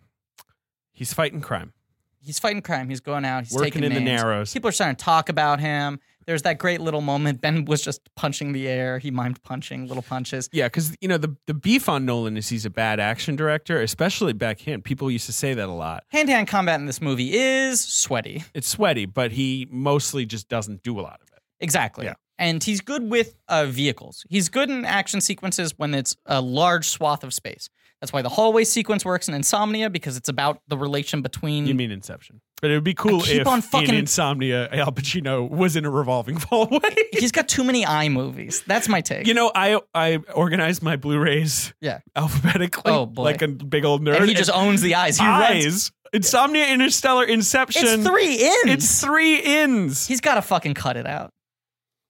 he's fighting crime,
he's fighting crime. He's going out. He's
working
taking
in the
names.
narrows.
People are starting to talk about him. There's that great little moment. Ben was just punching the air. He mimed punching, little punches.
Yeah, because, you know, the, the beef on Nolan is he's a bad action director, especially back then. People used to say that a lot.
Hand to hand combat in this movie is sweaty.
It's sweaty, but he mostly just doesn't do a lot of it.
Exactly.
Yeah.
And he's good with uh, vehicles. He's good in action sequences when it's a large swath of space. That's why the hallway sequence works in Insomnia because it's about the relation between.
You mean Inception? But it would be cool
Mm. keep
if
on fucking-
in Insomnia, Al Pacino was in a revolving [LAUGHS] hallway.
[LAUGHS] he's got too many eye movies. That's my take.
you know, I I organized my Blu-rays
Yeah.
alphabetically,
Oh, boy.
like a big old nerd.
and he just owns the eyes. He runs.
eyes Insomnia, Interstellar, Inception.
It's three in.
It's three ins.
he's got to fucking cut it out.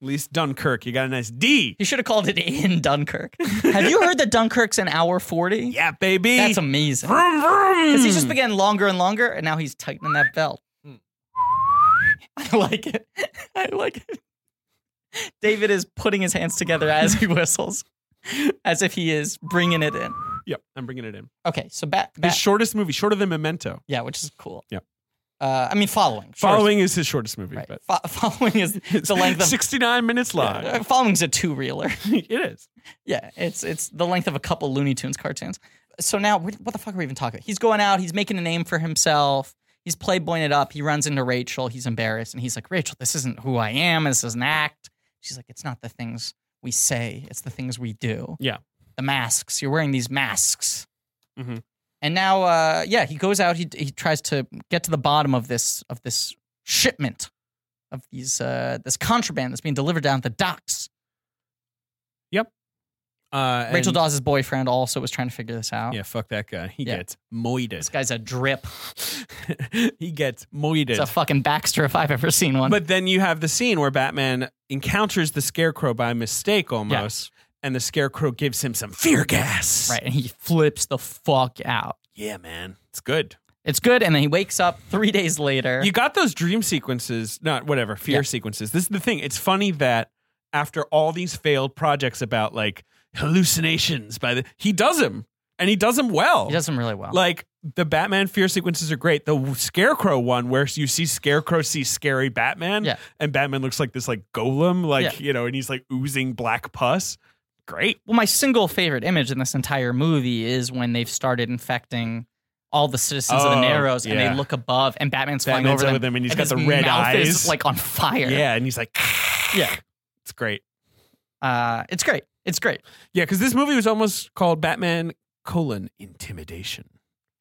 At least Dunkirk, you got a nice D.
He should have called it [LAUGHS] in Dunkirk. Have you heard that Dunkirk's an hour 40?
Yeah, baby.
That's amazing.
vroom vroom.
Because he's just been getting longer and longer, and now he's tightening that belt.
Hmm.
[LAUGHS] I like it. [LAUGHS] I like it. David is putting his hands together as he whistles, [LAUGHS] as if he is bringing it in.
Yep, I'm bringing it in.
Okay, so back.
His shortest movie, shorter than Memento.
yeah, which is cool.
Yeah.
Uh, I mean, following. sure.
Following is his shortest movie,
Right.
but
Fo- [LAUGHS] following is the length
[LAUGHS]
of.
69 minutes long. [LAUGHS]
Uh, following's a two reeler.
it is.
[LAUGHS] Yeah, it's it's the length of a couple Looney Tunes cartoons. So now, what what the fuck are we even talking about? He's going out. He's making a name for himself. He's playboying it up. He runs into Rachel. He's embarrassed, and he's like, "Rachel, this isn't who I am. This is an act." She's like, "It's not the things we say. It's the things we do."
Yeah.
the masks. You're wearing these masks.
Mhm.
And now, uh, yeah, he goes out. He he tries to get to the bottom of this of this shipment of these uh, this contraband that's being delivered down at the docks.
Uh,
Rachel
and-
Dawes' boyfriend also was trying to figure this out.
Yeah, fuck that guy. He
Yeah.
gets
This
moided.
guy's a drip.
[LAUGHS] he gets
It's
moided.
a fucking Baxter if I've ever seen one.
but then you have the scene where Batman encounters the Scarecrow by mistake almost, and the Scarecrow gives him some fear gas.
right, and he flips the fuck out.
Yeah, man. It's good.
It's good, and then he wakes up three days later.
You got those dream sequences, not whatever, fear
Yeah.
sequences. This is the thing. It's funny that after all these failed projects about like hallucinations by the he does them. And he does them well.
he does him really well.
Like the Batman fear sequences are great. The Scarecrow one where you see Scarecrow see scary Batman,
Yeah.
and Batman looks like this like golem, like
Yeah.
you know, and he's like oozing black pus. Great.
well, my single favorite image in this entire movie is when they've started infecting all the citizens of the
Oh,
Narrows, and
yeah.
they look above, and Batman's flying
Batman's
over them,
over them, and he's
he's
got the red
mouth
eyes.
is like on fire.
Yeah, and he's like,
Yeah.
it's great.
uh, it's great. It's great.
Yeah, because this movie was almost called Batman colon intimidation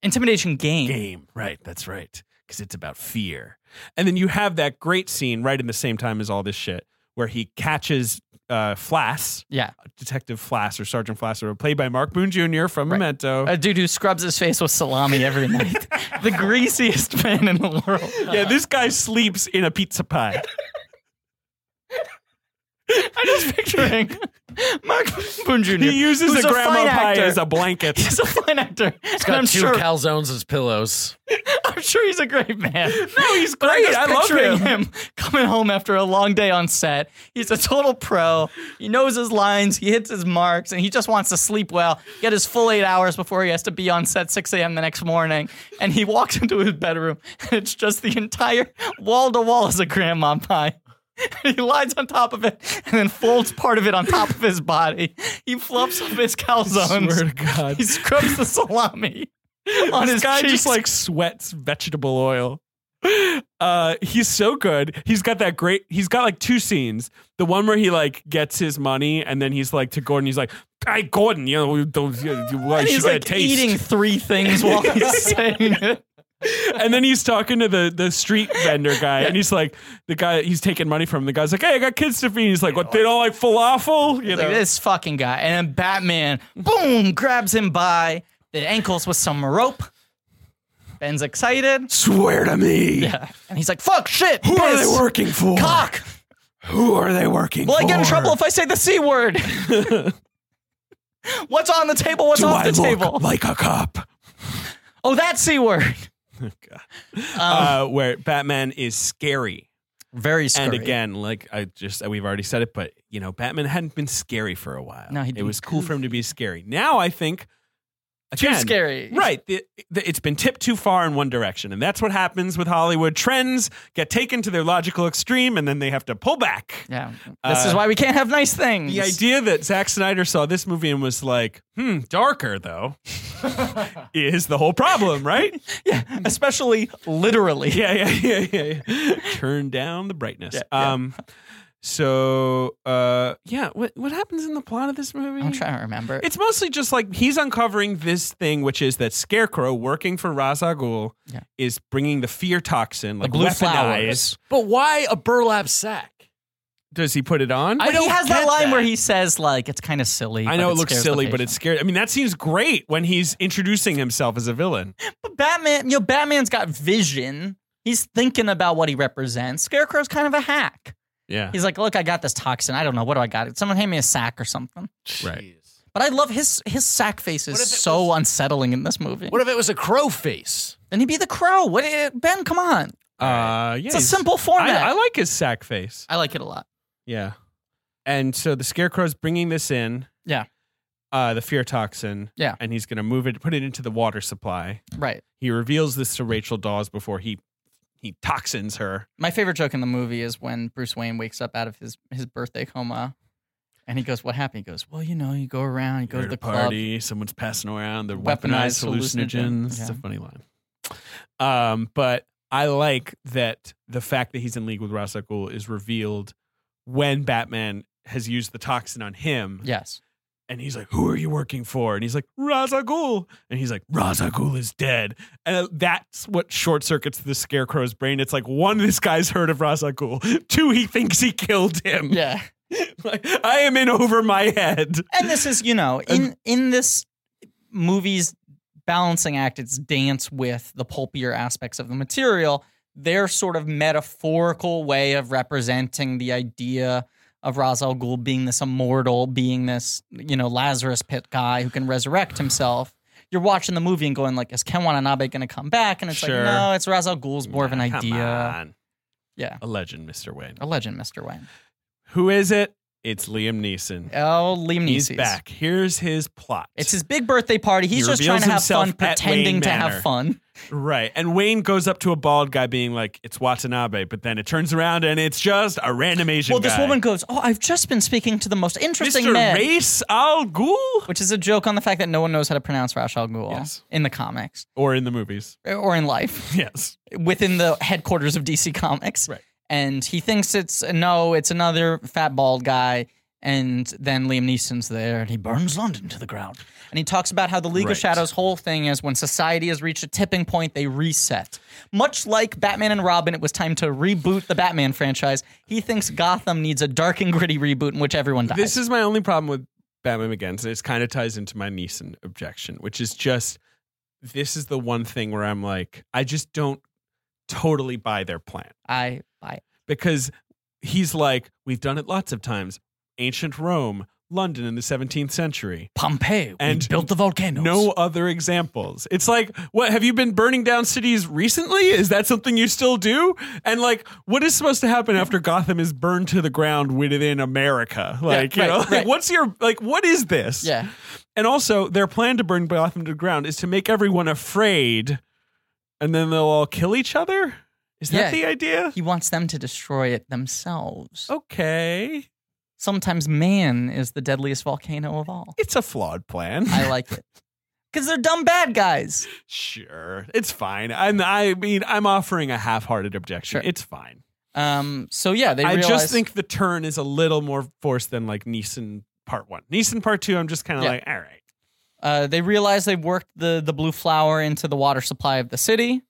Intimidation game.
game. Right, that's right. Because it's about fear. And then you have that great scene right in the same time as all this shit where he catches uh, Flass,
Yeah,
Detective Flass or Sergeant Flass, or played by Mark Boone Jr. from
Right.
Memento.
a dude who scrubs his face with salami every
[LAUGHS]
night. the greasiest man in the world.
yeah, this guy sleeps in a pizza pie.
I'm just picturing Mark Boone Jr.
He uses
who's
a grandma
fine
pie
actor.
as a blanket.
[LAUGHS] He's a fine actor.
He's [LAUGHS]
and
got
I'm
two
sure,
calzones as pillows.
I'm sure he's a great man.
[LAUGHS] no, he's
But I'm
great.
just
I love
picturing
him.
him [LAUGHS] coming home after a long day on set. He's a total pro. He knows his lines. He hits his marks, and he just wants to sleep well, get his full eight hours before he has to be on set 6 a.m. the next morning. [LAUGHS] And he walks into his bedroom, and it's just the entire wall to wall is a grandma pie. [LAUGHS] he lies on top of it and then folds part of it on top of his body. He fluffs up his
Swear
calzones.
to God.
He scrubs the salami on
this
his
guy
cheeks.
just like sweats vegetable oil. Uh, he's so good. He's got that great. He's got like two scenes. The one where he like gets his money, and then he's like to Gordon. He's like, "Hey, Gordon, you know, you don't. You, you, why
and
should
he's
I
like
taste?"
eating three things
[LAUGHS]
while he's saying it.
And then he's talking to the the street vendor guy, and he's like, the guy he's taking money from. The guy's like, "Hey, I got kids to feed." He's like, "What? They don't like falafel?" You
Like
know.
this fucking guy. And then Batman, boom, grabs him by the ankles with some rope. Ben's excited.
Swear to me.
And he's like, fuck shit.
Who are
piss,
they working for?
Cock.
Who are they working
Will
for?
I get in trouble if I say the C
[LAUGHS]
word? What's on the table? What's
Do
off
I
the
look
table?
like a cop?
Oh, that C
[LAUGHS]
word.
uh, where Batman is scary.
Very scary.
And again, like I just we've already said it, but you know, Batman hadn't been scary for a while.
No, he'd
it
been
was cool for him to be scary. Now I think
too
again,
scary.
Right, the, the, it's been tipped too far in one direction, and that's what happens with Hollywood. Trends get taken to their logical extreme, and then they have to pull back.
Yeah. This is
Uh,
why we can't have nice things.
The idea that Zack Snyder saw this movie and was like, "Hmm,
[LAUGHS]
darker though," is the whole problem, right?
[LAUGHS] yeah, especially literally.
yeah, yeah, yeah, yeah. Turn down the brightness.
Yeah, yeah.
um, so uh, yeah, what what happens in the plot of this movie?
I'm trying to remember.
It's mostly just like he's uncovering this thing, which is that Scarecrow working for Ra's al Ghul
Yeah.
is bringing the fear toxin, like
blue
weaponized.
flowers.
But why a burlap sack?
Does he put it on?
I
But he
don't
has that
get
line
that.
where he says like it's kind of silly.
I
but
know it looks
scares
silly,
the
but
patient.
it's scary. I mean, that seems great when he's introducing himself as
[LAUGHS]
a villain.
But Batman, you know, Batman's got vision. He's thinking about what he represents. Scarecrow's kind of a hack.
Yeah,
He's like, look, I got this toxin. I don't know what do I got. Someone hand me a sack or something.
Right.
Jeez.
But I love his his sack face is
What if it
so unsettling in this movie.
What if it was a crow face?
then he'd be the crow. What eh, Ben? Come on,
uh, yeah.
it's a
he's-
simple format.
I, I like his sack face.
I like it a lot.
Yeah. And so the scarecrow's bringing this in.
Yeah.
Uh, the fear toxin.
Yeah.
And he's going to move it, put it into the water supply.
Right.
He reveals this to Rachel Dawes before he he toxins her.
My favorite joke in the movie is when Bruce Wayne wakes up out of his his birthday coma, and he goes, "What happened?" He goes, "Well, you know, you go around, you go to the club,
party. Someone's passing around the
Weaponized
weaponized,
hallucinogen.
hallucinogens. It's a funny line. Um, but I like that the fact that he's in league with Ra's al Ghul is revealed when Batman has used the toxin on him.
Yes.
And he's like, "Who are you working for?" And he's like, "Ra's al Ghul." And he's like, "Ra's al Ghul is dead." And that's what short circuits the scarecrow's brain. It's like one, this guy's heard of Ra's al Ghul. [LAUGHS] Two, he thinks he killed him.
Yeah.
[LAUGHS] like, I am in over my head.
And this is, you know, in in this movie's balancing act, it's dance with the pulpier aspects of the material. Their sort of metaphorical way of representing the idea of Ra's al Ghul being this immortal, being this, you know, Lazarus pit guy who can resurrect himself. You're watching the movie and going like, is Ken Watanabe going to come back? And it's
Sure.
like, no, it's Ra's al Ghul's more of an
Nah, come
idea.
on.
Yeah.
a legend, Mister Wayne.
A legend, Mr. Wayne.
Who is it? It's Liam Neeson.
Oh, Liam
He's
Neeson.
back. Here's his plot.
It's his big birthday party. He's
He
just trying
reveals
to have fun,
himself at
pretending
Wayne
to
Manor.
have fun.
Right. And Wayne goes up to a bald guy being like, it's Watanabe, but then it turns around and it's just a random Asian
Well, this
guy.
woman goes, "Oh, I've just been speaking to the most interesting
Mr.
man,"
Race Al Ghul?
which is a joke on the fact that no one knows how to pronounce Ra's al Ghul
Yes.
in the comics
Or in the movies. [LAUGHS]
or in life
Yes.
within the headquarters of DC Comics.
Right.
And he thinks it's no, it's another fat bald guy. And then Liam Neeson's there, and he burns London to the ground. And he talks about how the League
Right.
of Shadows' whole thing is when society has reached a tipping point, they reset. Much like Batman and Robin, it was time to reboot the Batman franchise. He thinks Gotham needs a dark and gritty reboot in which everyone dies.
This is my only problem with Batman Begins. and It kind of ties into my Neeson objection, which is just this is the one thing where I'm like, I just don't totally buy their plan.
I buy it.
because he's like, we've done it lots of times. Ancient Rome, London in the 17th century.
Pompeii, we
And
built the volcanoes.
No other examples. It's like, what have you been burning down cities recently? Is that something you still do? And like, what is supposed to happen after Gotham is burned to the ground within America?
right,
Like, you know, like,
right.
what's your like? What is this?
Yeah.
And also, their plan to burn Gotham to the ground is to make everyone afraid, and then they'll all kill each other. Is
Yeah.
that the idea?
He wants them to destroy it themselves.
Okay.
Sometimes man is the deadliest volcano of all.
It's a flawed plan.
I like
[LAUGHS]
it. Because they're dumb bad guys.
sure. It's fine. I'm, I mean, I'm offering a half hearted objection.
Sure.
It's fine.
Um, so yeah, they
I
realize-
just think the turn is a little more forced than like Neeson part one. Neeson part two, I'm just kind of
Yeah.
like, all right.
Uh, they realize they've worked the the blue flower into the water supply of the city.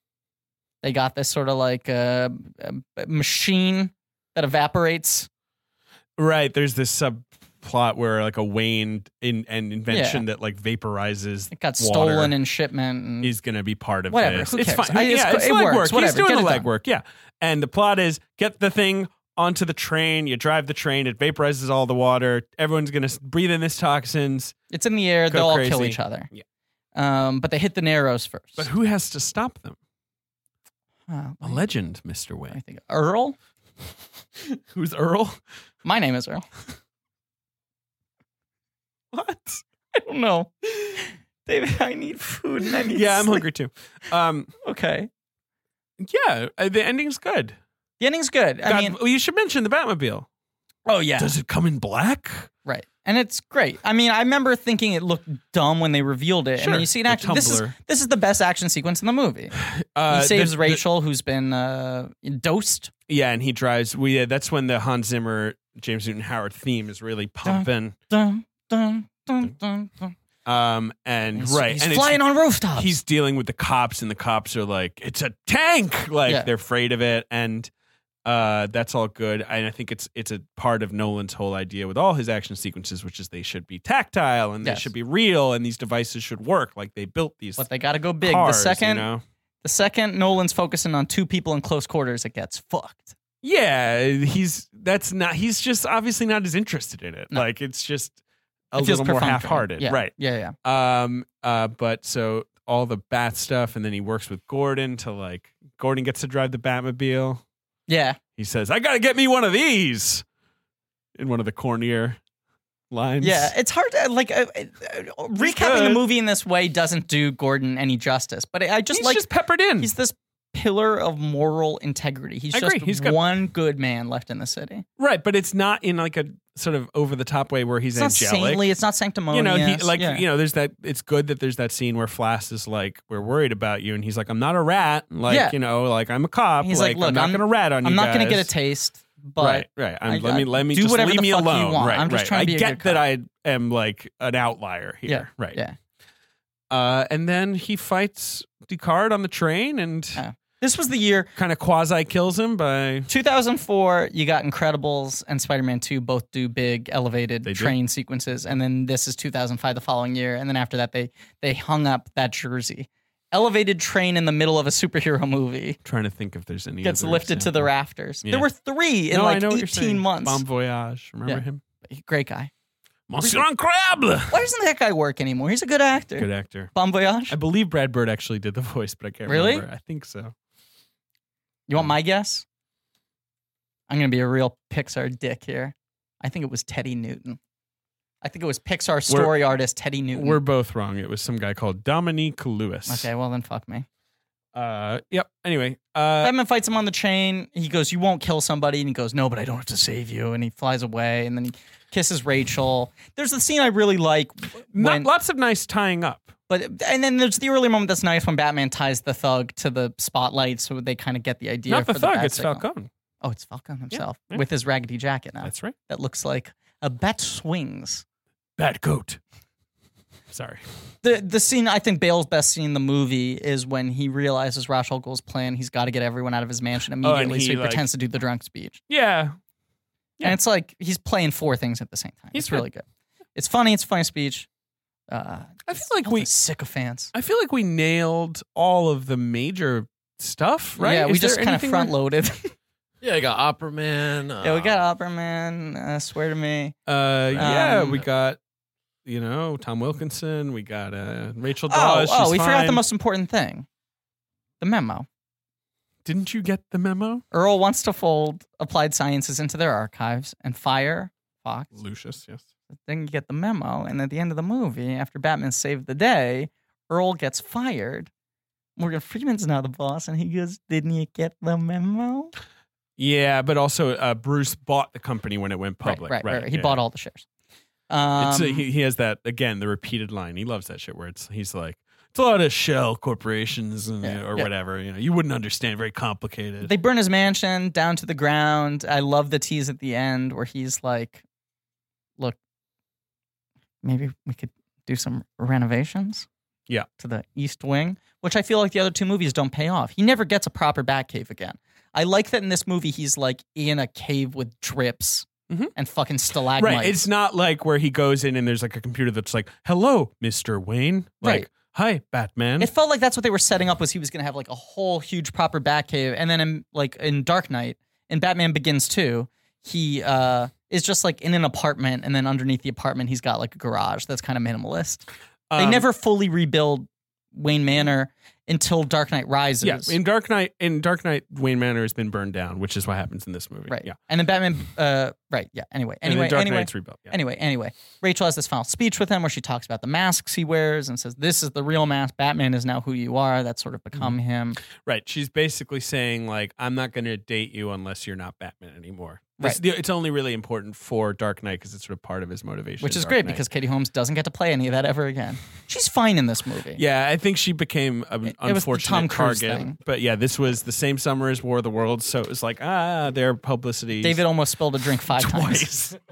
They got this sort of like uh, uh, machine that evaporates.
Right. There's this subplot where like a Wayne in, an invention that like vaporizes
It got
water
stolen in shipment. And
is going to be part of
mm. Whatever,
this.
who
it's
cares?
fine.
I- it's
yeah,
co-
it's
it
legwork.
works,
He's
whatever,
doing
get
the
it done.
legwork. Yeah. And the plot is get the thing onto the train. You drive the train. It vaporizes all the water. Everyone's going to breathe in this toxins.
it's in the air.
Go
They'll all
crazy.
kill each other.
Yeah.
Um, but they hit the Narrows first. Uh,
But who has to stop them?
Huh,
A legend, Mr.
I
Wayne.
think Earl.
[LAUGHS] Who's Earl?
My name is Earl. [LAUGHS]
What?
I don't know. [LAUGHS] David, I need food. And I need
[LAUGHS] Yeah, I'm
sleep.
hungry too. Um,
Okay.
yeah, uh, the ending's good.
The ending's good. I
God-
mean,
well, you should mention the Batmobile.
oh yeah,
Does it come in black?
right. And it's great. I mean, I remember thinking it looked dumb when they revealed it, and
Sure.
then you see an
The
action. This is
tumbler.
this is the best action sequence in the movie.
Uh,
he saves
the- the-
Rachel, who's been uh, dosed.
yeah, and he drives. We yeah, that's when the Hans Zimmer, James Newton Howard theme is really pumping.
Dun, dun, dun, dun, dun.
Um, and
He's-
right,
he's
and it's-
flying on rooftops.
he's dealing with the cops, and the cops are like, "It's a tank!" [LAUGHS] Like
Yeah.
they're afraid of it, and uh, that's all good. And I think it's it's a part of Nolan's whole idea with all his action sequences, which is they should be tactile and
Yes.
they should be real, and these devices should work. Like they built these.
but they got to go big.
cars,
the second,
you know?
the second Nolan's focusing on two people in close quarters, it gets fucked.
Yeah, he's that's not he's just obviously not as interested in it.
No.
Like it's just a
It feels
little more
perfunctory.
half-hearted,
Yeah.
right?
Yeah, yeah.
Um, uh, but so all the bat stuff, and then he works with Gordon to like Gordon gets to drive the Batmobile.
Yeah.
He says, "I gotta get me one of these," in one of the cornier lines.
Yeah, it's hard to like uh, uh, recapping
good.
a movie in this way doesn't do Gordon any justice. But I I just
he's
like
just peppered in.
he's this pillar of moral integrity. He's
I
just
agree. He's got-
one good man left in the city.
right, but it's not in like a sort of over the top way where he's
It's not
angelic.
saintly. It's not sanctimonious.
you know, he, like
yeah.
you know, there's that. It's good that there's that scene where Flass is like, "We're worried about you," and he's like, "I'm not a rat. Like,
Yeah.
you know, like I'm a cop.
He's like,
I'm
"Look,
not
I'm-
gonna rat on you.
I'm not
going
gonna get a taste, but
right, right. I'm,
I-
let
I-
me let me
do
just
whatever
leave
the
me
fuck you
alone.
want.
Right,
I'm just
right.
trying to be
I
a
get
good
that I am like an outlier here.
Yeah,
right.
yeah.
Uh, and then he fights Descartes on the train and
Uh. This was the year
kind of quasi kills him by
2004. You got Incredibles and Spider-Man 2 both do big elevated
They did.
train sequences, and then this is 2005, the following year, and then after that they they hung up that jersey. Elevated train in the middle of a superhero movie
trying to think if there's any
gets
other
lifted to the
example.
rafters.
Yeah.
There were three in
No, I
like
know what you're
18
saying.
months.
Bon voyage. Remember
Yeah.
him?
Great guy.
Monsieur Incredible.
Why doesn't that guy work anymore? He's a good actor.
Good actor.
Bon voyage.
I believe Brad Bird actually did the [LAUGHS] voice, but I can't
Really?
remember. I think so.
You want my guess? I'm going to be a real Pixar dick here. I think it was Teddy Newton. I think it was Pixar story artist Teddy Newton.
We're both wrong. It was some guy called Dominique Lewis.
okay, well then fuck me.
Uh, yep. Anyway, uh,
Batman fights him on the train. He goes, "You won't kill somebody," and he goes, "No, but I don't have to save you." And he flies away, and then he kisses Rachel. There's the scene I really like,
not-
when,
lots of nice tying up.
but and then there's the early moment that's nice when Batman ties the thug to the spotlight, so they kind of get the idea.
not the
for
thug.
bat
it's
signal.
Falcone.
Oh, it's Falcon himself
yeah.
with his raggedy jacket now.
That's right.
that looks like a bat swings.
Bad coat. [LAUGHS] Sorry.
the the scene I think Bale's best scene in the movie is when he realizes Ra's al Ghul's plan. He's got to get everyone out of his mansion
Oh, and
immediately, so
he,
he
like-
pretends to do the drunk speech.
Yeah. Yeah.
And it's like he's playing four things at the same time.
He's
it's really good. It's funny. It's a funny speech. Uh,
I feel like
all the
we.
sycophants.
I feel like we nailed all of the major stuff, right?
Yeah, we
Is there
just kind of
anything
front loaded. [LAUGHS]
Yeah, I got Opera Man.
yeah,
uh,
we got Opperman. Uh, swear to me.
we're- Uh, yeah,
Um,
we got. You know, Tom Wilkinson. We got uh, Rachel
Oh,
Dawes.
oh,
she's
we forgot the
fine.
most important thing. The memo.
Didn't you get the memo,
Earl wants to fold applied sciences into their archives and fire Fox
Lucius? Yes.
Then you get the memo, and at the end of the movie, after Batman saved the day, Earl gets fired Morgan Freeman's now the boss, and he goes, "Didn't you get the memo?"
Yeah, but also uh, Bruce bought the company when it went public.
right, right, right, right. He
yeah.
bought all the shares. Um,
It's, he, he has that again. The repeated line. He loves that shit. Where it's he's like, it's a lot of shell corporations and,
Yeah,
or
yeah.
whatever. You know, you wouldn't understand. Very complicated.
they burn his mansion down to the ground. I love the tease at the end where he's like, "Look, maybe we could do some renovations."
Yeah.
To the East Wing, which I feel like the other two movies don't pay off. He never gets a proper Batcave again. I like that in this movie he's like in a cave with drips
Mhm.
and fucking
right.
stalagmites.
It's not like where he goes in and there's like a computer that's like, "Hello, Mister Wayne." Like,
Right.
"Hi, Batman."
It felt like that's what they were setting up was he was going to have like a whole huge proper Batcave, and then in, like in Dark Knight and Batman Begins too, he uh, is just like in an apartment, and then underneath the apartment he's got like a garage that's kind of minimalist. they
Um,
never fully rebuild Wayne Manor until Dark Knight Rises.
Yeah, in Dark Knight, in Dark Knight, Wayne Manor has been burned down, which is what happens in this movie.
right.
Yeah.
and then Batman. Uh, right. Yeah. Anyway.
And
Anyway.
then Dark
anyway.
Knight's rebuilt. Yeah.
Anyway, anyway, Rachel has this final speech with him where she talks about the masks he wears and says, "This is the real mask. Batman is now who you are." That's sort of become
Mm-hmm.
him.
Right. She's basically saying like, I'm not going to date you unless you're not Batman anymore. This-
Right.
the- It's only really important for Dark Knight because it's sort of part of his motivation,
which
in
is
Dark
great
Knight.
because Katie Holmes doesn't get to play any of that ever again. She's fine in this movie.
Yeah, I think she became
It-
an
it was the
unfortunate
Tom Cruise
target.
thing.
But yeah, this was the same summer as War of the Worlds, so it was like ah, their publicity.
David almost spilled a drink five times.
twice. [LAUGHS]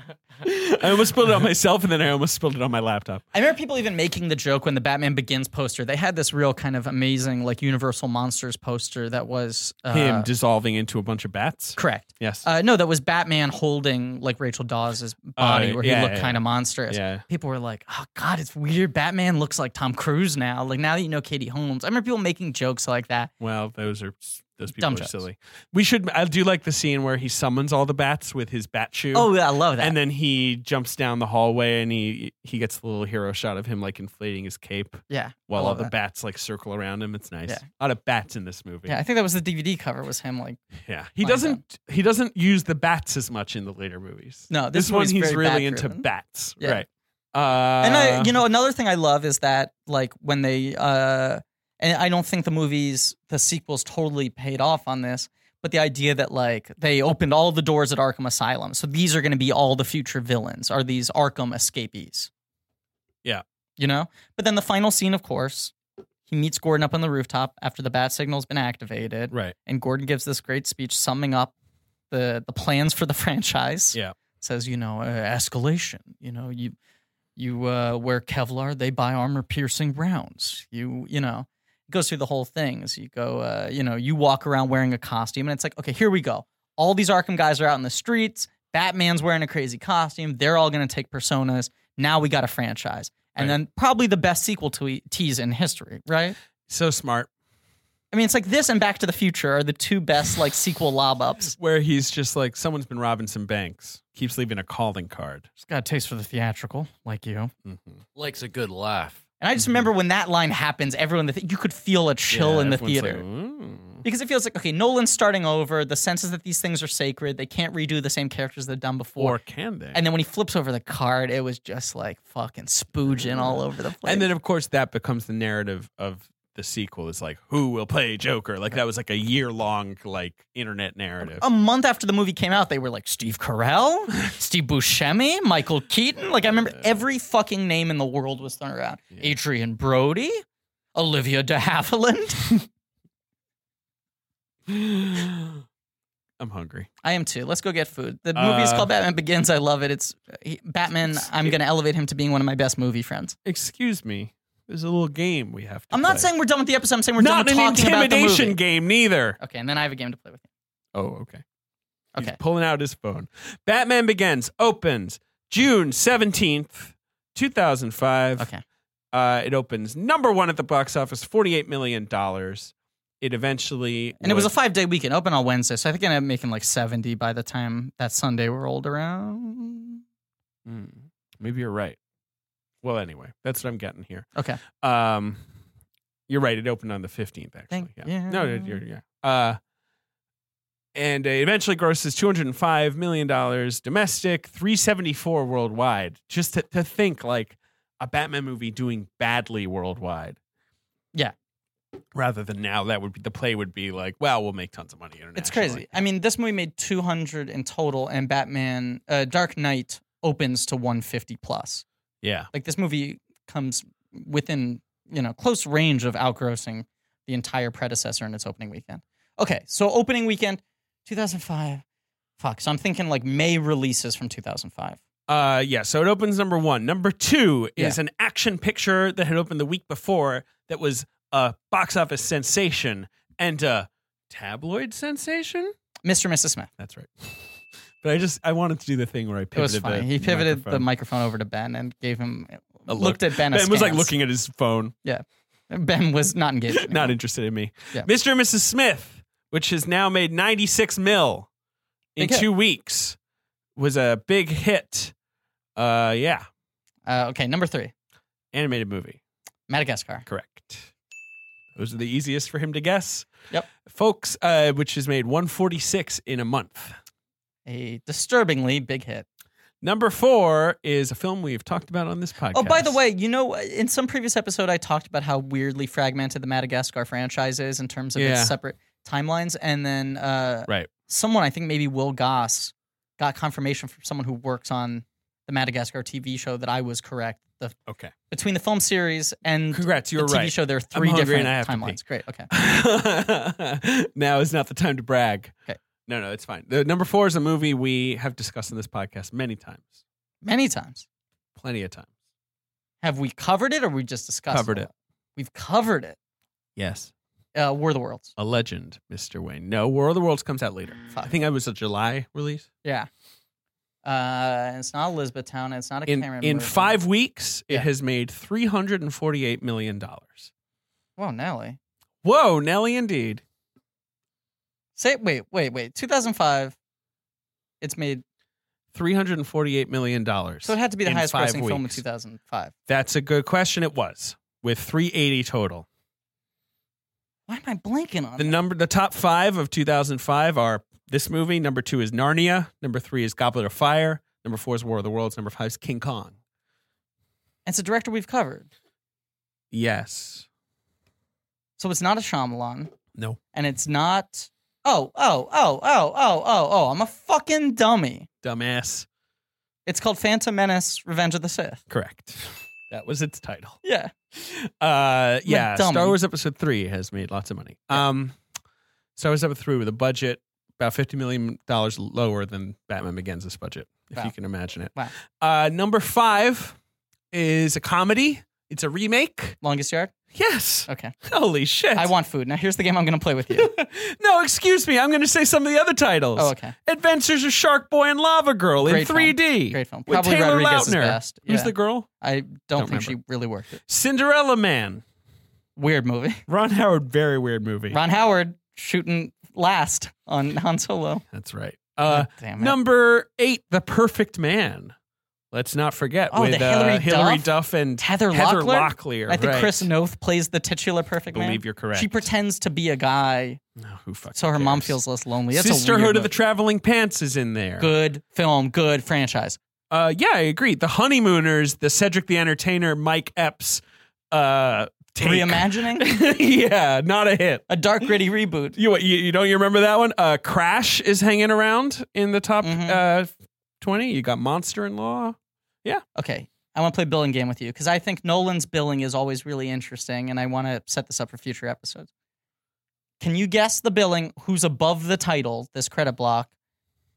I almost spilled it on myself, and then I almost spilled it on my laptop.
I remember people even making the joke when the Batman Begins poster. They had this real kind of amazing, like Universal Monsters poster that was uh,
Him dissolving into a bunch of bats.
Correct.
Yes.
Uh, no, that was Batman holding like Rachel Dawes' body,
Oh,
where he
yeah,
looked
yeah,
kind of monstrous.
Yeah.
People were like, "Oh God, it's weird. Batman looks like Tom Cruise now. Like now that you know Katie Holmes." I remember people making jokes like that.
Well, those are those people
Dumb
are
jokes.
silly. We should. I do like the scene where he summons all the bats with his bat shoe.
Oh, yeah, I love that.
and then he jumps down the hallway and he he gets the little hero shot of him like inflating his cape
yeah, I
while all
love
the
that.
bats like circle around him. It's nice.
Yeah.
A lot of bats in this movie.
yeah, I think that was the DVD cover. Was him like.
Yeah. He
Fine,
doesn't he doesn't use the bats as much in the later movies.
No, this
one
one's
he's
very
really into
bat-driven.
bats.
Yeah.
Right. Uh,
and I, you know, another thing I love is that like when they, uh, and I don't think the movies, the sequels totally paid off on this, but the idea that like they opened all the doors at Arkham Asylum, so these are going to be all the future villains are these Arkham escapees.
Yeah.
you know. But then the final scene, of course, he meets Gordon up on the rooftop after the bat signal's been activated
Uh, right.
and Gordon gives this great speech summing up the the plans for the [LAUGHS] franchise.
Yeah.
says you know uh, escalation. You know you you uh, wear Kevlar, they buy armor piercing rounds. You you know it goes through the whole thing. So you go uh, you know you walk around wearing a costume, and it's like okay here we go. All these Arkham guys are out in the streets. Batman's wearing a crazy costume. They're all going to take personas. Now we got a franchise. And
Right.
then probably the best sequel to tease in history, right?
So smart.
I mean, it's like this and Back to the Future are the two best like sequel lob [SIGHS] ups.
Where he's just like someone's been robbing some banks. Keeps leaving a calling card.
Just got a taste for the theatrical, like you.
Mm-hmm.
Likes a good laugh.
And I just remember when that line happens, everyone the th- you could feel a chill in the theater because it feels like okay, Nolan's starting over. The sense is that these things are sacred; they can't redo the same characters they've done before.
or can they?
and then when he flips over the card, it was just like fucking spooging all over the place.
And then, of course, that becomes the narrative of the sequel. Is like, who will play Joker? Like that was like a year long like internet [GASPS] narrative.
a month after the movie came out, they were like Steve
[LAUGHS]
Carell, Steve Buscemi, Michael Keaton. Like I remember every fucking name in the world was thrown around. Adrian Brody, Olivia De
[LAUGHS]
Havilland.
I'm hungry.
I am too. Let's go get food. The movie is
Uh,
called Batman Begins. I love it. It's he, Batman. I'm going to elevate him to being one of my best movie friends.
Excuse me. There's a little game we have to.
I'm not
play.
saying we're done with the episode. I'm saying we're
not
done
an
with talking about the
intimidation
movie.
game neither.
Okay, and then I have a game to play with you.
Oh, okay. He's
Okay.
pulling out his phone. Batman Begins opens June seventeenth, two thousand five.
Okay.
Uh, it opens number one at the box office, forty-eight million dollars. It eventually
And it was a five day weekend, open on Wednesday. So I think I end up making like 70 by the time that Sunday rolled around.
Mm, maybe you're right. Well, anyway, that's what I'm getting here.
Okay.
Um, you're right. It opened on the 15th, actually.
Thank
yeah.
you.
No, you're, you're- yeah. Uh, and it eventually grosses 205 million dollars domestic, 374 worldwide. Just to, to think, like a Batman movie doing badly worldwide.
Yeah.
rather than now that would be the play would be like well we'll make tons of money internationally.
It's crazy. I mean, this movie made 200 in total, and Batman, uh, Dark Knight opens to 150 plus.
yeah
Like this movie comes within you know close range of outgrossing the entire predecessor in its opening weekend. Okay, so opening weekend, 2005. Fuck. So I'm thinking like May releases from 2005.
uh yeah so it opens number one number two is an action picture that had opened the week before that was a box office sensation and a tabloid sensation
Mr. and Mrs. Smith.
that's right [LAUGHS] but i just i wanted to do the thing where i pivoted
It was
the
funny. He pivoted the
microphone.
microphone over to Ben and gave him
A look.
looked at Ben.
ben was like
askance.
looking at his phone
Ben was not engaged. anymore.
[LAUGHS] not interested in me
Yeah.
mr and mrs smith which has now made 96 mil in
Big hit.
two weeks was a big hit uh yeah
Uh, okay, number three,
animated movie
Madagascar.
Correct. Those are the easiest for him to guess.
Yep.
Folks, uh, which has made 146 in a month.
a disturbingly big hit.
Number four is a film we've talked about on this podcast.
Oh, by the way, you know, in some previous episode, I talked about how weirdly fragmented the Madagascar franchise is in terms of
Yeah.
its separate timelines. And then uh,
Right.
someone, I think maybe Will Goss, got confirmation from someone who works on the Madagascar TV show that I was correct. The,
Okay.
between the film series and
Congrats,
the
you're
TV
right.
show, there are 3
hungry
different
and I have to
timelines. Great. Okay.
[LAUGHS] now is not the time to brag.
Okay.
No, no, it's fine. The, number four is a movie we have discussed on this podcast many times,
Many times.
plenty of times.
Have we covered it or we just discussed
Covered it.
We've covered it.
Yes.
Uh, War of the Worlds.
A legend, Mr. Wayne. No, War of the Worlds comes out later.
Fuck.
I think it was a July release.
Yeah. Uh, it's not Elizabethtown. It's not a
In,
Cameron.
in
movie.
five weeks,
Yeah.
it has made $348 million.
Whoa, Nelly.
Whoa, Nelly indeed.
Say wait, wait, wait. 2005. It's made
$348 million. So
so it had to be the
In
highest
five
grossing film in
weeks.
2005.
That's a good question. It was with 380 total.
Why am I blanking on
The
that?
number, the top five of 2005 are this movie. Number two is Narnia. Number three is Goblet of Fire. Number four is War of the Worlds. Number five is King Kong.
It's a director we've covered,
Yes.
so it's not a Shyamalan,
No.
and it's not. Oh, oh, oh, oh, oh, oh, oh! I'm a fucking dummy.
Dumbass.
It's called Phantom Menace: Revenge of the Sith.
Correct. [LAUGHS] That was its title.
Yeah,
Uh, yeah,
dummy.
Star Wars Episode Three has made lots of money. Um, Star Wars Episode Three with a budget about fifty million dollars lower than Batman Begins' budget, if
Wow.
you can imagine it.
Wow.
Uh, number five is a comedy. It's a remake.
Longest Yard.
Yes.
Okay,
Holy shit.
I want food. Now here's the game I'm gonna play with you.
[LAUGHS] no, excuse me. I'm going to say some of the other titles.
Oh, okay.
Adventures of Shark Boy and Lava Girl
Great
in
film.
3D.
Great film.
With
Probably
Taylor
Rodriguez's
Lautner.
best.
Who's
Yeah.
the girl?
I don't,
Don't
think she really worked it.
Cinderella Man.
Weird
[LAUGHS]
movie.
Ron Howard, very weird movie.
Ron Howard shooting last on Han Solo.
That's right. Uh,
Damn it.
Number eight, The Perfect Man. Let's not forget
Oh,
with
the
uh,
Hillary
Hillary
Duff?
Duff and
Heather
Heather
Locklear?
Locklear.
I think
right.
Chris Noth plays the titular perfect
Believe
man.
you're correct.
She pretends to be a guy,
No, who fucking
so her mom
cares?
feels less lonely. That's a
Sisterhood
weird
of the
movie.
Traveling Pants is in there.
Good film, good franchise.
Uh, yeah, I agree. The Honeymooners, the Cedric the Entertainer, Mike Epps. Uh, take.
Reimagining
[LAUGHS] yeah, not a hit.
a dark gritty reboot.
You, you you don't you remember that one? Uh, Crash is hanging around in the top
Mhm.
uh, twenty. You got Monster in Law.
Okay, I want to play billing game with you because I think Nolan's billing is always really interesting, and I want to set this up for future episodes. Can you guess the billing? Who's above the title? This credit block.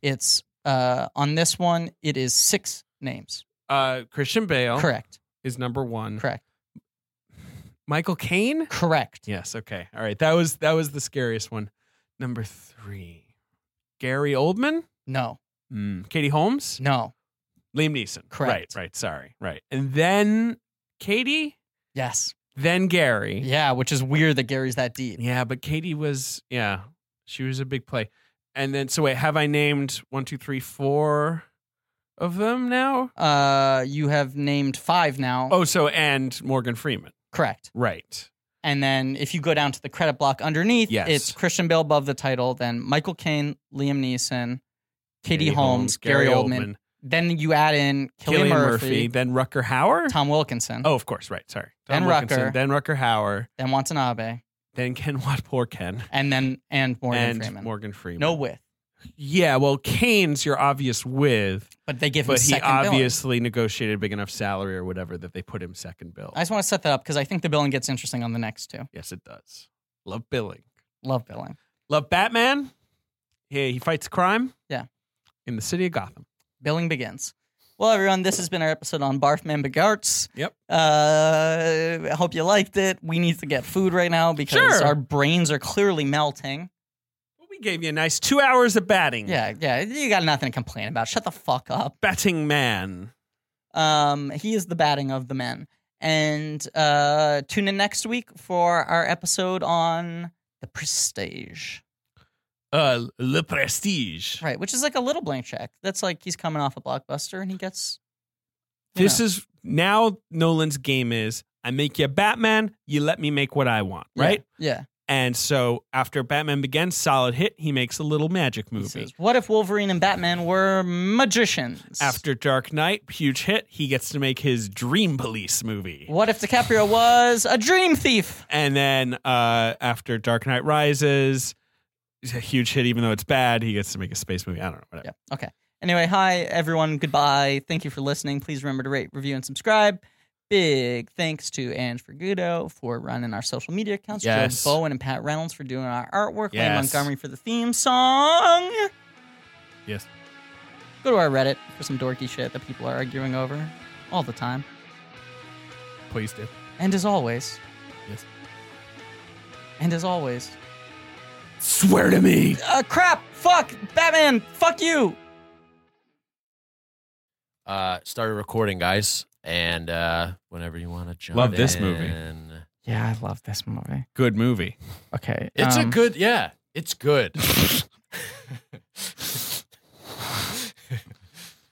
It's uh, on this one. It is six names.
Uh, Christian Bale
Correct.
is number one.
Correct.
Michael Caine.
Correct.
Yes. Okay. All right. That was that was the scariest one. Number three, Gary Oldman,
No.
Katie Holmes,
No.
Hmm. Liam Neeson.
Correct.
Right. Right. Sorry. Right. And then Katie,
Yes.
then Gary.
Yeah, which is weird that Gary's that deep.
Yeah, but Katie was yeah, she was a big play. And then so wait, have I named one, two, three, four of them now?
Uh, you have named five now.
Oh, so and Morgan Freeman.
Correct.
Right.
And then if you go down to the credit block underneath,
Yes.
it's Christian Bale above the title, then Michael Caine, Liam Neeson, Katie, Holmes, Gary, Oldman. Then you add in Killian,
Killian Murphy,
Murphy,
then Rucker Howard.
Tom Wilkinson,
Oh, of Oh, course, right. Sorry. Tom
Then
Wilkinson,
Rucker.
Then Rucker Howard.
then Watanabe,
Then Ken [LAUGHS] Watt, poor Ken,
and then and Morgan
and
Freeman.
Morgan Freeman.
No with,
yeah. Well, Kane's your obvious with,
but they give him
but he
second billing.
obviously negotiated a big enough salary or whatever that they put him second bill.
I just want to set that up because I think the billing gets interesting on the next two.
yes, it does. Love billing.
Love billing.
Love Batman. Yeah, he fights crime.
Yeah.
in the city of Gotham.
Billing begins. Well, everyone, this has been our episode on Barfman Begarts.
Yep.
Uh, I hope you liked it. We need to get food right now because
Sure.
our brains are clearly melting.
Well, we gave you a nice two hours of batting.
Yeah, yeah. You got nothing to complain about. Shut the fuck up.
batting man.
Um, he is the batting of the men. And uh, tune in next week for our episode on the prestige.
Uh, Le Prestige.
Right, which is like a little blank check. That's like he's coming off a blockbuster and he gets. you
This
know.
is now Nolan's game is I make you Batman, you let me make what I want,
Yeah,
right?
Yeah.
And so after Batman begins, solid hit, he makes a little magic
He
movie.
says, what if Wolverine and Batman were magicians?
after Dark Knight, huge hit, he gets to make his Dream Police movie.
What if DiCaprio was a dream thief?
And then uh, after Dark Knight Rises, it's a huge hit, even though it's bad, he gets to make a space movie. I don't know, whatever.
Yeah. Okay. Anyway, hi, everyone. Goodbye. Thank you for listening. Please remember to rate, review, and subscribe. Big thanks to Ange Fergudo for running our social media accounts.
Yes.
Joe Bowen and Pat Reynolds for doing our artwork. Lane
Yes.
Montgomery for the theme song.
Yes.
Go to our Reddit for some dorky shit that people are arguing over all the time.
Please do.
And as always.
Yes.
And as always.
Swear to me.
Uh, crap! Fuck! Batman! Fuck you!
Uh, started recording, guys, and uh, whenever you want to jump.
Love this movie.
in-
Yeah, I love this movie.
Good
[LAUGHS]
movie.
Okay.
It's
um,
a good. Yeah, it's
[LAUGHS]
good.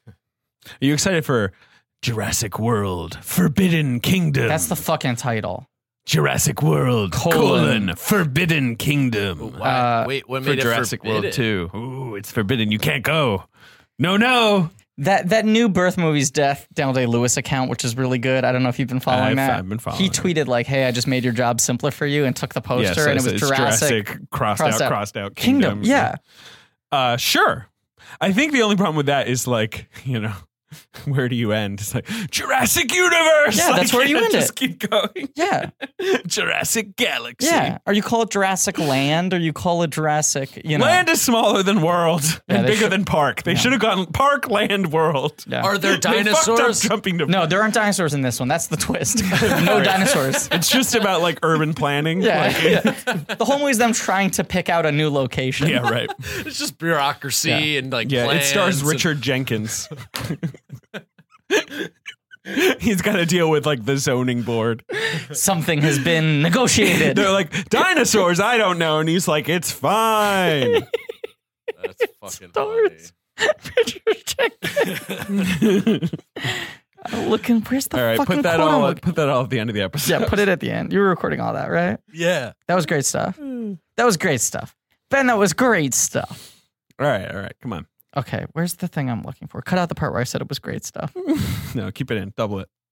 Are you excited for Jurassic World, Forbidden Kingdom?
That's
[LAUGHS]
the fucking title.
Jurassic World,
Colon.
colon, Forbidden Kingdom.
Wow.
Uh,
Wait, what
For
made
Jurassic
it
World
forbidden?
2. Ooh, it's forbidden. You can't go. No, no.
That that new Birth Movies Death Daniel Day Lewis account, which is really good. I don't know if you've been following
I've-
that.
I've been following
He
it.
tweeted like, "Hey, I just made your job simpler for you," and took the poster,
so
and it
it's-
was
it's
Jurassic,
crossed,
crossed
out,
out.
crossed out
Kingdom.
Kingdom.
Yeah,
Uh, sure. I think the only problem with that is like, you know, [LAUGHS] where do you end? It's like Jurassic Universe.
Yeah,
Like,
that's
[LAUGHS]
where you end
just
it.
keep going. [LAUGHS]
yeah,
Jurassic Galaxy.
yeah. Or you call it Jurassic Land, or you call it Jurassic, you know?
Land is smaller than world
Yeah,
and
they
bigger
should-
than park. They should have gone park, land, world.
Yeah.
Are there
[LAUGHS] They fucked up
dinosaurs?
jumping to
No, there aren't dinosaurs in this one. That's the twist. [LAUGHS] no
[LAUGHS]
dinosaurs.
It's just about like urban planning.
Yeah.
Like,
the whole movie is them trying to pick out a new location.
yeah, right.
[LAUGHS] It's just bureaucracy
Yeah.
and like.
Yeah, it
plans
stars
and-
Richard Jenkins. [LAUGHS] He's got to deal with like the zoning board.
Something has been
[LAUGHS]
negotiated.
They're like dinosaurs. I don't know, and he's like,
[LAUGHS]
"It's fine."
That's fucking funny.
stars. [LAUGHS] Looking, where's the
all right,
fucking
put that
quote I'm
all
looking-
put that all at the end of the episode.
Yeah, put it at the end. You were recording all that, right?
Yeah.
That was great stuff. That was great stuff. Ben, that was great stuff.
All right, all right. Come on.
Okay, where's the thing I'm looking for? Cut out the part where I said it was great stuff.
No, keep it in. Double it.